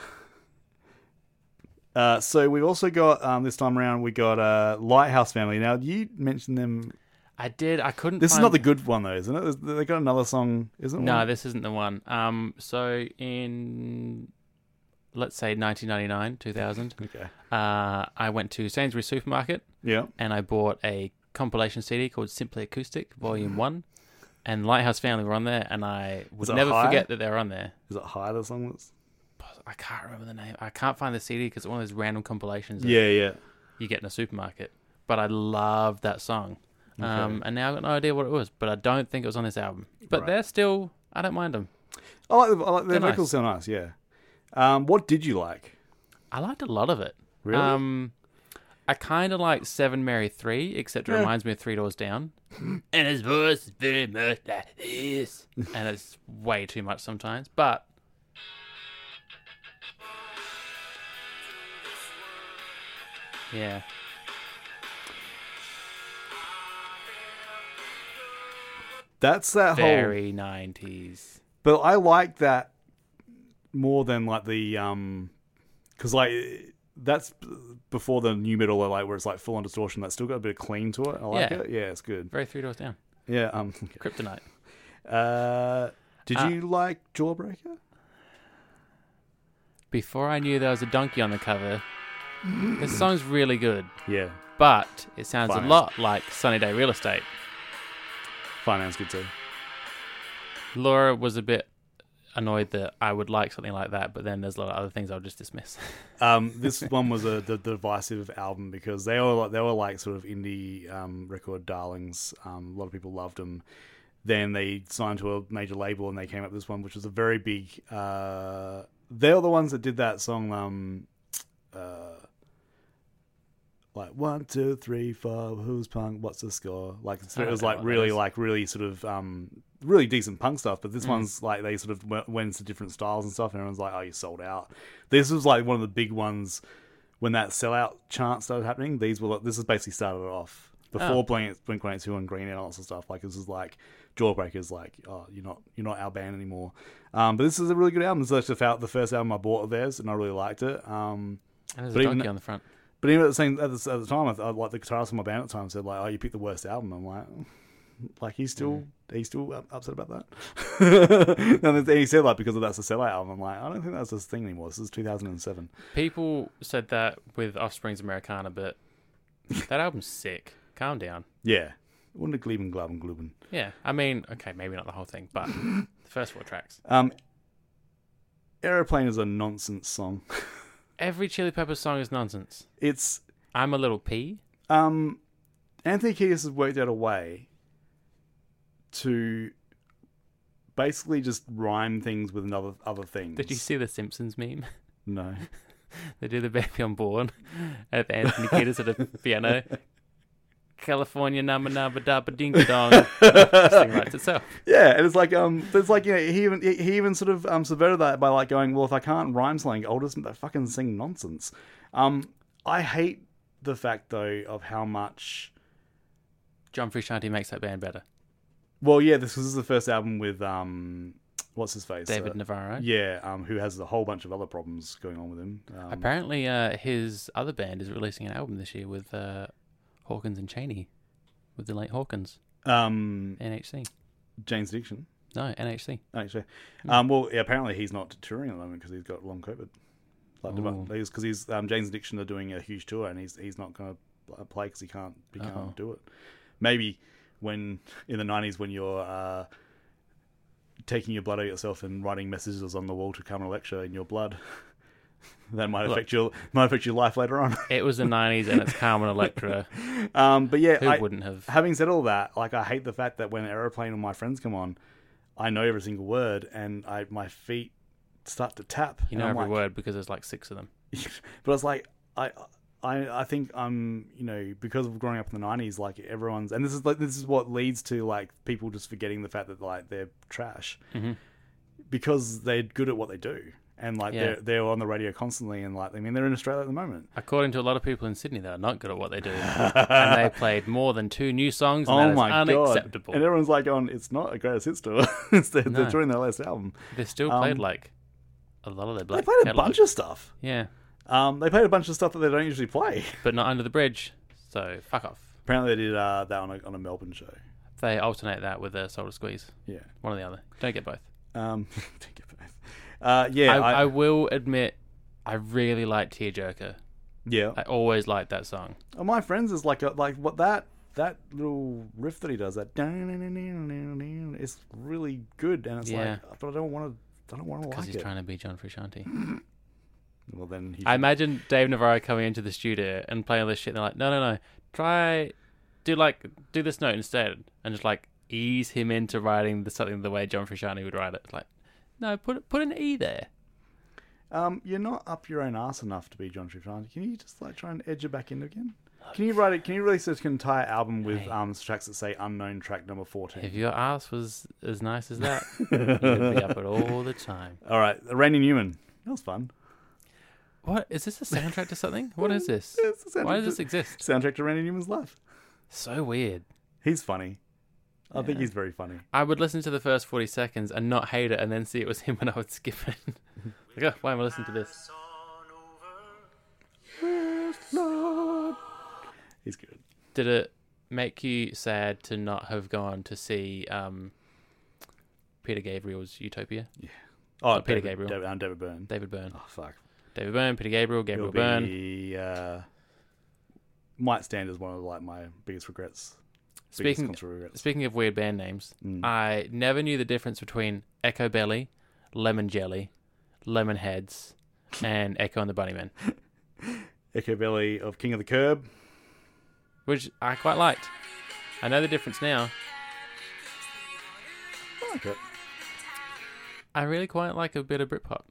S1: uh, so we've also got um, this time around we got uh, Lighthouse Family. Now you mentioned them
S2: I did. I couldn't.
S1: This is
S2: find-
S1: not the good one though, isn't it? There's- They got another song, isn't it?
S2: No,
S1: one?
S2: this isn't the one. Um, so in let's say 1999, 2000,
S1: okay.
S2: uh, I went to Sainsbury's supermarket
S1: Yeah.
S2: and I bought a compilation CD called Simply Acoustic Volume One, and Lighthouse Family were on there, and I would
S1: it
S2: never
S1: high?
S2: forget that they're on there.
S1: Is it higher the song was?
S2: I can't remember the name. I can't find the CD because it's one of those random compilations that
S1: Yeah, yeah.
S2: you get in a supermarket. But I love that song. Um, and now I've got no idea what it was, but I don't think it was on this album. But
S1: Right.
S2: they're still, I don't mind them.
S1: I like the I like their
S2: They're nice.
S1: vocals sound nice, yeah. Um, what did you like?
S2: I liked a lot of it.
S1: Really?
S2: Um, I kind of like Seven Mary Three, except it
S1: Yeah.
S2: reminds me of Three Doors Down. and his voice is very much like this, and it's way too much sometimes. But yeah,
S1: That's that whole
S2: very nineties.
S1: But I like that more than like the um cuz like that's b- before the new metal like where it's like full on distortion that's still got a bit of clean to it. I like
S2: Yeah.
S1: it. Yeah, it's good.
S2: Very Three Doors Down.
S1: Yeah, um okay.
S2: Kryptonite.
S1: uh did
S2: Uh,
S1: you like Jawbreaker?
S2: Before I knew there was a donkey on the cover, this song's really good,
S1: Yeah,
S2: but it sounds
S1: Finance.
S2: a lot like Sunny Day Real Estate.
S1: finance good too.
S2: Laura was a bit annoyed that I would like something like that, but then there's a lot of other things I'll just dismiss.
S1: Um, this one was a the, the divisive album because they were like, they were like sort of indie um, record darlings. Um, a lot of people loved them. Then they signed to a major label and they came up with this one, which was a very big. Uh, they were the ones that did that song, um, uh, like one, two, three, four. Who's punk? What's the score? Like so it
S2: don't
S1: was
S2: know
S1: like
S2: what Ah, that
S1: really
S2: is.
S1: like really sort of um, really decent punk stuff. But this
S2: Mm.
S1: one's like they sort of went, went into different styles and stuff. And everyone's like, oh, you sold out. This was like one of the big ones when that sellout chant started happening, these were like, this is basically started it off before Blink Blink One Eight Two and Green and all sorts of stuff. Like this is like Jawbreakers, like oh you're not you're not our band anymore. Um, but this is a really good album. This is actually the first album I bought of theirs, and I really liked it. Um,
S2: And there's
S1: But
S2: a
S1: even-
S2: donkey on the front.
S1: but even at the same at the, at the time, I, I, like the guitarist in my band at the time said like, "Oh, you picked the worst album." I'm like, like he's still he's still up- upset about that. and then he said like because of that's a sellout album. I'm like, I don't think that's this thing anymore. This is 2007.
S2: People said that with Offspring's Americana, but that album's sick. Calm down.
S1: Yeah, wouldn't it and glub and glubin.
S2: Yeah, I mean, okay, maybe not the whole thing, but the first four tracks.
S1: Um, Aeroplane is a nonsense song.
S2: Every Chili Peppers song is nonsense.
S1: It's
S2: I'm a little pea.
S1: um, Anthony Kiedis has worked out a way to basically just rhyme things with another other things.
S2: Did you see the Simpsons meme?
S1: No.
S2: They do the baby on born at Anthony Kiedis at a piano. California number number dabba ding dong. This thing writes itself.
S1: Yeah, and it's like um, it's like you know he even he even sort of um subverted that by like going well if I can't rhyme slang I'll just fucking sing nonsense. Um, I hate the fact though of how much
S2: John Frusciante makes that band better.
S1: Well, yeah, this, this is the first album with um, what's his face,
S2: David
S1: Uh,
S2: Navarro.
S1: Yeah, um, who has a whole bunch of other problems going on with him. Um,
S2: Apparently, uh, his other band is releasing an album this year with uh, Hawkins and Cheney, with the late Hawkins,
S1: um,
S2: NHC.
S1: Jane's Addiction.
S2: No, NHC.
S1: Actually,
S2: Hmm.
S1: um, well, yeah, apparently he's not touring at the moment because he's got long COVID. Like,
S2: Oh.
S1: because he's, um, Jane's Addiction are doing a huge tour and he's he's not going to play because he can't he can't
S2: Uh-huh.
S1: do it. Maybe when in the nineties when you're uh, taking your blood out of yourself and writing messages on the wall to come and lecture in your blood, that might affect your might affect your life later on.
S2: It was the 90s and it's Carmen Electra.
S1: Um, but yeah,
S2: Who
S1: I,
S2: wouldn't have?
S1: Having said all that, like I hate the fact that when aeroplane and my friends come on, I know every single word and I my feet start to tap.
S2: You know
S1: and I'm
S2: every
S1: like,
S2: word because there's like six of them.
S1: but it's like I. I, I think I'm you know because of growing up in the '90s, like everyone's, and this is like this is what leads to like people just forgetting the fact that like they're trash
S2: Mm-hmm.
S1: because they're good at what they do, and like
S2: Yeah.
S1: they're they're on the radio constantly, and like I mean they're in Australia at the moment.
S2: According to a lot of people in Sydney, they're not good at what they do. and they played more than two new songs, and that
S1: oh
S2: is
S1: my
S2: unacceptable.
S1: god! And everyone's like, "On it's not a greatest hits tour. it's they're, they're
S2: No.
S1: touring their last album."
S2: They still
S1: Um,
S2: played like a lot of their
S1: They
S2: black
S1: played a
S2: catalog.
S1: bunch of stuff.
S2: Yeah,
S1: Um, they played a bunch of stuff that they don't usually play.
S2: but not Under the Bridge, so fuck off.
S1: Apparently, they did uh, that on a, on a Melbourne show.
S2: They alternate that with a Soul to Squeeze.
S1: Yeah.
S2: One or the other. Don't get both.
S1: Um, thank you both. Uh, yeah,
S2: I, I,
S1: I,
S2: will admit, I really like Tearjerker.
S1: yeah.
S2: I always liked that song.
S1: Oh, my friends is like a, like what that that little riff that he does that it's really good and it's
S2: Yeah.
S1: like but I don't want to I don't want to
S2: Because
S1: like
S2: he's
S1: it.
S2: trying to be John Frusciante.
S1: Well then he
S2: I imagine Dave Navarro coming into the studio and playing all this shit. And they're like, no, no, no, try do like do this note instead, and just like ease him into writing the, something the way John Frusciante would write it. It's like, no, put put an e there.
S1: Um, you're not up your own ass enough to be John Frusciante. Can you just like try and edge it back in again? Can you write it? Can you release an entire album with um tracks that say unknown track number fourteen?
S2: If your ass was as nice as that, you'd be up at all the time.
S1: All right, Randy Newman. That was fun.
S2: What is this? A soundtrack to something? What is this?
S1: It's the soundtrack
S2: Why does this
S1: to-
S2: exist?
S1: Soundtrack to Randy Newman's life.
S2: So weird.
S1: He's funny. I think he's very funny.
S2: I would listen to the first 40 seconds and not hate it and then see it was him and I would skip it. like, oh, why am I listening to this?
S1: He's good.
S2: Did it make you sad to not have gone to see um, Peter Gabriel's Utopia?
S1: Oh,
S2: Peter
S1: David-
S2: Gabriel.
S1: David, um, David Byrne.
S2: David Byrne.
S1: Oh, fuck.
S2: David Byrne, Peter Gabriel, Gabriel
S1: It'll
S2: Byrne.
S1: be, uh, might stand as one of like my biggest regrets. biggest
S2: Speaking
S1: cultural regrets.
S2: speaking of weird band names,
S1: Mm.
S2: I never knew the difference between Echo Belly, Lemon Jelly, Lemon Heads, and Echo and the Bunnymen,
S1: Echo Belly of King of the Curb.
S2: which I quite liked. I know the difference now.
S1: I like it.
S2: I really quite like a bit of Britpop.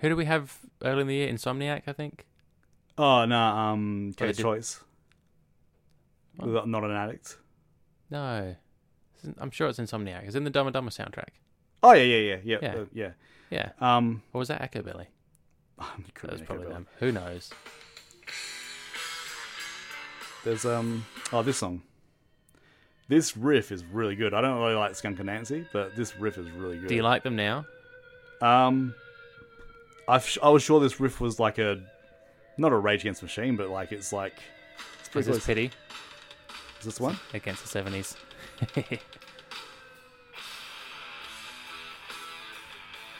S2: Who do we have early in the year? Insomniac, I think.
S1: Oh no, um,
S2: they
S1: Kate's
S2: did-
S1: Choice. Not not an addict.
S2: No, Isn't- I'm sure it's Insomniac. It's in the Dumb and Dumber soundtrack.
S1: Oh yeah, yeah, yeah, yeah,
S2: Yeah.
S1: uh, yeah.
S2: Yeah,
S1: Um,
S2: or was that Echo Belly?
S1: could
S2: That
S1: be
S2: was
S1: Echo
S2: probably
S1: Belly.
S2: them. Who knows?
S1: There's um, oh this song. This riff is really good. I don't really like Skunk and Nancy, but this riff is really good.
S2: Do you like them now?
S1: Um, I've, sh- I was sure this riff was like a, not a Rage Against the Machine, but like it's like, it's
S2: Is
S1: pretty
S2: this
S1: close.
S2: pity
S1: Is this one?
S2: against the seventies?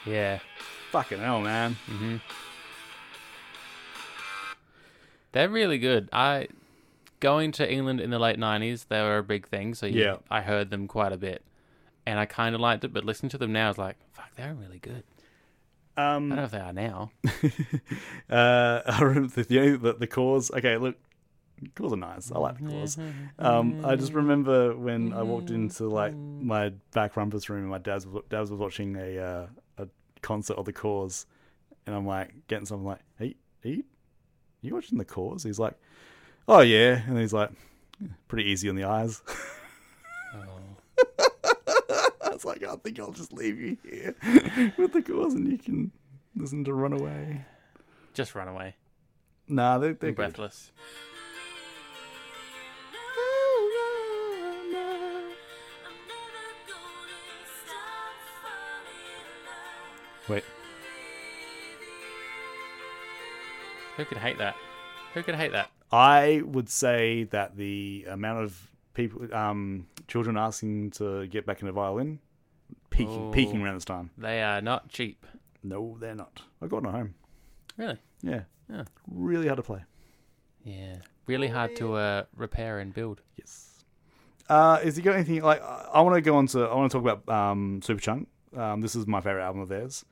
S2: yeah,
S1: Fucking hell, man!
S2: they're really good. I going to England in the late nineties, they were a big thing. So you-
S1: Yeah.
S2: I heard them quite a bit, and I kind of liked it. But listening to them now is like, fuck, they're really good. I
S1: Um,
S2: don't know if they are now.
S1: uh, I remember the, only- the the chords. Okay, look, chords are nice. I like the chords. Um, I just remember when I walked into like my back rumpus room, and my dad's dad's was watching a uh, a concert of the Cause, and I'm like getting something like, "Hey, are you, are you watching the Cause?" He's like, "Oh yeah," and he's like, "Pretty easy on the eyes." I was like, "I think I'll just leave you here with the Cause, and you can listen to Runaway."
S2: Just run away.
S1: Nah, they, they're good.
S2: Breathless.
S1: Wait,
S2: Who could hate that? Who could hate that?
S1: I would say that the amount of people, um, children asking to get back into violin, peaking,
S2: Oh.
S1: peaking around this time.
S2: They are not cheap.
S1: No, they're not. I got one at home.
S2: Really?
S1: Yeah.
S2: Yeah.
S1: Really hard to play.
S2: Yeah. Really hard to uh, repair and build.
S1: Yes. Uh, is he got anything like? I, I want to go on to. I want to talk about um, Superchunk. Um, this is my favorite album of theirs.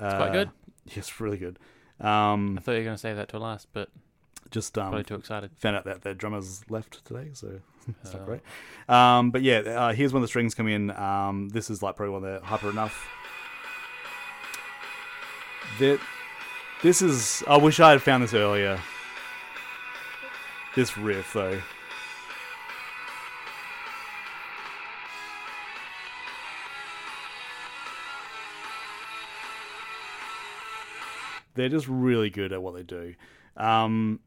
S1: Uh, it's
S2: quite good.
S1: Yes, really good.
S2: I
S1: Um,
S2: thought you were going to save that to last, but
S1: just um,
S2: probably too excited.
S1: found out that their drummer's left today, so it's
S2: Oh.
S1: not great. Um, but yeah, uh, here's when the strings come in. Um, this is like probably one of the hyper enough. That this is. I wish I had found this earlier. This riff though. They're just really good at what they do. Um,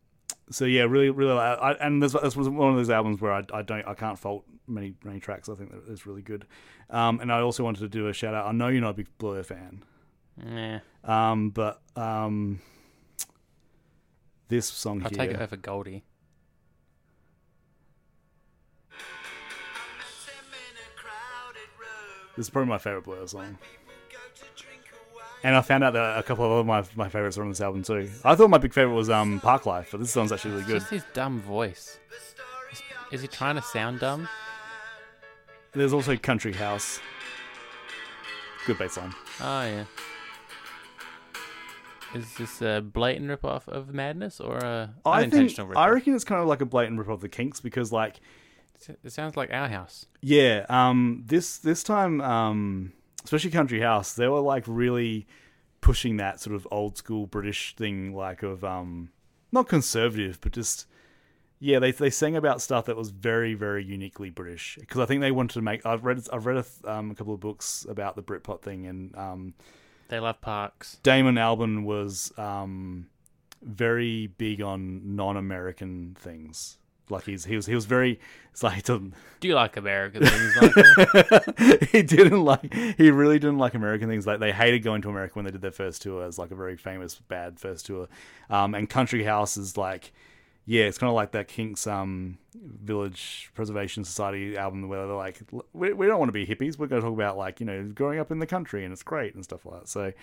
S1: so yeah, really, really. like- I, and this, this was one of those albums where I, I don't, I can't fault many, many tracks. I think that it's really good. Um, and I also wanted to do a shout out. I know you're not a big Blur fan,
S2: Yeah.
S1: um, but um, this song
S2: I'll
S1: here,
S2: take it over Goldie.
S1: this is probably my favorite Blur song. And I found out that a couple of other my my favorites are on this album too. I thought my big favorite was um, Park Life, but this song's actually really good.
S2: Just his dumb voice. Is he trying to sound dumb?
S1: There's also Country House, good bass line.
S2: Oh, yeah. Is this a blatant ripoff of Madness or a
S1: Oh, I think
S2: unintentional
S1: I
S2: ripoff?
S1: reckon it's kind of like a blatant rip of the Kinks because like
S2: It sounds like Our House.
S1: Yeah, um, this this time, um, especially Country House, they were like really pushing that sort of old school British thing, like of um, not conservative, but just yeah, they they sang about stuff that was very very uniquely British because I think they wanted to make. I've read I've read a, th- um, a couple of books about the Britpop thing, and um,
S2: They love parks.
S1: Damon Albarn was um, very big on non-American things. Like he's he was he was very it's like he doesn't
S2: Do you like America? things, Michael?
S1: he didn't like he really didn't like American things. Like they hated going to America when they did their first tour as like a very famous bad first tour. Um and Country House is like yeah, it's kind of like that Kinks um, Village Preservation Society album where they're like, we, we don't want to be hippies. We're going to talk about like you know growing up in the country and it's great and stuff like that. So,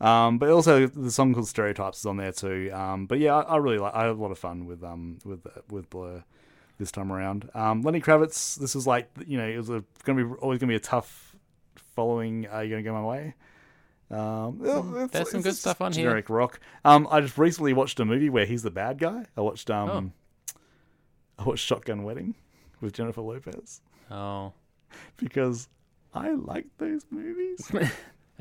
S1: um, but also the song called Stereotypes is on there too. Um, but yeah, I, I really like. I had a lot of fun with um with with Blur this time around. Um, Lenny Kravitz. This was like you know it was going to be always going to be a tough following. Are you going to go my way? Um, it's-
S2: Hmm, there's some
S1: it's
S2: good
S1: just
S2: stuff on here.
S1: generic rock. Um, I just recently watched a movie where he's the bad guy. I watched um,
S2: Oh.
S1: I watched Shotgun Wedding with Jennifer Lopez
S2: Oh,
S1: because I like those movies.
S2: that's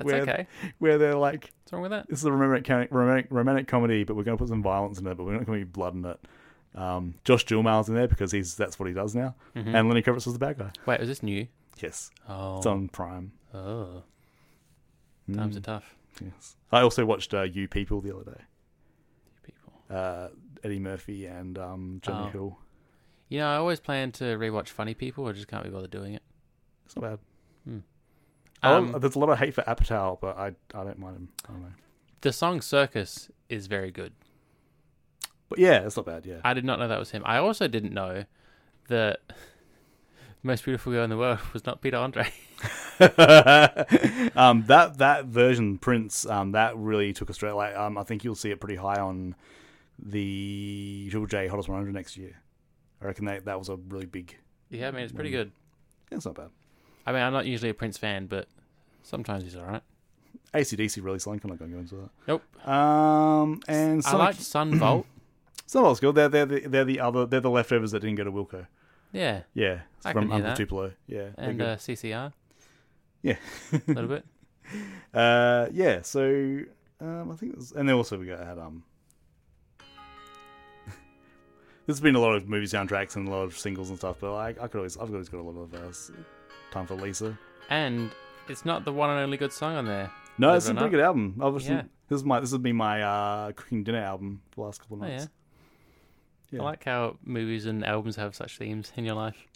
S1: where,
S2: okay.
S1: Where they're like,
S2: What's wrong with that?
S1: this is a romantic, co- romantic, romantic comedy, but we're going to put some violence in it, but we're not going to be blood in it. Um, Josh Duhamel's in there because he's that's what he does now,
S2: Mm-hmm.
S1: and Lenny Kravitz was the bad guy.
S2: Wait, is this new?
S1: Yes,
S2: Oh,
S1: it's on Prime.
S2: oh.
S1: Mm.
S2: times are tough.
S1: Yes, I also watched uh, You People the other day.
S2: People.
S1: uh, Eddie Murphy and um, Jonah
S2: Oh.
S1: Hill.
S2: You know, I always plan to rewatch Funny People. I just can't be bothered doing it.
S1: It's not bad. I
S2: Um,
S1: love- there's a lot of hate for Apatow, but I I don't mind him. I don't know.
S2: the song Circus is very good.
S1: But yeah, it's not bad. Yeah,
S2: I did not know that was him. I also didn't know that most beautiful girl in the world was not Peter Andre.
S1: um, that that version Prince um, that really took us straight. Like um, I think you'll see it pretty high on the Triple J Hottest 100 next year. I reckon that that was a really big.
S2: yeah, I mean it's pretty good.
S1: yeah, It's not bad.
S2: I mean I'm not usually a Prince fan, but sometimes he's alright.
S1: ACDC release link. I'm not going to go into
S2: Nope.
S1: that. Um, and
S2: I
S1: Sonic,
S2: liked Sunvolt.
S1: Sonic's good. They're they're the, they're the other they're the leftovers that didn't go to Wilco.
S2: yeah.
S1: Yeah,
S2: I
S1: from
S2: can hear
S1: Uncle
S2: that.
S1: Tupelo. Yeah, they're
S2: And
S1: good.
S2: uh, CCR
S1: Yeah.
S2: a little bit.
S1: uh, yeah, so um, I think it was, and then also we got had um There's been a lot of movie soundtracks and a lot of singles and stuff, but like I could always I've always got a lot of uh, s- time for Lisa.
S2: And it's not the one and only good song on there.
S1: No,
S2: Believe
S1: it's
S2: it
S1: a
S2: or
S1: pretty
S2: not.
S1: good album. Obviously
S2: Yeah.
S1: this is my this has been my uh cooking dinner album for the last couple of
S2: Oh, yeah.
S1: nights. Yeah.
S2: I like how movies and albums have such themes in your life.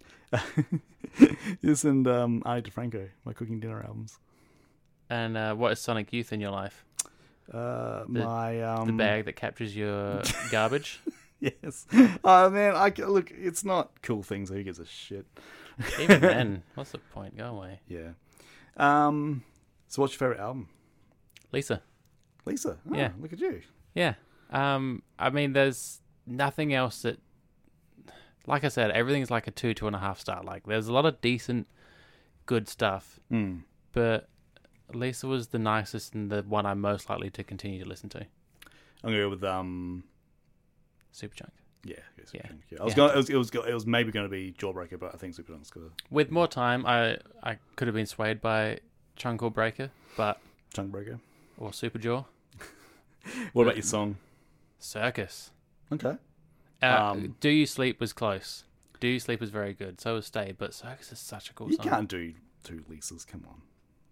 S1: This and um I DeFranco, my cooking dinner albums.
S2: And uh, what is Sonic Youth in your life?
S1: Uh my um
S2: The bag that captures your garbage.
S1: Yes. Oh man, I c- look, it's not cool things, who gives a shit.
S2: Even then, what's the point? Go away,
S1: Yeah. Um so what's your favorite album?
S2: Lisa.
S1: Lisa. Oh,
S2: Yeah.
S1: Look at you.
S2: Yeah. Um. I mean, there's nothing else that, like I said, everything's like a two, two and a half star. Like, there's a lot of decent, good stuff,
S1: Hmm.
S2: but Lisa was the nicest and the one I'm most likely to continue to listen to.
S1: I'm gonna go with um.
S2: Superchunk.
S1: Yeah. I guess we
S2: Yeah.
S1: can- yeah. I was
S2: Yeah.
S1: going. It was. It was, go- it was maybe going to be Jawbreaker, but I think Superjunk's gonna
S2: With more time, I I could have been swayed by Chunk or Breaker, but
S1: Chunkbreaker.
S2: or Superjaw
S1: What about your song?
S2: Circus.
S1: Okay.
S2: Uh,
S1: Um,
S2: Do You Sleep was close. Do You Sleep was very good. So was Stay, but Circus is such a cool
S1: You
S2: song.
S1: can't do two Lisas. Come on.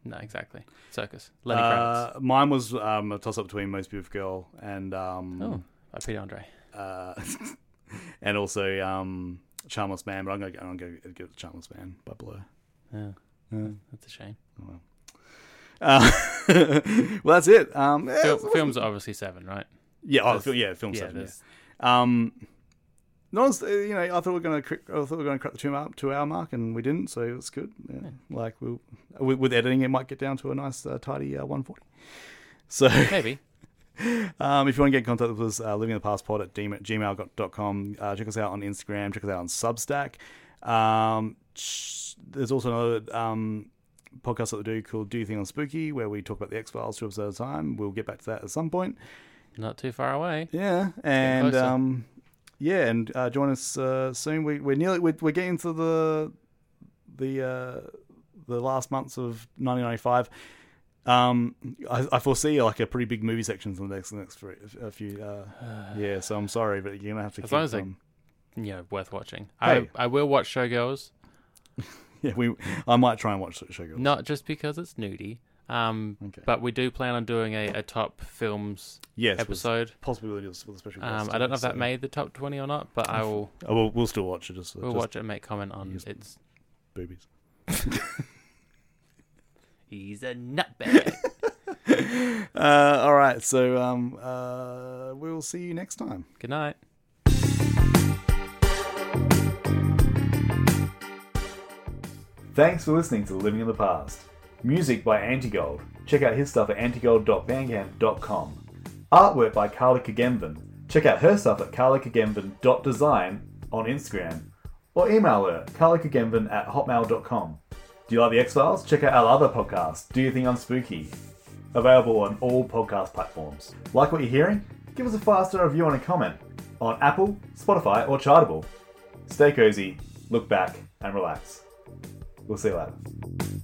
S2: No, exactly. Circus. Lenny Kravitz.
S1: Uh, mine was um, a toss up between Most Beautiful Girl and
S2: Oh,
S1: um,
S2: by Peter Andre.
S1: uh, and also um, Charmless Man, but I'm gonna I'm gonna give it to Charmless Man by Blur.
S2: Yeah. Mm. That's a shame.
S1: Uh, well, that's it. Um, yeah,
S2: Fil-
S1: it's-
S2: films are obviously seven, right?
S1: yeah, oh,
S2: there's-
S1: fil- yeah, film
S2: yeah,
S1: seven. Yeah.
S2: there's-
S1: Um, not as, uh, you know, I thought we were gonna, cr- I thought we were gonna crack the two hour, two hour mark, and we didn't, so it's good. Yeah. Like we'll, with, with editing, it might get down to a nice uh, tidy uh, one forty. So,
S2: Maybe.
S1: um, if you want to get in contact with us, uh, living in the past pod at gmail.com. Uh, check us out on Instagram. Check us out on Substack. Um, sh- there's also another um, podcast that we do called Do You Think on Spooky, where we talk about the X Files two episodes at a time. We'll get back to that at some point.
S2: Not too far away.
S1: Yeah, and
S2: closer.
S1: um, yeah, and uh, join us uh, soon. We, we're nearly we're, we're getting to the the uh, the last months of 1995. Um, I, I foresee like a pretty big movie section for the next next few, a few. Uh, yeah, so I'm sorry, but you're gonna have to. keep,
S2: long as I-
S1: um,
S2: Yeah, worth watching.
S1: Hey.
S2: I, I will watch Showgirls,
S1: yeah, we I might try and watch Showgirls.
S2: not just because it's nudie, um,
S1: Okay.
S2: but we do plan on doing a, a top films
S1: yes, with
S2: episode.
S1: possibility of with a special.
S2: Um,
S1: guest,
S2: I don't know if that
S1: so-
S2: made the top 20 or not, but I will
S1: Oh, we'll, we'll still watch it. Just,
S2: we'll
S1: just
S2: watch it and make comment on
S1: Yes.
S2: its.
S1: boobies.
S2: He's a nutbag.
S1: Uh, all right, so um, uh, we'll see you next time.
S2: Good night.
S1: Thanks for listening to Living in the Past. Music by Antigold. Check out his stuff at antigold.bandcamp.com. Artwork by Carly Kagemben. Check out her stuff at carlykagemben.design on Instagram or email her carlykagemben at hotmail.com. Do you like The X Files? Check out our other podcast, Do You Think I'm Spooky? Available on all podcast platforms. Like what you're hearing? Give us a five star review and a comment on Apple, Spotify, or Chartable. Stay cozy, look back, and relax. We'll see you later.